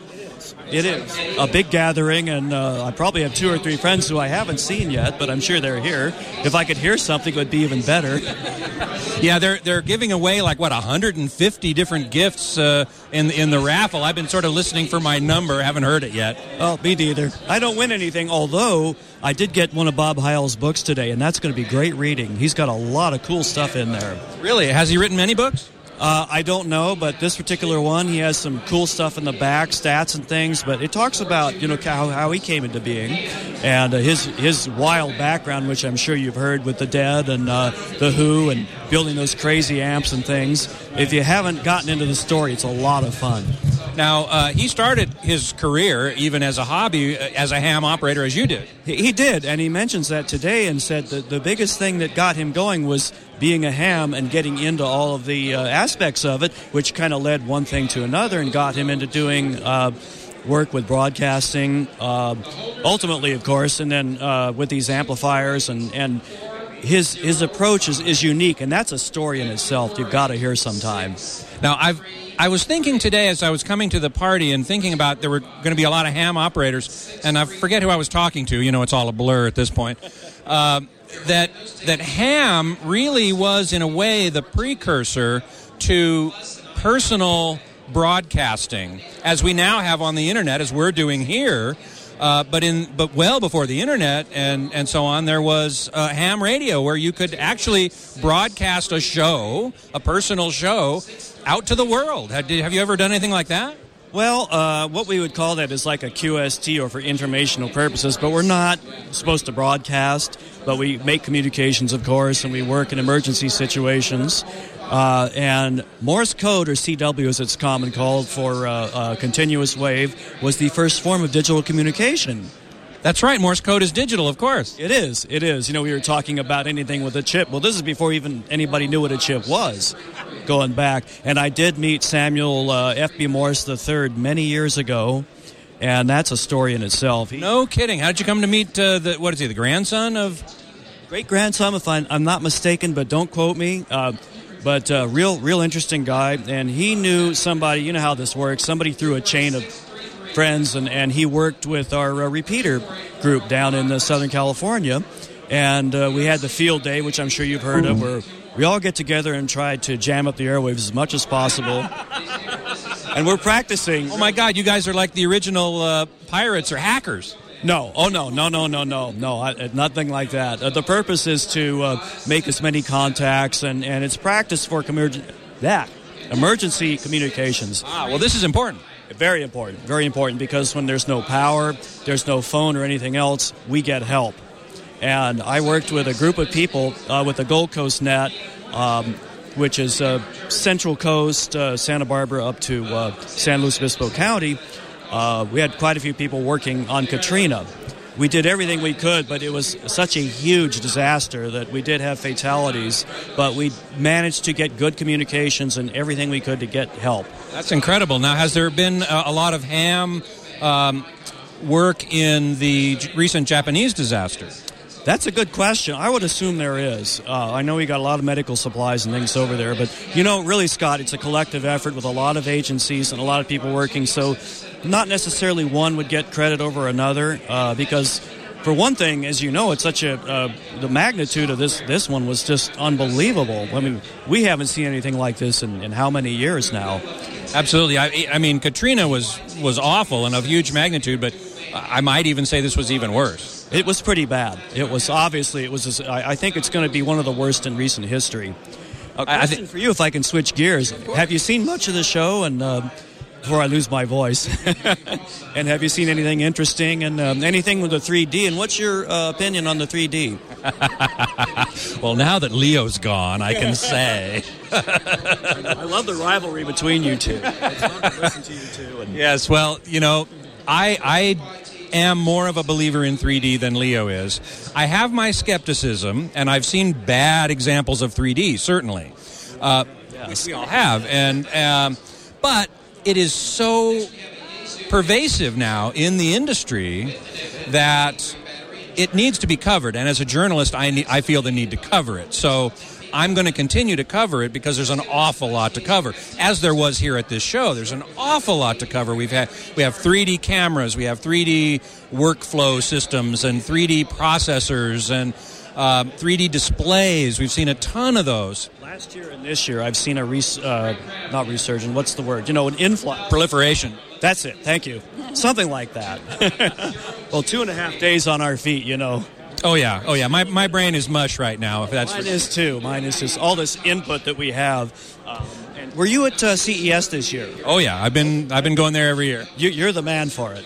[SPEAKER 5] It is a big gathering, and uh, I probably have two or three friends who I haven't seen yet, but I'm sure they're here. If I could hear something, it would be even better.
[SPEAKER 6] Yeah, they're they're giving away like what 150 different gifts uh, in in the raffle. I've been sort of listening for my number, haven't heard it yet.
[SPEAKER 5] Oh, me neither. I don't win anything, although I did get one of Bob Heil's books today, and that's going to be great reading. He's got a lot of cool stuff in there.
[SPEAKER 6] Really, has he written many books?
[SPEAKER 5] Uh, I don't know, but this particular one, he has some cool stuff in the back, stats and things. But it talks about you know how, how he came into being, and uh, his his wild background, which I'm sure you've heard with the Dead and uh, the Who, and building those crazy amps and things. If you haven't gotten into the story, it's a lot of fun.
[SPEAKER 6] Now, uh, he started his career even as a hobby, uh, as a ham operator, as you did.
[SPEAKER 5] He he did, and he mentions that today and said that the biggest thing that got him going was being a ham and getting into all of the uh, aspects of it, which kind of led one thing to another and got him into doing uh, work with broadcasting, uh, ultimately, of course, and then uh, with these amplifiers and. and his, his approach is, is unique, and that's a story in itself. You've got to hear sometime.
[SPEAKER 6] Now, I've I was thinking today as I was coming to the party and thinking about there were going to be a lot of ham operators, and I forget who I was talking to. You know, it's all a blur at this point. Um, that that ham really was in a way the precursor to personal broadcasting as we now have on the internet, as we're doing here. Uh, but in but well before the internet and and so on, there was uh, ham radio where you could actually broadcast a show, a personal show, out to the world. Have, did- have you ever done anything like that?
[SPEAKER 5] Well, uh, what we would call that is like a QST or for informational purposes, but we're not supposed to broadcast, but we make communications, of course, and we work in emergency situations. Uh, and Morse code, or CW as it's common called for uh, uh, continuous wave, was the first form of digital communication.
[SPEAKER 6] That's right. Morse code is digital, of course.
[SPEAKER 5] It is. It is. You know, we were talking about anything with a chip. Well, this is before even anybody knew what a chip was, going back. And I did meet Samuel uh, F.B. Morse III many years ago, and that's a story in itself. He,
[SPEAKER 6] No kidding. How did you come to meet uh, the what is he the grandson of?
[SPEAKER 5] great grandson, if I, I'm not mistaken, but don't quote me. Uh, but uh, real, real interesting guy, and he knew somebody. You know how this works. Somebody threw a chain of friends, and, and he worked with our uh, repeater group down in uh, Southern California, and uh, we had the field day, which I'm sure you've heard of, where we all get together and try to jam up the airwaves as much as possible. And we're practicing.
[SPEAKER 6] Oh my God! You guys are like the original uh, pirates or hackers.
[SPEAKER 5] No, oh no, no, no, no, no, no, I, uh, nothing like that. Uh, the purpose is to uh, make as many contacts, and, and it's practice for commerg- that emergency communications.
[SPEAKER 6] Ah, well, this is important.
[SPEAKER 5] Very important, very important, because when there's no power, there's no phone or anything else, we get help. And I worked with a group of people uh, with the Gold Coast Net, um, which is uh, Central Coast, uh, Santa Barbara up to uh, San Luis Obispo County. Uh, we had quite a few people working on Katrina. We did everything we could, but it was such a huge disaster that we did have fatalities. But we managed to get good communications and everything we could to get help.
[SPEAKER 6] That's incredible. Now, has there been uh, a lot of ham um, work in the j- recent Japanese disaster?
[SPEAKER 5] That's a good question. I would assume there is. Uh, I know we got a lot of medical supplies and things over there, but you know, really, Scott, it's a collective effort with a lot of agencies and a lot of people working. So, not necessarily one would get credit over another uh, because, for one thing, as you know, it's such a uh, the magnitude of this this one was just unbelievable. I mean, we haven't seen anything like this in, in how many years now?
[SPEAKER 6] Absolutely. I, I mean, Katrina was was awful and of huge magnitude, but I might even say this was even worse.
[SPEAKER 5] It was pretty bad. It was obviously it was. Just, I, I think it's going to be one of the worst in recent history. A question for you, if I can switch gears. Have you seen much of the show? And uh, before I lose my voice. and have you seen anything interesting and um, anything with the 3D? And what's your uh, opinion on the 3D?
[SPEAKER 6] well, now that Leo's gone, I can say.
[SPEAKER 5] I love the rivalry between you two.
[SPEAKER 6] Yes, well, you know, I I am more of a believer in 3D than Leo is. I have my skepticism, and I've seen bad examples of 3D, certainly, uh, which we all have. And um, but it is so pervasive now in the industry that it needs to be covered. And as a journalist, I ne- I feel the need to cover it. So. I'm going to continue to cover it because there's an awful lot to cover, as there was here at this show. There's an awful lot to cover. We've had we have 3D cameras, we have 3D workflow systems, and 3D processors, and uh, 3D displays. We've seen a ton of those.
[SPEAKER 5] Last year and this year, I've seen a res- uh, not resurgence. What's the word? You know, an influx,
[SPEAKER 6] proliferation.
[SPEAKER 5] That's it. Thank you. Something like that. well, two and a half days on our feet. You know.
[SPEAKER 6] Oh yeah, oh yeah. My, my brain is mush right now. If that's
[SPEAKER 5] Mine is too. Mine is just all this input that we have. Um, and were you at uh, CES this year?
[SPEAKER 6] Oh yeah, I've been I've been going there every year.
[SPEAKER 5] You, you're the man for it.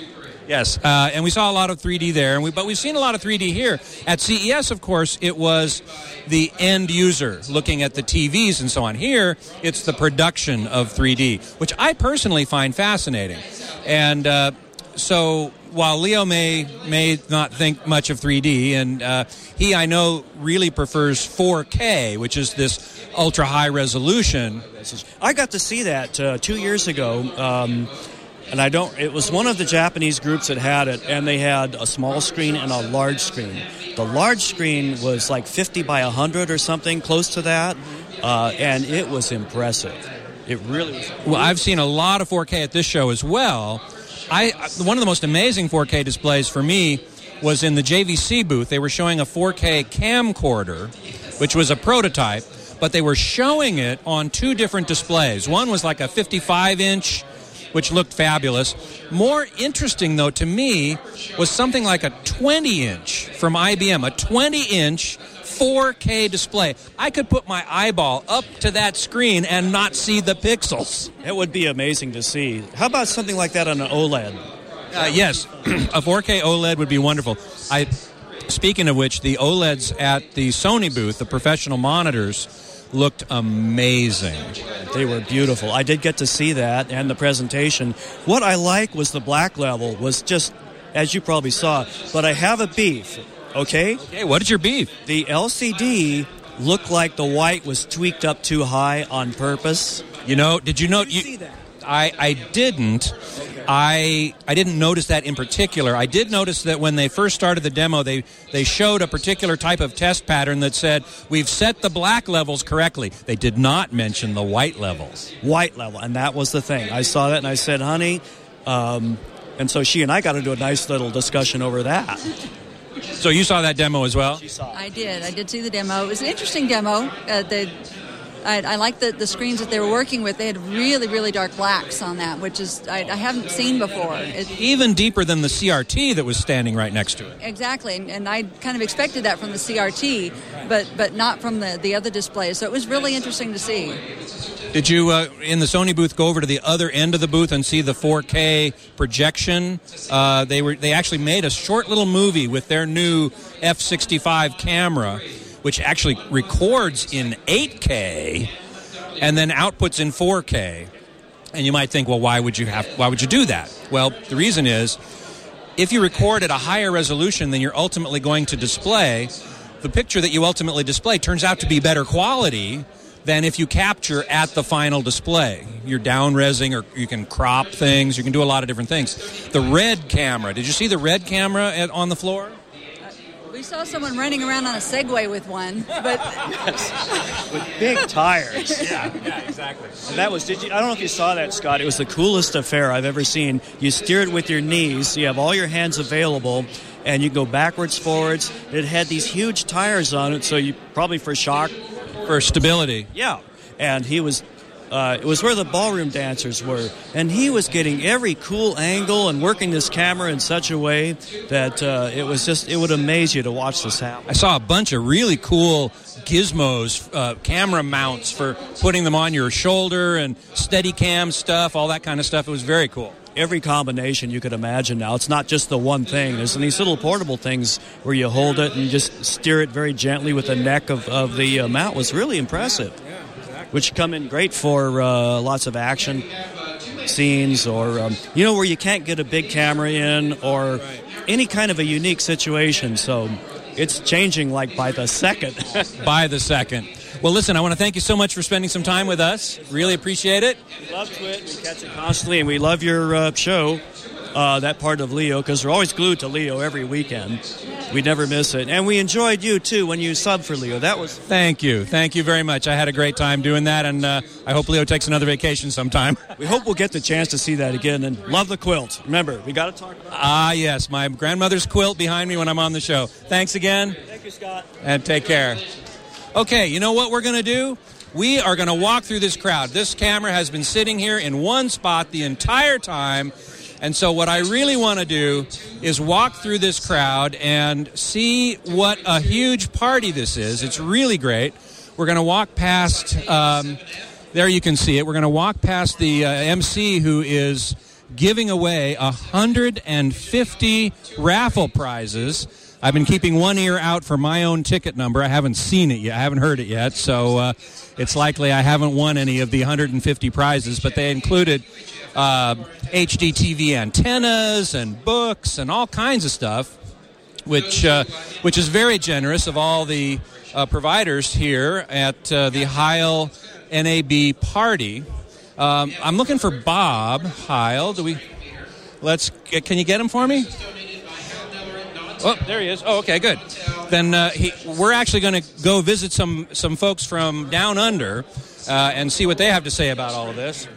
[SPEAKER 6] Yes, uh, and we saw a lot of 3D there, and we, but we've seen a lot of 3D here at CES. Of course, it was the end user looking at the TVs and so on. Here, it's the production of 3D, which I personally find fascinating. And uh, so, while Leo may may not think much of 3D, and uh, he I know really prefers 4K, which is this ultra high resolution.
[SPEAKER 5] I got to see that uh, two years ago. Um, and I don't. It was one of the Japanese groups that had it, and they had a small screen and a large screen. The large screen was like 50 by 100 or something, close to that, uh, and it was impressive. It really was.
[SPEAKER 6] Well, I've seen a lot of 4K at this show as well. I one of the most amazing 4K displays for me was in the JVC booth. They were showing a 4K camcorder, which was a prototype, but they were showing it on two different displays. One was like a 55 inch which looked fabulous. More interesting, though, to me was something like a 20 inch from IBM, a 20 inch 4K display. I could put my eyeball up to that screen and not see the pixels.
[SPEAKER 5] It would be amazing to see. How about something like that on an E OLED?
[SPEAKER 6] Uh, yes, a 4K OLED E would be wonderful. I, speaking of which, the OLEDs at the Sony booth, the professional monitors, looked amazing.
[SPEAKER 5] They were beautiful. I did get to see that and the presentation. What I like was the black level was just as you probably saw, but I have a beef, okay?
[SPEAKER 6] Okay, what is your beef?
[SPEAKER 5] The LCD looked like the white was tweaked up too high on purpose.
[SPEAKER 6] You know, did you know you, see that? I, I didn't. I I didn't notice that in particular. I did notice that when they first started the demo, they they showed a particular type of test pattern that said we've set the black levels correctly. They did not mention the white levels.
[SPEAKER 5] White level, and that was the thing. I saw that and I said, "Honey," um, and so she and I got into a nice little discussion over that.
[SPEAKER 6] So you saw that demo as well.
[SPEAKER 8] I did. I did see the demo. It was an interesting demo. Uh, the I, I like the, the screens that they were working with. They had really, really dark blacks on that, which is I, I haven't seen before. It,
[SPEAKER 6] Even deeper than the CRT that was standing right next to it.
[SPEAKER 8] exactly, and, and I kind of expected that from the CRT, but but not from the, the other displays. So it was really interesting to see.
[SPEAKER 6] Did you uh, in the Sony booth go over to the other end of the booth and see the 4K projection? Uh, they were they actually made a short little movie with their new F65 camera, which actually records in 8K and then outputs in 4K. And you might think, well, why would you have why would you do that? Well, the reason is if you record at a higher resolution than you're ultimately going to display, the picture that you ultimately display turns out to be better quality than if you capture at the final display. You're down resing or you can crop things, you can do a lot of different things. The red camera, did you see the red camera at, on the floor?
[SPEAKER 8] We saw someone running around on a Segway with one, but
[SPEAKER 5] with big tires.
[SPEAKER 8] Yeah, yeah,
[SPEAKER 5] exactly. And that was did you I don't know if you saw that Scott. It was the coolest affair I've ever seen. You steer it with your knees, you have all your hands available and you go backwards, forwards. It had these huge tires on it so you probably for shock
[SPEAKER 6] for stability.
[SPEAKER 5] Yeah. And he was uh, it was where the ballroom dancers were, and he was getting every cool angle and working this camera in such a way that uh, it was just it would amaze you to watch this happen.
[SPEAKER 6] I saw a bunch of really cool gizmos, uh, camera mounts for putting them on your shoulder and steady cam stuff, all that kind of stuff. It was very cool.
[SPEAKER 5] Every combination you could imagine now. It's not just the one thing. There's these little portable things where you hold it and just steer it very gently with the neck of, of the uh, mount. was really impressive, which come in great for uh, lots of action scenes or um, you know where you can't get a big camera in or any kind of a unique situation. So it's changing like by the second.
[SPEAKER 6] by the second. Well, listen, I want to thank you so much for spending some time with us. Really appreciate it.
[SPEAKER 5] Love Twit. We catch it constantly, and we love your uh, show, uh, that part of Leo, because we're always glued to Leo every weekend. We never miss it, and we enjoyed you too when you sub for Leo. That was
[SPEAKER 6] Thank you. Thank you very much. I had a great time doing that, and uh, I hope Leo takes another vacation sometime.
[SPEAKER 5] We hope we'll get the chance to see that again, and love the quilt. Remember, we got to talk.
[SPEAKER 6] Ah, yes, my grandmother's quilt behind me when I'm on the show. Thanks again.
[SPEAKER 5] Thank you, Scott.
[SPEAKER 6] And take care. Okay, you know what we're going to do? We are going to walk through this crowd. This camera has been sitting here in one spot the entire time. And so, what I really want to do is walk through this crowd and see what a huge party this is. It's really great. We're going to walk past, um, there you can see it. We're going to walk past the uh, MC who is giving away 150 raffle prizes. I've been keeping one ear out for my own ticket number. I haven't seen it yet. I haven't heard it yet. So uh, it's likely I haven't won any of the 150 prizes, but they included uh, HD TV antennas and books and all kinds of stuff, which, uh, which is very generous of all the uh, providers here at uh, the Heil NAB party. Um, I'm looking for Bob Heil. Do we? Let's. Can you get him for me? Oh, there he is. Oh, okay, good. Then uh, he, we're actually going to go visit some some folks from down under uh, and see what they have to say about all of this.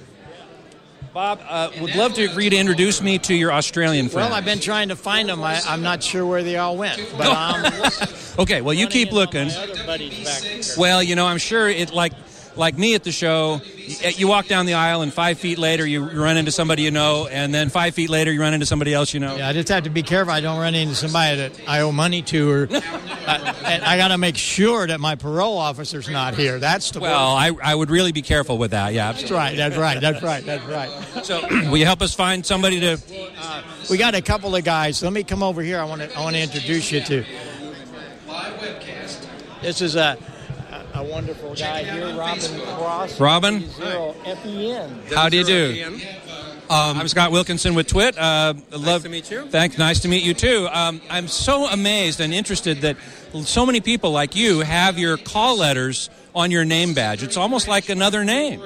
[SPEAKER 6] Bob, uh, would love to for you to introduce me to your Australian friend.
[SPEAKER 1] Well, I've been trying to find them. I, I'm not sure where they all went, but um,
[SPEAKER 6] okay, well you keep looking.
[SPEAKER 1] other buddies back there.
[SPEAKER 6] Well, you know, I'm sure it like like me at the show. y- You walk down the aisle, and five feet later, you run into somebody you know, and then five feet later, you run into somebody else you know.
[SPEAKER 1] Yeah, I just have to be careful I don't run into somebody that I owe money to, or I, and I got to make sure that my parole officer's not here. That's the
[SPEAKER 6] Well, I, I would really be careful with that. Yeah,
[SPEAKER 1] That's right. That's right. That's right. That's right.
[SPEAKER 6] So Will you help us find somebody to? uh,
[SPEAKER 1] we got a couple of guys. Let me come over here. I want to. I want to introduce you to. This is uh, a a wonderful guy here, Robin Cross.
[SPEAKER 6] Robin?
[SPEAKER 1] Zero F-E-N.
[SPEAKER 6] How do you do? Um, I'm Scott Wilkinson with Twit. Uh, nice love, to meet you. Thanks. Nice to meet you too. Um, I'm so amazed and interested that so many people like you have your call letters on your name badge. It's almost like another name.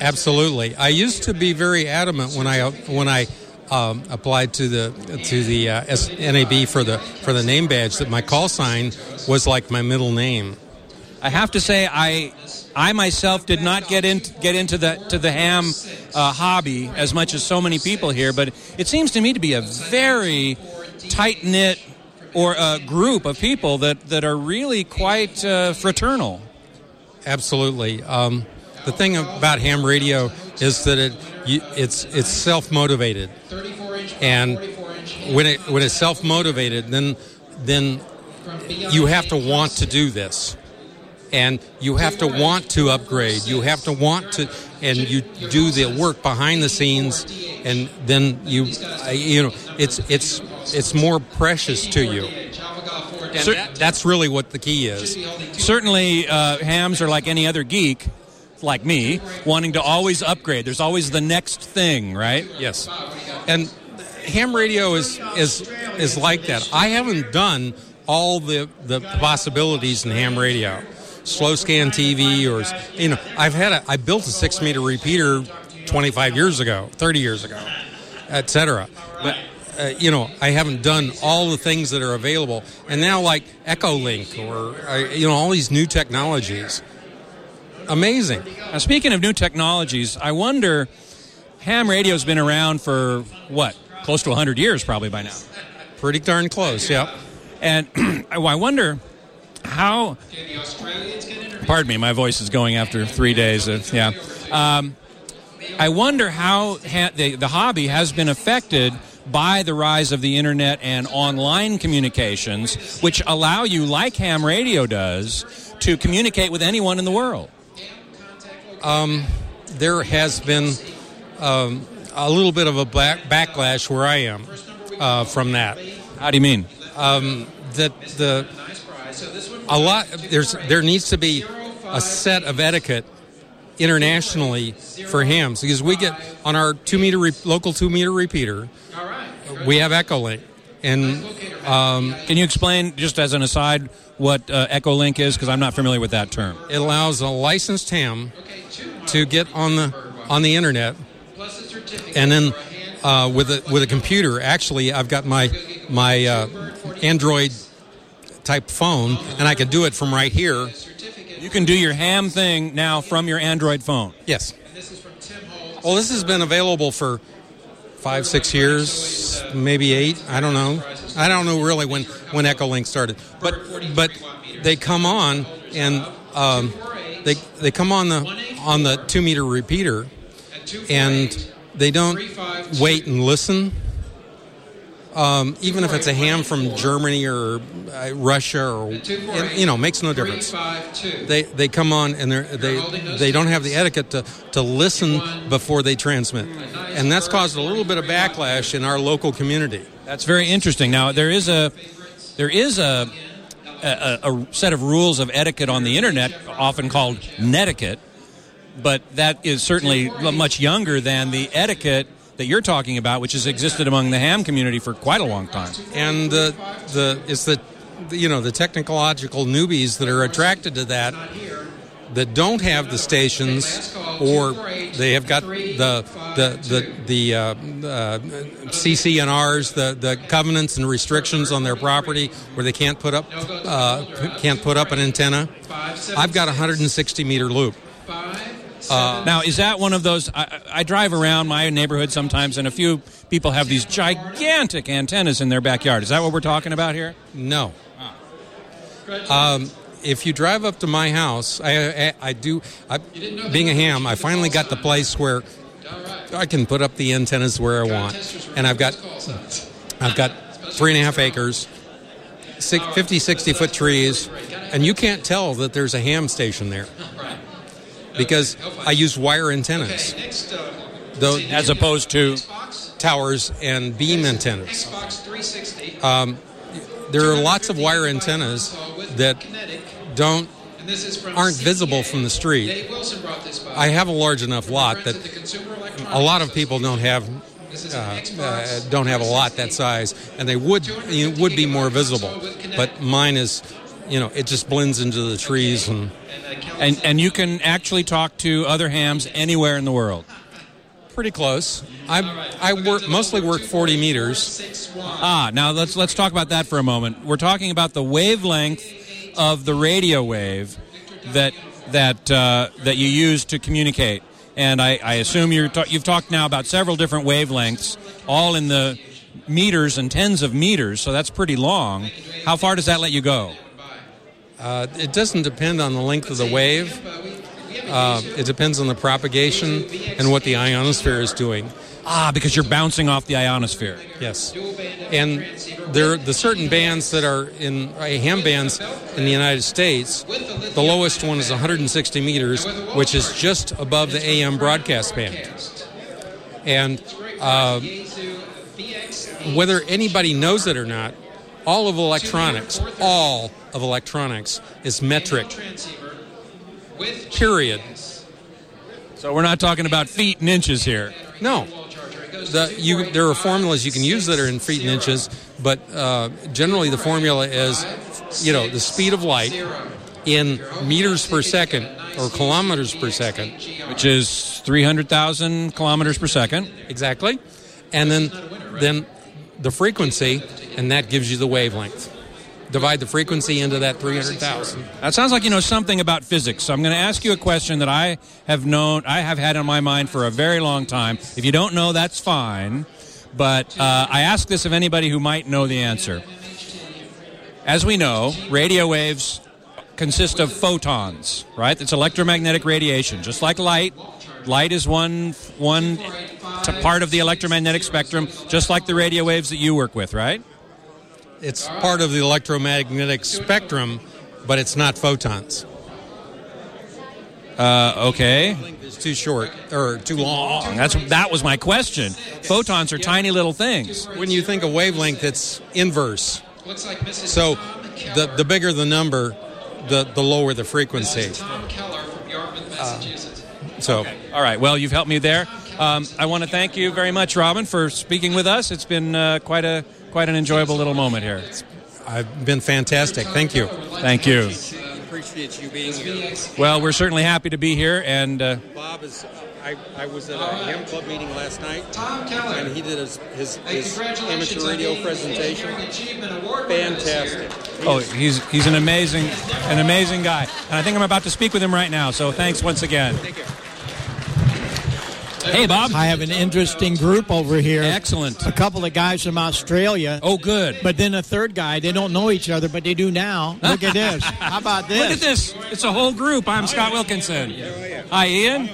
[SPEAKER 24] Absolutely. I used to be very adamant when I when I um, applied to the to the uh, S- NAB for the for the name badge that my call sign was like my middle name.
[SPEAKER 6] I have to say, I I myself did not get in get into the to the ham uh, hobby as much as so many people here, but it seems to me to be a very tight knit or a group of people that that are really quite uh, fraternal.
[SPEAKER 24] Absolutely. Um, the thing about ham radio is that it you, it's it's self motivated, and when it when it's self motivated, then then you have to want to do this, and you have to want to upgrade. You have to want to, and you do the work behind the scenes, and then you I- you know it's it's it's more precious to you. And that- that's really what the key is.
[SPEAKER 6] Certainly, uh, hams are like any other geek, like me, wanting to always upgrade. There's always the next thing, right?
[SPEAKER 24] Yes. And ham radio is is is like that. I haven't done all the the possibilities in ham radio, slow scan TV, or you know, I've had a I built a six meter repeater twenty five years ago, thirty years ago, etc. But uh, you know, I haven't done all the things that are available, and now like EchoLink or uh, you know all these new technologies. Amazing.
[SPEAKER 6] Now, speaking of new technologies, I wonder ham radio's been around for what? Close to 100 years probably by now.
[SPEAKER 24] Pretty darn close, yeah.
[SPEAKER 6] And I I wonder how Pardon me, my voice is going after 3 days of yeah. Um, I wonder how ha- the, the hobby has been affected by the rise of the internet and online communications, which allow you, like ham radio does, to communicate with anyone in the world?
[SPEAKER 24] Um, there has been um, a little bit of a back- backlash where I am uh, from that.
[SPEAKER 6] How do you mean?
[SPEAKER 24] Um, that the a lot there's there needs to be a set of etiquette internationally for hams because we get on our two meter re- local two meter repeater we have echolink and
[SPEAKER 6] Um, Can you explain, just as an aside, what uh, Echolink is? Because I'm not familiar with that term.
[SPEAKER 24] it allows a licensed ham to get on the on the internet, and then uh, with a with a computer. Actually, I've got my my uh, Android type phone, and I can do it from right here.
[SPEAKER 6] You can do your ham thing now from your Android phone.
[SPEAKER 24] Yes. Well, this has been available for five, six years, maybe eight. I don't know. I don't know really when when Echolink started, but but they come on and um, they they come on the on the two meter repeater, and they don't wait and listen. Um, even if it's a ham from Germany or uh, Russia or you know, makes no difference they they come on and they're, they they don't have the etiquette to, to listen before they transmit, and that's caused a little bit of backlash in our local community.
[SPEAKER 6] That's very interesting. Now there is a there is a a, a- a set of rules of etiquette on the internet, often called netiquette, but that is certainly much younger than the etiquette that you're talking about, which has existed among the ham community for quite a long time.
[SPEAKER 24] And the the it's the the, you know the technological newbies that are attracted to that that don't have the stations or they have got the the the the uh, uh, CCNRs the the covenants and restrictions on their property where they can't put up uh, can't put up an antenna. I've got a 160 meter loop.
[SPEAKER 6] Uh, now, is that one of those? I, I- I drive around my neighborhood sometimes, and a few people have these gigantic antennas in their backyard. Is that what we're talking about here?
[SPEAKER 24] No. Um, if you drive up to my house, I, I, I do. I, being a ham, I finally got the place where I can put up the antennas where I want, and I've got I've got three and a half acres, six, 50, 60 foot trees, and you can't tell that there's a ham station there because I use wire antennas,
[SPEAKER 7] uh,
[SPEAKER 24] though, as
[SPEAKER 6] opposed to
[SPEAKER 24] towers and beam antennas.
[SPEAKER 7] Xbox 360.
[SPEAKER 24] Um, there are lots of wire antennas that don't
[SPEAKER 7] and this is from
[SPEAKER 24] aren't
[SPEAKER 7] CPA.
[SPEAKER 24] visible from the street.
[SPEAKER 7] Dave Wilson brought this by.
[SPEAKER 24] I have a large enough lot that a lot of people don't have uh, uh, don't have a lot that size, and they would you know, would be more visible. But mine is, you know, it just blends into the trees and
[SPEAKER 6] and and you can actually talk to other hams anywhere in the world.
[SPEAKER 24] Pretty close. I I work mostly work 40 meters.
[SPEAKER 6] Ah, now let's let's talk about that for a moment. We're talking about the wavelength of the radio wave that that uh, that you use to communicate. And I, I assume you're ta- you've talked now about several different wavelengths, all in the meters and tens of meters. So that's pretty long. How far does that let you go?
[SPEAKER 24] Uh, it doesn't depend on the length of the wave. Uh, it depends on the propagation and what the ionosphere is doing.
[SPEAKER 6] Ah, because you're bouncing off the ionosphere.
[SPEAKER 24] Yes. And there the certain bands that are in uh, ham bands in the United States, the lowest one is 160 meters, which is just above the AM broadcast band. And uh, whether anybody knows it or not, all of electronics, all of electronics is metric. Period.
[SPEAKER 6] So we're not talking about feet and inches here.
[SPEAKER 24] No. The, you, there are formulas you can use that are in feet and inches, but uh, generally the formula is, you know, the speed of light in meters per second or kilometers per second,
[SPEAKER 6] which is 300,000 kilometers per second.
[SPEAKER 24] Exactly. And then, then the frequency, and that gives you the wavelength. Divide the frequency into that 300,000.
[SPEAKER 6] That sounds like you know something about physics. So I'm going to ask you a question that I have known, I have had in my mind for a very long time. If you don't know, that's fine. But uh, I ask this of anybody who might know the answer. As we know, radio waves consist of photons, right? It's electromagnetic radiation, just like light. Light is one one t- part of the electromagnetic spectrum, just like the radio waves that you work with, right?
[SPEAKER 24] It's part of the electromagnetic spectrum, but it's not photons.
[SPEAKER 6] Uh, okay.
[SPEAKER 24] It's too short or too long.
[SPEAKER 6] That's that was my question. Photons are tiny little things.
[SPEAKER 24] When you think of wavelength, it's inverse. So the the bigger the number, the the lower the frequency.
[SPEAKER 6] So, all right. Well, you've helped me there. Um, I want to thank you very much, Robin, for speaking with us. It's been uh, quite a quite an enjoyable little moment here.
[SPEAKER 24] I've been fantastic. Thank you.
[SPEAKER 6] Thank you.
[SPEAKER 13] Appreciate you being here.
[SPEAKER 6] Well, we're certainly happy to be here, and uh,
[SPEAKER 13] Bob is. I, I was at a ham club meeting last night. Tom
[SPEAKER 7] Keller.
[SPEAKER 13] And he did his, his,
[SPEAKER 7] Hey,
[SPEAKER 13] his
[SPEAKER 7] congratulations on
[SPEAKER 13] amateur radio
[SPEAKER 7] being the
[SPEAKER 13] presentation.
[SPEAKER 7] Engineering Achievement Award winner this year.
[SPEAKER 13] Fantastic.
[SPEAKER 6] oh, he's he's an amazing an amazing guy, and I think I'm about to speak with him right now. So, thanks once again. Hey, Bob.
[SPEAKER 1] I have an interesting group over here.
[SPEAKER 6] Excellent.
[SPEAKER 1] A couple of guys from Australia.
[SPEAKER 6] Oh, good.
[SPEAKER 1] But then a third guy. They don't know each other, but they do now. Look at this. How about this?
[SPEAKER 6] Look at this. It's a whole group. I'm Scott Wilkinson. Hi, Ian.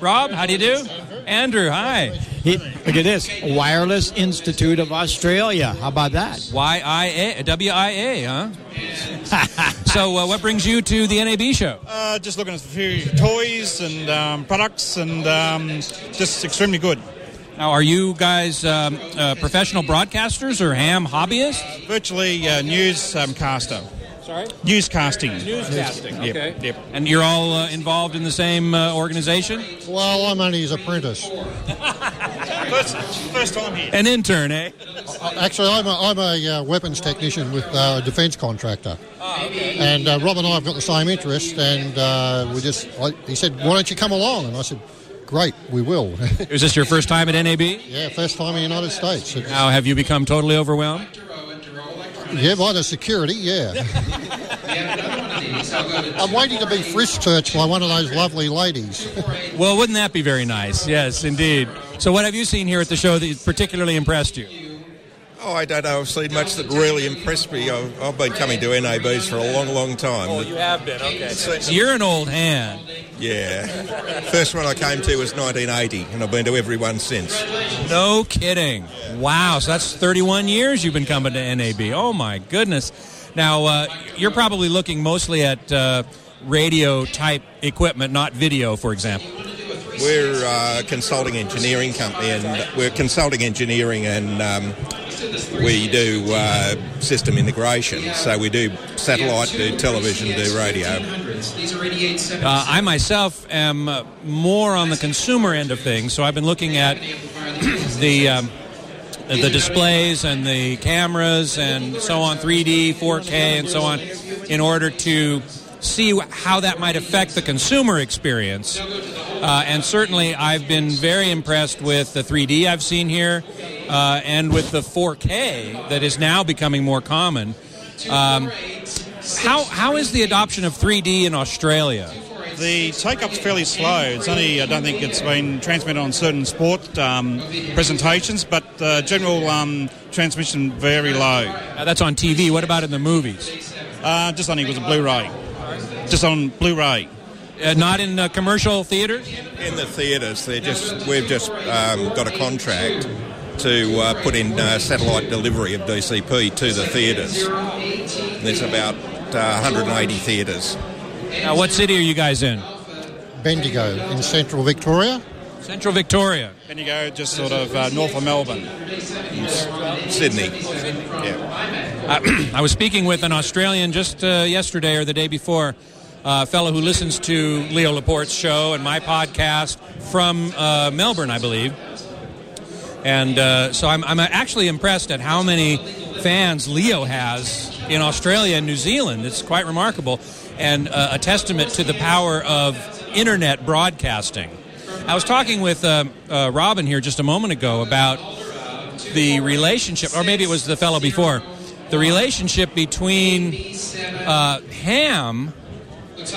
[SPEAKER 6] Rob, how do you do? Andrew, hi.
[SPEAKER 1] He, look at this. Wireless Institute of Australia. How about that?
[SPEAKER 6] YIA, WIA, huh? so, uh, what brings you to the NAB show?
[SPEAKER 15] Uh, just looking at a few toys and um, products, and um, just extremely good.
[SPEAKER 6] Now, are you guys um, uh, professional broadcasters or ham hobbyists?
[SPEAKER 15] Virtually uh, news um, caster.
[SPEAKER 6] Sorry?
[SPEAKER 15] Newscasting.
[SPEAKER 6] Newscasting,
[SPEAKER 15] Yep,
[SPEAKER 6] okay.
[SPEAKER 15] Yep.
[SPEAKER 6] And you're all uh, involved in the same uh, organization?
[SPEAKER 15] Well, I'm only his apprentice. first, first time here.
[SPEAKER 6] An intern, eh?
[SPEAKER 25] Uh, Actually, I'm a, I'm a uh, weapons technician with uh, a defence contractor,
[SPEAKER 6] Ah.
[SPEAKER 25] and uh, Rob and I have got the same interest. And uh, we just, I, he said, "Why don't you come along?" And I said, "Great, we will."
[SPEAKER 6] Is this your first time at NAB?
[SPEAKER 25] yeah, first time in the United States. It's-
[SPEAKER 6] Now, have you become totally overwhelmed?
[SPEAKER 25] yeah, by the security. Yeah, I'm waiting to be frisk searched by one of those lovely ladies.
[SPEAKER 6] Well, wouldn't that be very nice? Yes, indeed. So, what have you seen here at the show that particularly impressed you?
[SPEAKER 12] Oh, I don't know. I've seen much that really impressed me. I've, I've been coming to NABs for a long, long time.
[SPEAKER 6] Oh, have been, okay. So you're an old hand.
[SPEAKER 12] yeah. First one I came to was 1980, and I've been to every one since.
[SPEAKER 6] No kidding. Wow. So that's 31 years you've been coming to NAB. Oh, my goodness. Now, uh, you're probably looking mostly at uh, radio type equipment, not video, for example.
[SPEAKER 12] We're uh, a consulting engineering company, and we're consulting engineering, and um, we do uh, system integration. So we do satellite, do television, do radio.
[SPEAKER 7] These are 88 seconds.
[SPEAKER 6] Uh, I myself am uh, more on the consumer end of things, so I've been looking at the um, the displays and the cameras and so on, 3D, 4K, and so on, in order to see how that might affect the consumer experience. Uh, and certainly, I've been very impressed with the 3D I've seen here, uh, and with the 4K that is now becoming more common. Um, how how is the adoption of 3D in Australia?
[SPEAKER 15] The take up's fairly slow. It's only, I don't think it's been transmitted on certain sport um, presentations, but uh, general um, transmission very low.
[SPEAKER 6] that's on TV. What about in the movies?
[SPEAKER 15] Uh, just only was a Blu ray. Just on Blu ray.
[SPEAKER 6] Uh, not in uh, commercial theaters?
[SPEAKER 12] In the theatres, they're just we've just um, got a contract to uh, put in uh, satellite delivery of DCP to the theatres. And There's about uh, 180 theatres.
[SPEAKER 6] Now, what city are you guys in?
[SPEAKER 25] Bendigo in central Victoria.
[SPEAKER 6] Central Victoria.
[SPEAKER 15] And you go just sort of uh, north of Melbourne.
[SPEAKER 12] Sydney.
[SPEAKER 6] I, I was speaking with an Australian just uh, yesterday or the day before, uh, a fellow who listens to Leo Laporte's show and my podcast from uh, Melbourne, I believe. And uh, so I'm, I'm actually impressed at how many fans Leo has in Australia and New Zealand. It's quite remarkable and uh, a testament to the power of internet broadcasting. I was talking with uh, uh, Robin here just a moment ago about the relationship, or maybe it was the fellow before, the relationship between uh, ham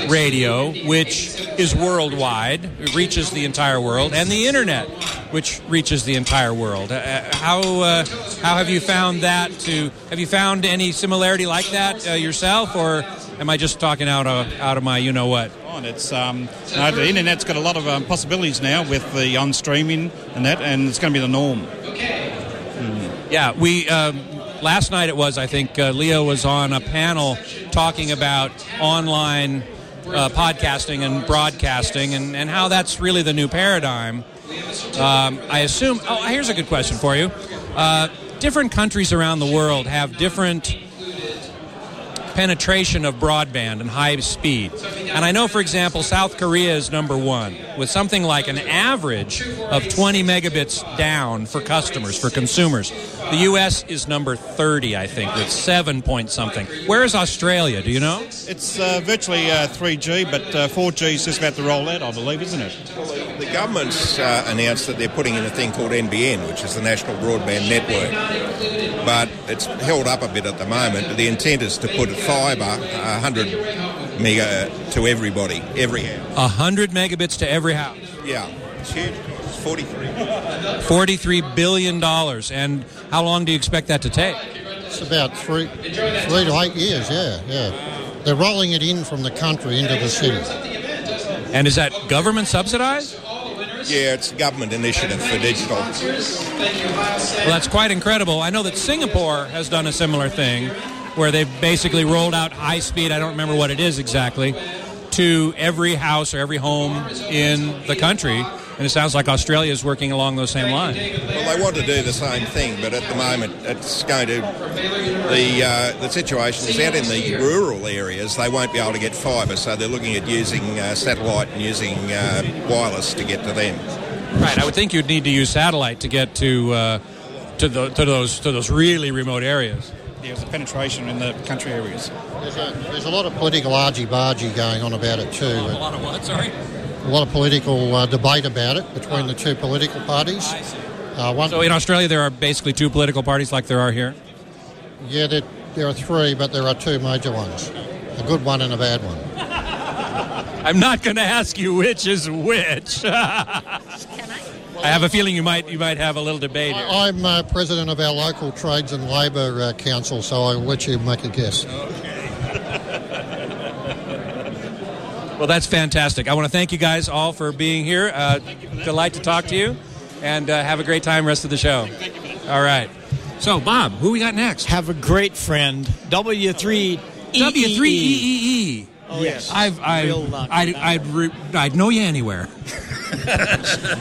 [SPEAKER 6] radio, which is worldwide, it reaches the entire world, and the internet, which reaches the entire world. Uh, how uh, how have you found that? To have you found any similarity like that uh, yourself, or am I just talking out of out of my you know what?
[SPEAKER 15] On it's um, no, the internet's got a lot of um, possibilities now with the on streaming and that, and it's going to be the norm.
[SPEAKER 6] Yeah, we um, last night it was. I think uh, Leo was on a panel talking about online uh, podcasting and broadcasting and, and how that's really the new paradigm. Um, I assume. Oh, here's a good question for you. Uh, different countries around the world have different penetration of broadband and high speed. And I know, for example, South Korea is number one with something like an average of 20 megabits down for customers, for consumers. The U.S. is number 30, I think, with seven point something. Where is Australia? Do you know?
[SPEAKER 15] It's uh, virtually uh, 3G, but uh, 4G is just about to roll out, I believe, isn't it?
[SPEAKER 12] The government's uh, announced that they're putting in a thing called NBN, which is the National Broadband Network, but it's held up a bit at the moment. But the intent is to put fibre, uh, 100 mega, to everybody, every house.
[SPEAKER 6] 100 megabits to every house.
[SPEAKER 12] Yeah, it's huge. It's 43.
[SPEAKER 6] $43 billion. And how long do you expect that to take?
[SPEAKER 25] It's about three, three to eight years. Yeah, yeah. They're rolling it in from the country into the city.
[SPEAKER 6] And is that government subsidized?
[SPEAKER 12] Yeah, it's a government initiative for digital.
[SPEAKER 6] Well, that's quite incredible. I know that Singapore has done a similar thing where they've basically rolled out high speed, I don't remember what it is exactly, to every house or every home in the country. And it sounds like Australia is working along those same lines.
[SPEAKER 12] Well, they want to do the same thing, but at the moment, it's going to the uh, the situation is out in the rural areas. They won't be able to get fibre, so they're looking at using uh, satellite and using uh, wireless to get to them.
[SPEAKER 6] Right. I would think you'd need to use satellite to get to uh, to, the, to those to those really remote areas.
[SPEAKER 15] Yeah, it's a penetration in the country areas. There's
[SPEAKER 25] a, there's a lot of political argy-bargy going on about it too.
[SPEAKER 6] A lot of what? Sorry.
[SPEAKER 25] a lot of political uh, debate about it between the two political parties. Uh, one,
[SPEAKER 6] So in Australia, there are basically two political parties, like there are here.
[SPEAKER 25] yeah, there, there are three, but there are two major ones: a good one and a bad one.
[SPEAKER 6] I'm not going to ask you which is which. Can I? I have a feeling you might you might have a little debate. Here.
[SPEAKER 25] I'm uh, president of our local trades and labour uh, council, so I'll let you make a guess.
[SPEAKER 6] Well, that's fantastic. I want to thank you guys all for being here. Uh, delight to talk to you, and uh, have a great time rest of the show. All right. So, Bob, who we got next?
[SPEAKER 1] Have a great friend, W3
[SPEAKER 11] E
[SPEAKER 6] W3EEE.
[SPEAKER 1] Oh, yes.
[SPEAKER 6] E I've, I've,
[SPEAKER 1] E Real luck.
[SPEAKER 6] I'd, I'd, re- I'd know you anywhere.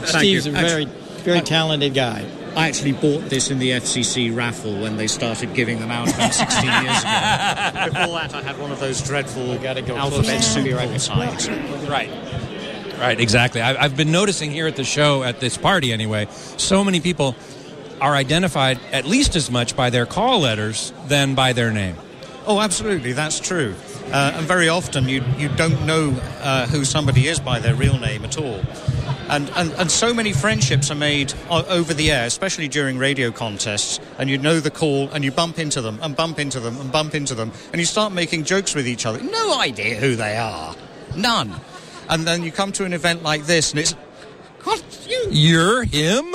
[SPEAKER 1] Steve's a
[SPEAKER 2] you.
[SPEAKER 1] very, very talented guy.
[SPEAKER 2] I actually bought this in the FCC raffle when they started giving them out about 16 years ago. Before that, I had one of those dreadful alphabet
[SPEAKER 6] close.
[SPEAKER 2] soup
[SPEAKER 6] Be right
[SPEAKER 2] right signs.
[SPEAKER 6] Right. Right, exactly. I, I've been noticing here at the show, at this party anyway, so many people are identified at least as much by their call letters than by their name.
[SPEAKER 2] Oh, absolutely, that's true. Uh, and very often you, you don't know uh, who somebody is by their real name at all. And, and, and so many friendships are made o- over the air, especially during radio contests, and you know the call and you bump into them and bump into them and bump into them, and you start making jokes with each other. No idea who they are. None. And then you come to an event like this, and it's, God, you.
[SPEAKER 6] You're him?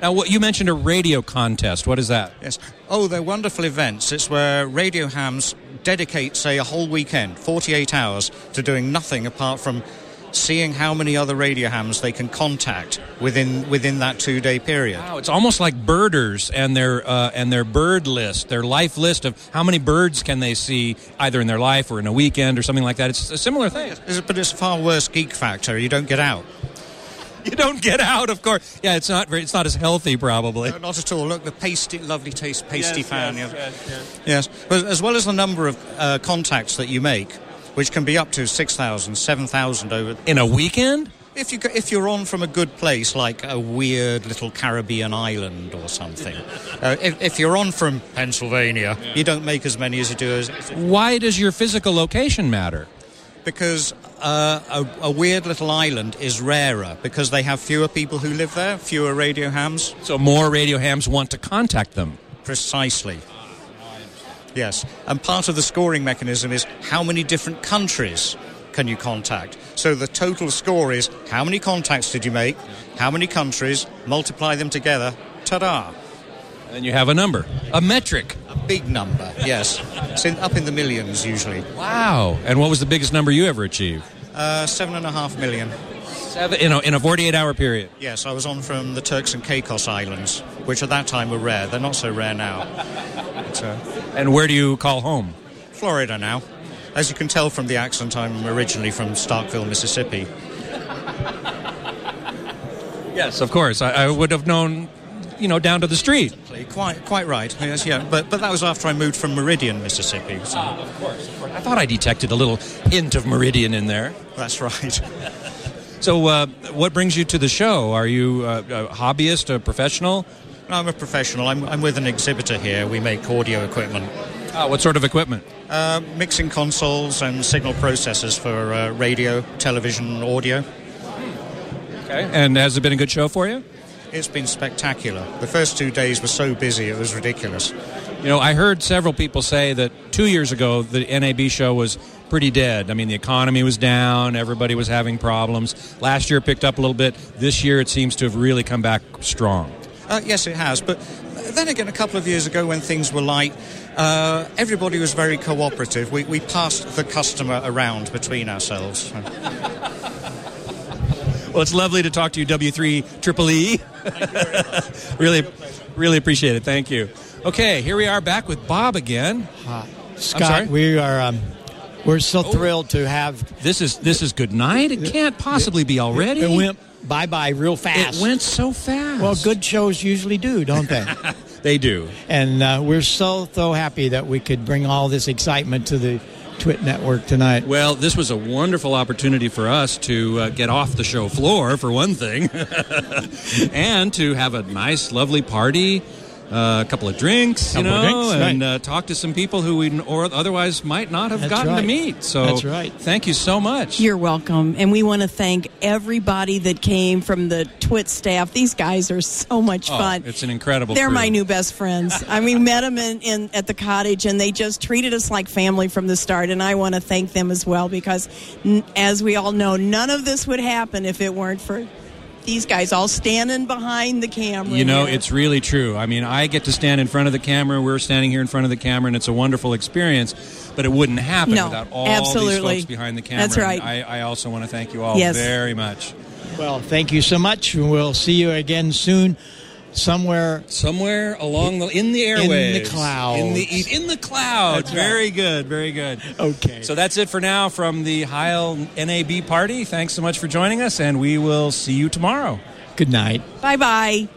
[SPEAKER 6] Now, what, you mentioned a radio contest. What is that?
[SPEAKER 2] Yes. Oh, they're wonderful events. It's where radio hams dedicate, say, a whole weekend, 48 hours, to doing nothing apart from seeing how many other radio hams they can contact within within that two day period.
[SPEAKER 6] Wow, it's almost like birders and their uh, and their bird list, their life list of how many birds can they see either in their life or in a weekend or something like that. It's a similar thing.
[SPEAKER 2] It's- But it's a far worse geek factor. You don't get out.
[SPEAKER 6] You don't get out, of course. Yeah, it's not very, it's not as healthy probably.
[SPEAKER 2] No, not at all. Look, the pasty, lovely taste, pasty
[SPEAKER 6] Yes,
[SPEAKER 2] fan.
[SPEAKER 6] yes,
[SPEAKER 2] yes, yes. But as well as the number of uh, contacts that you make, which can be up to 6,000, 7,000 over
[SPEAKER 6] in a weekend.
[SPEAKER 2] If you go- if you're on from a good place like a weird little Caribbean island or something, uh, if, if you're on from Pennsylvania, you don't make as many as you do as
[SPEAKER 6] Why does your physical location matter?
[SPEAKER 2] because uh, a, a weird little island is rarer because they have fewer people who live there, fewer radio hams.
[SPEAKER 6] So more radio hams want to contact them.
[SPEAKER 2] Precisely. Yes. And part of the scoring mechanism is how many different countries can you contact? So the total score is how many contacts did you make, how many countries, multiply them together, ta da!
[SPEAKER 6] And you have a number, a metric.
[SPEAKER 2] A big number, yes. It's in, up in the millions usually.
[SPEAKER 6] Wow. And what was the biggest number you ever achieved?
[SPEAKER 2] Uh, seven and a half million.
[SPEAKER 6] Seven, in a, in a 48 hour period.
[SPEAKER 2] Yes, I was on from the Turks and Caicos Islands, which at that time were rare. They're not so rare now. But, uh,
[SPEAKER 6] And where do you call home?
[SPEAKER 2] Florida now. As you can tell from the accent, I'm originally from Starkville, Mississippi.
[SPEAKER 6] Yes, of course. I, I would have known, you know, down to the street.
[SPEAKER 2] Quite, quite right. Yes, yeah. But but that was after I moved from Meridian, Mississippi. So.
[SPEAKER 6] Ah,
[SPEAKER 2] of course.
[SPEAKER 6] I thought I detected a little hint of Meridian in there.
[SPEAKER 2] That's right.
[SPEAKER 6] So, uh, what brings you to the show? Are you uh, a hobbyist, a professional?
[SPEAKER 2] No, I'm a professional. I'm, I'm with an exhibitor here. We make audio equipment.
[SPEAKER 6] Uh, what sort of equipment?
[SPEAKER 2] Uh, mixing consoles and signal processors for uh, radio, television, audio.
[SPEAKER 6] Okay. And has it been a good show for you?
[SPEAKER 2] It's been spectacular. The first two days were so busy, it was ridiculous.
[SPEAKER 6] You know, I heard several people say that two years ago the NAB show was pretty dead. I mean, the economy was down, everybody was having problems. Last year it picked up a little bit. This year it seems to have really come back strong.
[SPEAKER 2] Uh, yes, it has. But then again, a couple of years ago when things were light, uh, everybody was very cooperative. We, we passed the customer around between ourselves.
[SPEAKER 6] Oh, Well, it's lovely to talk to you, W3 Triple E. Really, really appreciate it. Thank you. Okay, here we are back with Bob again.
[SPEAKER 1] Hi.
[SPEAKER 6] I'm
[SPEAKER 1] Scott,
[SPEAKER 6] sorry? Oh.
[SPEAKER 1] we are um, we're so thrilled to have
[SPEAKER 6] This is this is good night. It can't possibly be already.
[SPEAKER 1] It went bye bye real fast.
[SPEAKER 6] It went so fast.
[SPEAKER 1] Well, good shows usually do, don't they?
[SPEAKER 6] they do.
[SPEAKER 1] and uh, we're so so happy that we could bring all this excitement to the Twit Network tonight.
[SPEAKER 6] Well, this was a wonderful opportunity for us to uh, get off the show floor, for one thing, and to have a nice, lovely party, uh, a couple of drinks,
[SPEAKER 1] Couple
[SPEAKER 6] you
[SPEAKER 1] of
[SPEAKER 6] know,
[SPEAKER 1] drinks,
[SPEAKER 6] and uh, talk to some people who we n- or otherwise might not have
[SPEAKER 10] That's
[SPEAKER 6] gotten
[SPEAKER 10] right.
[SPEAKER 6] to meet. So
[SPEAKER 10] That's right.
[SPEAKER 6] Thank you so much.
[SPEAKER 10] You're welcome. And we want to thank everybody that came from the Twit staff. These guys are so much
[SPEAKER 6] Oh,
[SPEAKER 10] fun.
[SPEAKER 6] it's an incredible.
[SPEAKER 10] They're
[SPEAKER 6] crew.
[SPEAKER 10] my new best friends. I mean, met them in, in, at the cottage, and they just treated us like family from the start. And I want to thank them as well because, n- as we all know, none of this would happen if it weren't for these guys all standing behind the camera.
[SPEAKER 6] You know,
[SPEAKER 10] here.
[SPEAKER 6] it's really true. I mean, I get to stand in front of the camera. We're standing here in front of the camera, and it's a wonderful experience. But it wouldn't happen
[SPEAKER 10] No,
[SPEAKER 6] without all these
[SPEAKER 10] absolutely.
[SPEAKER 6] folks behind the camera.
[SPEAKER 10] That's right.
[SPEAKER 6] And I, I also want to thank you all
[SPEAKER 1] Yes.
[SPEAKER 6] very much.
[SPEAKER 1] Well, thank you so much. We'll see you again soon, somewhere,
[SPEAKER 6] somewhere along the in the airwaves,
[SPEAKER 1] in the clouds,
[SPEAKER 6] in the e- in the clouds.
[SPEAKER 1] That's right.
[SPEAKER 6] Very good, very good.
[SPEAKER 1] Okay.
[SPEAKER 6] So that's it for now from the Heil NAB party. Thanks so much for joining us, and we will see you tomorrow.
[SPEAKER 1] Good night.
[SPEAKER 10] Bye bye.